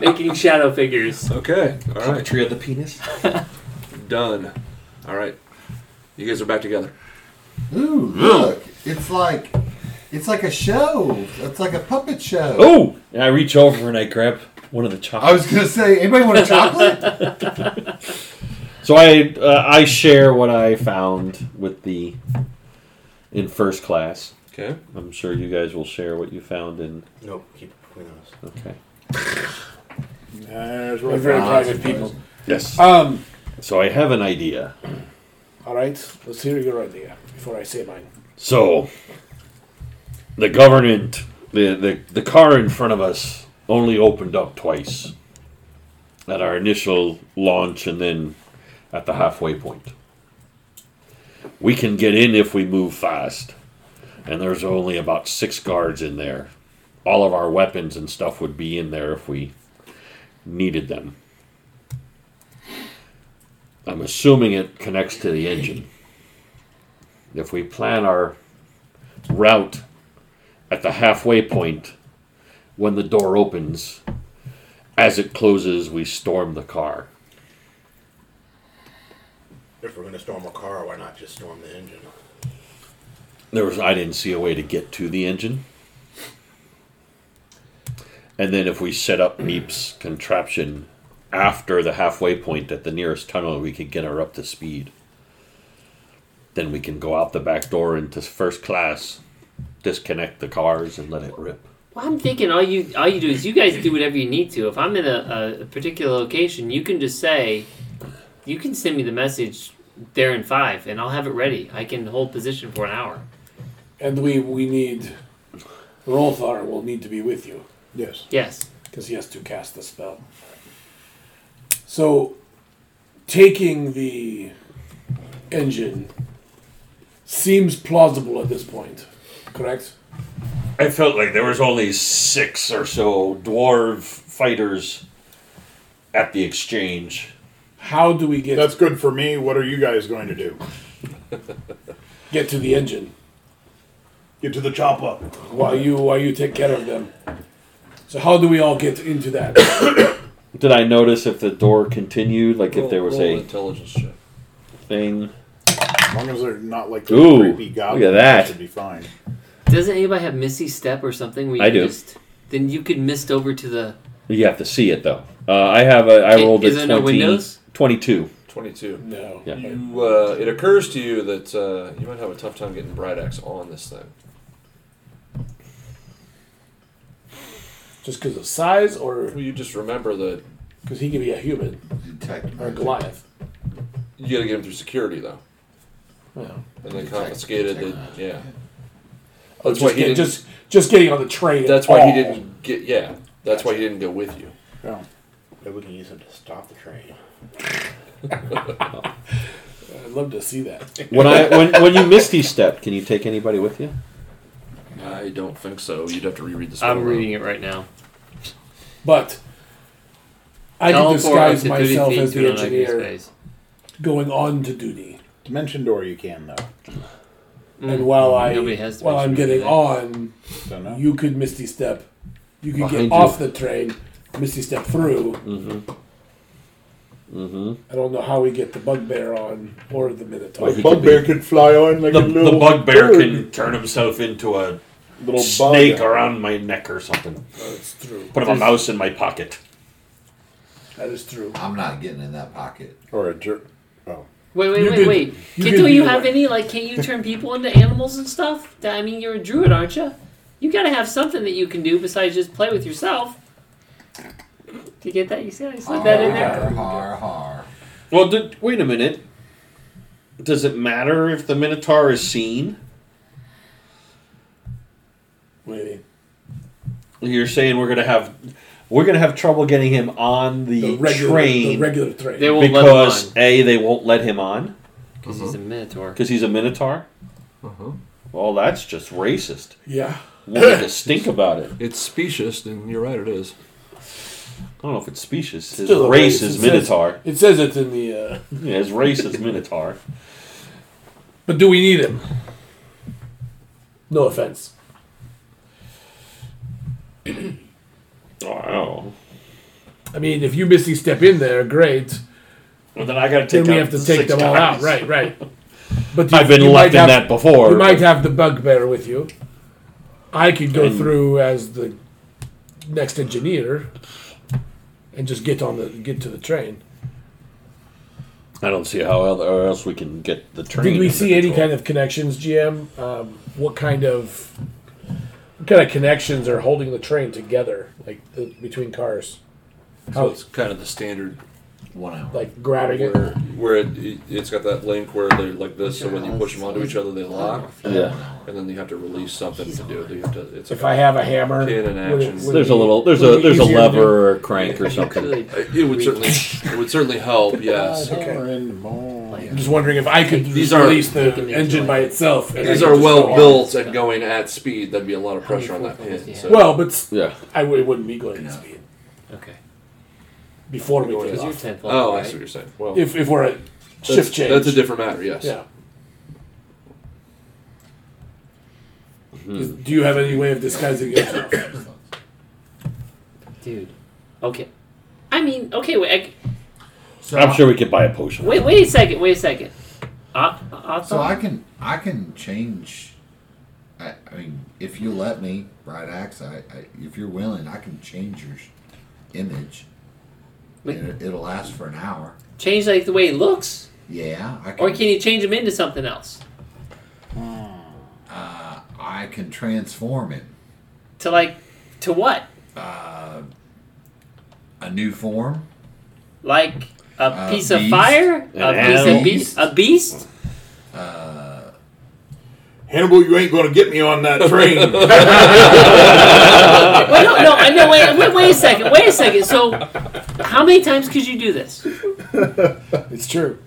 making shadow figures. okay. All right, Puppetry of the penis. done. All right, you guys are back together. Ooh, look. It's like it's like a show. It's like a puppet show. Oh! And I reach over and I grab one of the chocolates. I was gonna say, anybody want a chocolate? So I uh, I share what I found with the in first class. Okay. I'm sure you guys will share what you found in. Nope, keep it between us. Okay. There's We're really very not. private people. Yes. Um, So I have an idea. all right, let's hear your idea before I say mine. So the government, the the, the car in front of us only opened up twice at our initial launch and then at the halfway point. We can get in if we move fast. And there's only about six guards in there. All of our weapons and stuff would be in there if we needed them. I'm assuming it connects to the engine. If we plan our route at the halfway point, when the door opens, as it closes, we storm the car. If we're gonna storm a car, why not just storm the engine? There was I didn't see a way to get to the engine. And then if we set up Meep's contraption after the halfway point at the nearest tunnel, we could get her up to speed. Then we can go out the back door into first class, disconnect the cars, and let it rip. Well, I'm thinking all you all you do is you guys do whatever you need to. If I'm in a, a particular location, you can just say, you can send me the message there in five, and I'll have it ready. I can hold position for an hour. And we we need Rolthar will need to be with you Yes. Yes. because he has to cast the spell. So, taking the engine seems plausible at this point, correct? I felt like there was only six or so dwarf fighters at the exchange. How do we get That's good for me. What are you guys going to do? get to the engine? Get to the chopper. While you while you take care of them. So how do we all get into that? Did I notice if the door continued, like if there was Roll an a intelligence check. thing? As long as they're not like the Ooh, creepy goblins, look at that. should be fine. Doesn't anybody have Missy Step or something? Where you I do. Just, then you could mist over to the. You have to see it though. Uh, I have a. I Is- rolled is a there 20, no windows? 22. Twenty-two. No. Yeah. You, uh, it occurs to you that uh, you might have a tough time getting Bridex on this thing. Just because of size or Well, you just remember that because he could be a human Detect or a Goliath. you got to get him through security though, Yeah. and they confiscated it. Yeah, Oh, that's why just, he get, didn't. just just getting on the train. at that's why he all. didn't get. Yeah, that's why he didn't go with you. Maybe we can use them to stop the train. I'd love to see that. When I when when you misty step, can you take anybody with you? I don't think so. You'd have to reread the. I'm reading it right now. But I can Teleport up disguise to 30 myself feet as to the an unoccupied engineer space. going on to duty. Dimension door, you can though. And while I Mm. Nobody has to while make I'm sure getting that- on, Don't know. you could misty step. You could Behind get you. off the train, misty step through. Mm-hmm. I don't know how we get the bugbear on or the minotaur. Well, he- bugbear could fly on like The, a little the bugbear bird. can turn himself into a little snake bug. around my neck or something. That's true. Put a mouse in my pocket. That is true. I'm not getting in that pocket. or a jerk. Oh, Wait, wait, You wait, could- wait. Can, you could do be you have like- any, like, can you turn people into animals and stuff? Th- I mean, you're a druid, aren't you? You gotta have something that you can do besides just play with yourself. Do you get that? You see, I slid that in there. Har, Uh, har, har. Well, did, wait a minute. Does it matter if the minotaur is seen? Wait. You're saying we're gonna have we're gonna have trouble getting him on the, The regular, train the regular train. They won't let him because on a they won't let him on because he's a Uh-huh. minotaur. because he's a minotaur. Uh-huh. Well, that's just racist. yeah. We need to stink about it. It's specious, and you're right, it is. I don't know if it's specious. His Still a race, race is it says- minotaur. It says it's in the. Uh, Yeah, his race is minotaur. but do we need him? No offense. Wow. I mean, if you misty step in there, great. Well, then I got to Then take. we out have to six take them all out. guys. Right, right. But you- I've been you left in might have- that before. You might have the bugbear with you. I could go And- through as the next engineer and just get on the get to the train. I don't see how other, or else we can get the train. Did we under see any control. kind of connections, GM? Um, what kind of what kind of connections are holding the train together, like the, between cars? So How it's kind of the standard One hour. like grabbing where, Oh. it? where it, it, it's got that link where they like this, so when you push them onto each other, they lock, Yeah. and then you have to release something to do it. You have to, it's If I like have a hammer, Pin and would it- actions. would it There's a be- little. There's would a it be there's a easier to do? lever or a crank or something. Uh, it would certainly it would certainly help. Uh, Yes, I'm just wondering if I could These are- release They the can be engine like- by itself. and I these could are just go well on. built and going at speed. That'd be a lot of pressure on that pin. So Well, but s- Yeah. I w- it wouldn't be going at speed Okay. before we get Because you're off. 10th level, oh, I right? see what you're saying. Well, If, if we're at that's, shift change, that's a different matter. Yes. yeah. Is- Hmm. Do you have any way of disguising yourself? Dude. Okay. I mean, okay, wait, I- So I'm sure we could buy a potion. wait, wait a second, wait a second. Uh, uh, So I can I can change. I, I mean, if you let me, Bright Axe, I, I, if you're willing, I can change your sh- image. Wait. It, it'll last for an hour. change like the way he looks, Yeah, I or can. can you change him into something else I can transform it. to like to what? A new form. Like a A piece of beast? fire, a An piece animal? of beast, a beast. Hannibal, you ain't going to get me on that train. Wait, no, no, I- no, wait, wait, wait a second, wait a second. So, how many times could you do this? it's true.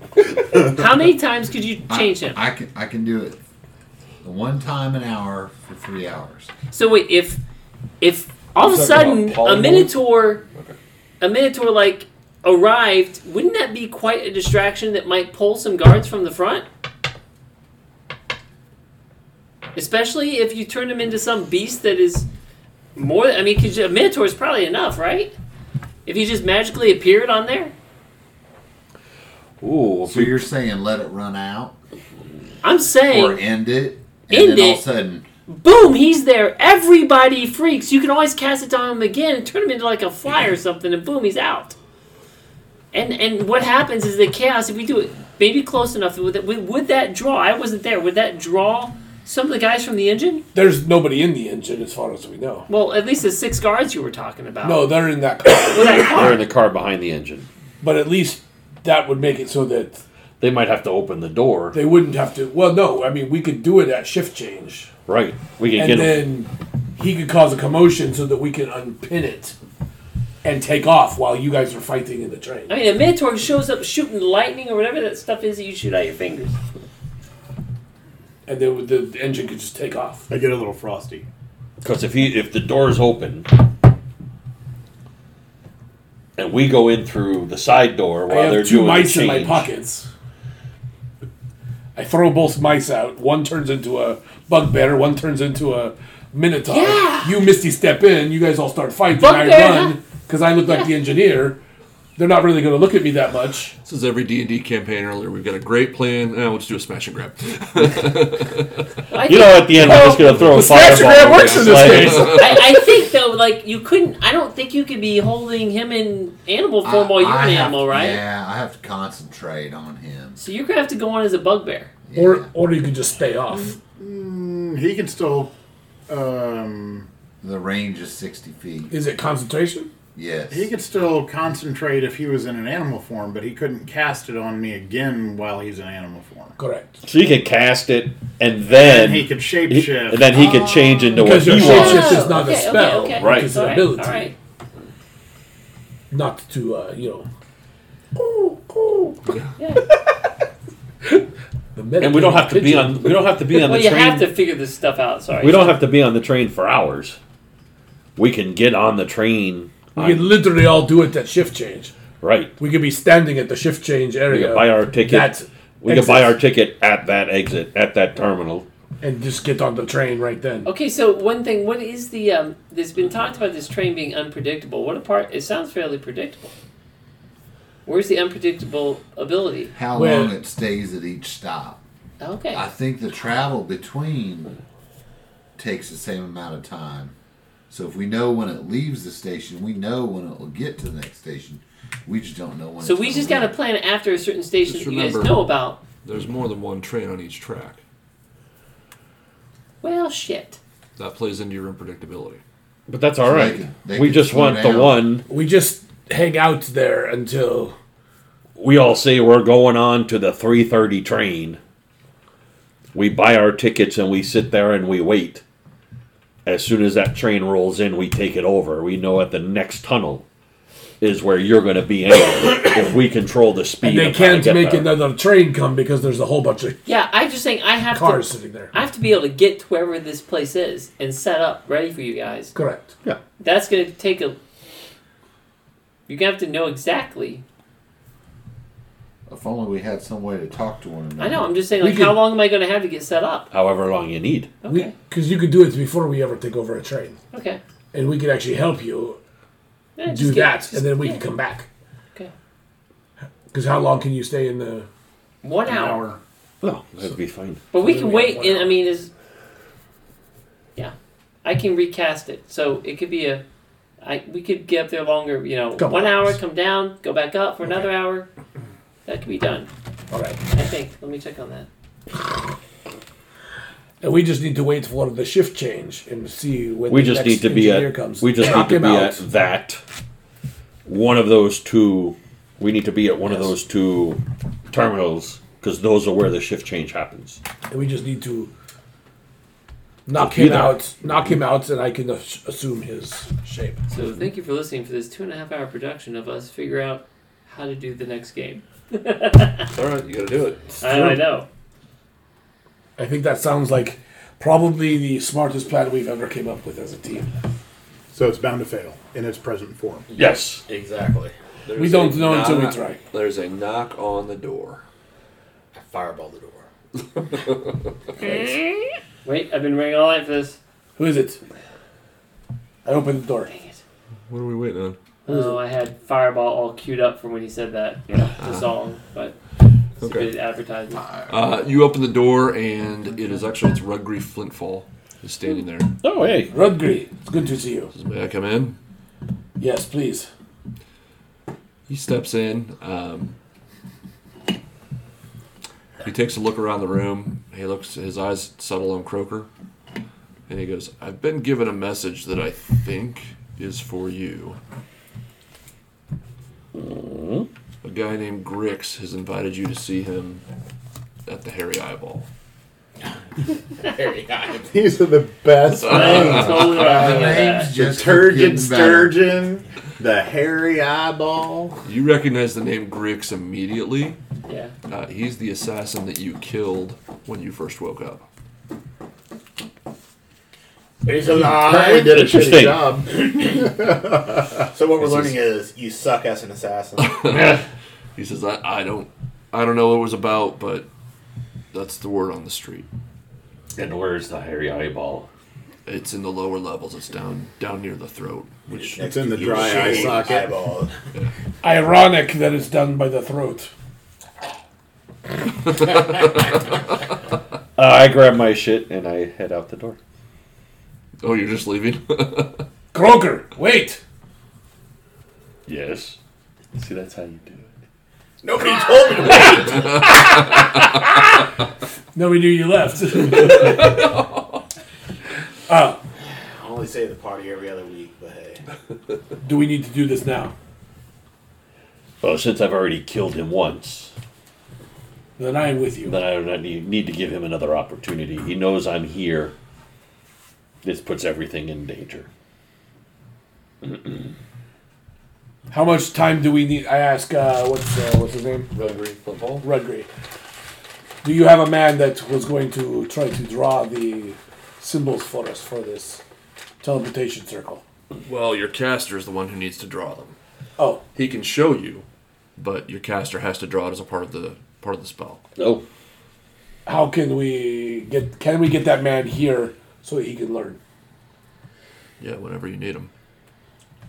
How many times could you change him? I can I can do it. One time an hour for three hours. So wait, if if all of a sudden a polymorph? minotaur, a minotaur like arrived, wouldn't that be quite a distraction that might pull some guards from the front? Especially if you turn him into some beast that is more. I mean, 'cause a minotaur is probably enough, right? If he just magically appeared on there, Ooh, if So we- you're saying let it run out I'm saying or end it, and End then all of it. a sudden, boom, he's there. Everybody freaks. You can always cast it on him again and turn him into like a fly or something, and boom, he's out. And and what happens is the chaos. If we do it maybe close enough, would that, would would that draw? I wasn't there. Would that draw some of the guys from the engine? There's nobody in the engine as far as we know. Well, at least the six guards you were talking about. No, they're in that car. Well, that they're car. in the car behind the engine. but at least that would make it so that They might have to open the door. they wouldn't have to. Well, no, I mean, we could do it at shift change. right. We can and get him. then he could cause a commotion so that we can unpin it and take off while you guys are fighting in the train. I mean, a mentor shows up shooting lightning or whatever that stuff is that you shoot out your fingers. And then the the engine could just take off. I get a little frosty. Because if he if the door's open and we go in through the side door while I they're have two doing the mice in my change- pockets. I throw both mice out. One turns into a bugbear. One turns into a minotaur. Yeah. You misty step in. You guys all start fighting. Bugbear, I huh? run because I look like the engineer. They're not really going to look at me that much. This is every D and D campaign earlier. We've got a great plan. Now we'll just do a smash and grab. I You know, at the end, we're just going to throw a smash and grab fireball. down works in this the case. slide. I, I think though, like you couldn't. I don't think you could be holding him in animal form while you're I an have- animal, right? Yeah, I have to concentrate on him. So you're gonna have to go on as a bugbear. Or or you could just stay off. He can still. Um, The range is sixty feet. Is it concentration? Yes. He could still concentrate if he was in an animal form, but he couldn't cast it on me again while he's in animal form. Correct. So you could cast it, and then And he could he- shapeshift. and then he could change into what Because he your wants. shapeshift is not a okay, spell. Okay, okay. Right. It's All an right, ability. All right. Not to, uh, you know. The And we don't have to be meditative on. We don't have to be on the Well, you train. have to figure this stuff out. Sorry. We don't have to be on the train for hours. We can get on the train. pigeon. We can literally all do it at shift change. Right. We could be standing at the shift change We area. can buy our ticket. That's we can buy our exit. ticket at that exit at that terminal. and just get on the train right then. Okay, so one thing, what is the um? There's been talked about this train being unpredictable. What a part! It sounds fairly predictable. Where's the unpredictable ability? How Well- long it stays at each stop. Okay, I think the travel between takes the same amount of time. So if we know when it leaves the station, we know when it will get to the next station. We just don't know when. so it's we gonna just got to leave. plan after a certain station Just that you guys remember- know about. There's more than one train on each track. Well, shit. That plays into your unpredictability. But that's all they right. can- they we can just slow want the down. one. We just hang out there until We all say we're going on to the three thirty train. We buy our tickets and we sit there and we wait. As soon as that train rolls in, we take it over. We know at the next tunnel is where you're going to be. Anyway, if we control the speed, and they of how to can't get make there. another train come because there's a whole bunch of Yeah, I'm just saying I have cars to. sitting there. I have to be able to get to wherever this place is and set up ready for you guys. Correct. That's gonna take a. You're gonna have to know exactly. If only we had some way to talk to one another. I know. I'm just saying, We like, how could- long am I gonna have to get set up? however long you need. Okay. Because you could do it before we ever take over a train, okay. and we could actually help you Yeah, just do get- that, just- and then we yeah. can come back. Okay. Because how long can you stay in the? One hour. Well, that'd be fine. But we can we wait, have one and I hour. mean, is yeah, I can recast it, so it could be a, I we could get up there longer. You know, Couple one hours. hour, come down, go back up for another hour. That could be done. All right, I think. Let me check on that. and we just need to wait for the shift change and see when We the just next need to be engineer at. comes. We just need Knock to him be out. at that. One of those two. We need to be at one of Yes. those two terminals because those are where the shift change happens. And we just need to knock Either. him out, knock him out, and I can as- assume his shape. So thank you for listening for this two and a half hour production of us figure out how to do the next game. All right, you got to do it. I, I know. I think that sounds like probably the smartest plan we've ever came up with as a team. so it's bound to fail in its present form. Yes. Exactly. We There's don't a know until we knock- try. There's a knock on the door. I fireball the door. Wait, I've been waiting all night for this. Who is it? I opened the door. Dang it. What are we waiting on? Oh, I had Fireball all queued up from when he said that. the song, but it's Okay. a good advertisement. Uh, you open the door, and it is actually it's Rudgrief Flintfall is standing there. Oh hey. Rudgree, it's good to see you. Says, "May I come in?" Yes, please. He steps in. Um, he takes a look around the room. He looks. His eyes settle on Croker, and he goes, "I've been given a message that I think is for you. A guy named Grix has invited you to see him at the Hairy Eyeball." There you go. These are the best. I totally The remember name's that. just Turgid getting better. sturgeon, the hairy eyeball. You recognize the name Grix immediately. Yeah. Uh, he's the assassin that you killed when you first woke up. He's Probably alive. did a Interesting. shitty job. So what we're learning is you suck as an assassin. He says, I, I don't I don't know what it was about, but that's the word on the street. And where's the hairy eyeball? It's in the lower levels. It's down down near the throat. Which It's in the You dry eye shaved socket. Eyeball. Ironic that it's done by the throat. Uh, I grab my shit and I head out the door. oh, you're just leaving. Croker, wait! Yes. See, that's how you do it. Nobody told me. to- Nobody knew you left. Only say the party every other week, but hey. Do we need to do this now? Well, since I've already killed him once, Then I am with you. then I don't need need to give him another opportunity. He knows I'm here. This puts everything in danger. How much time do we need? I ask, uh, what's uh, what's his name? Rudgery, football. Rudgry. Do you have a man that was going to try to draw the symbols for us for this teleportation circle? Well, your caster is the one who needs to draw them. Oh, He can show you, but your caster has to draw it as a part of the part of the spell. Oh, how can we get? Can we get that man here so he can learn? Yeah, whenever you need him.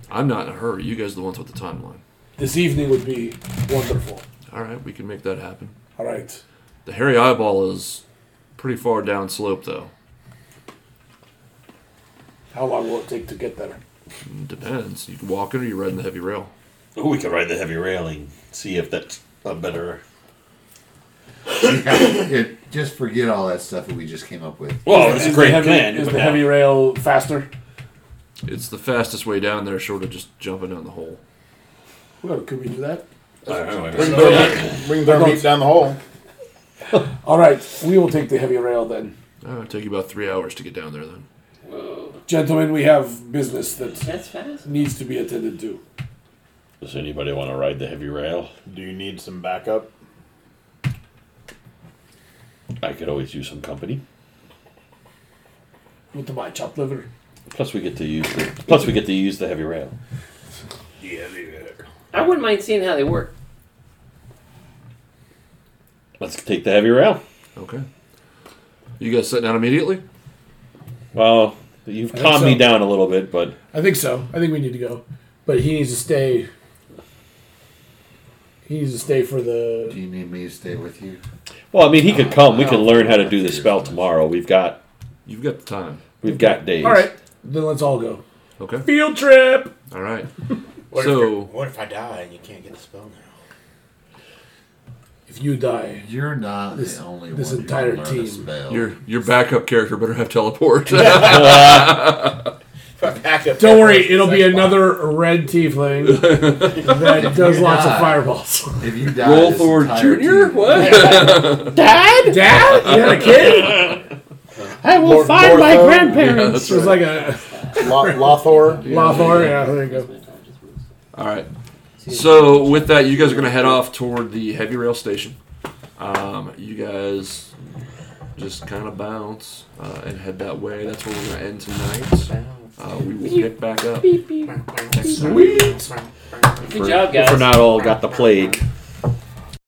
I'm not in a hurry. You guys are the ones with the timeline. This evening would be wonderful. All right, we can make that happen. All right. The hairy eyeball is pretty far down slope, though. How long will it take to get there? Depends. You walk in or you riding the heavy rail. oh we could ride the heavy railing. See if that's a better. Yeah, just forget all that stuff that we just came up with. Well, it's a the great heavy, plan. Is but the now- heavy rail faster? It's the fastest way down there, short of just jumping down the hole. Well, could we do that? I don't know. Bring their, bring their meat down the hole. All right, we will take the heavy rail then, Uh, it'll take you about three hours to get down there, then. gentlemen. We have business that That's fast. needs to be attended to. Does anybody want to ride the heavy rail? Do you need some backup? I could always use some company. What am I, chopped liver? Plus, we get to use. The, plus, we get to use the heavy rail. Yeah, they did. I wouldn't mind seeing how they work. Let's take the heavy rail. Okay. You guys sitting down immediately? Well, you've think calmed me so. down a little bit, but I think so. I think we need to go, but he needs to stay. He needs to stay for Do the. you need me to stay with you? well, I mean, he could come. We I can don't learn think how to that do the fears spell us. tomorrow. We've got You've got the time. we've got days. All right, then let's all go. Okay. Field trip. All right. What So- if, what if I die and you can't get the spell now? If you die, You're not This- the only this one who entire can learn team. A spell. Your your backup character better have teleport. If I back up don't worry. It'll be another red tiefling that does lots of die. fireballs. If you die, Roll this Thor entire Junior. team- What? Dad, you had a kid. I will find my grandparents. That's It was right. like a La- Lothor? Lothar. Yeah, there you go. All right. So with that, you guys are gonna head off toward the heavy rail station. Um, you guys just kind of bounce uh, and head that way. That's where we're gonna end tonight. Uh, we will pick back up. Beep, beep. next time. Good job, guys. If we're not all got the plague.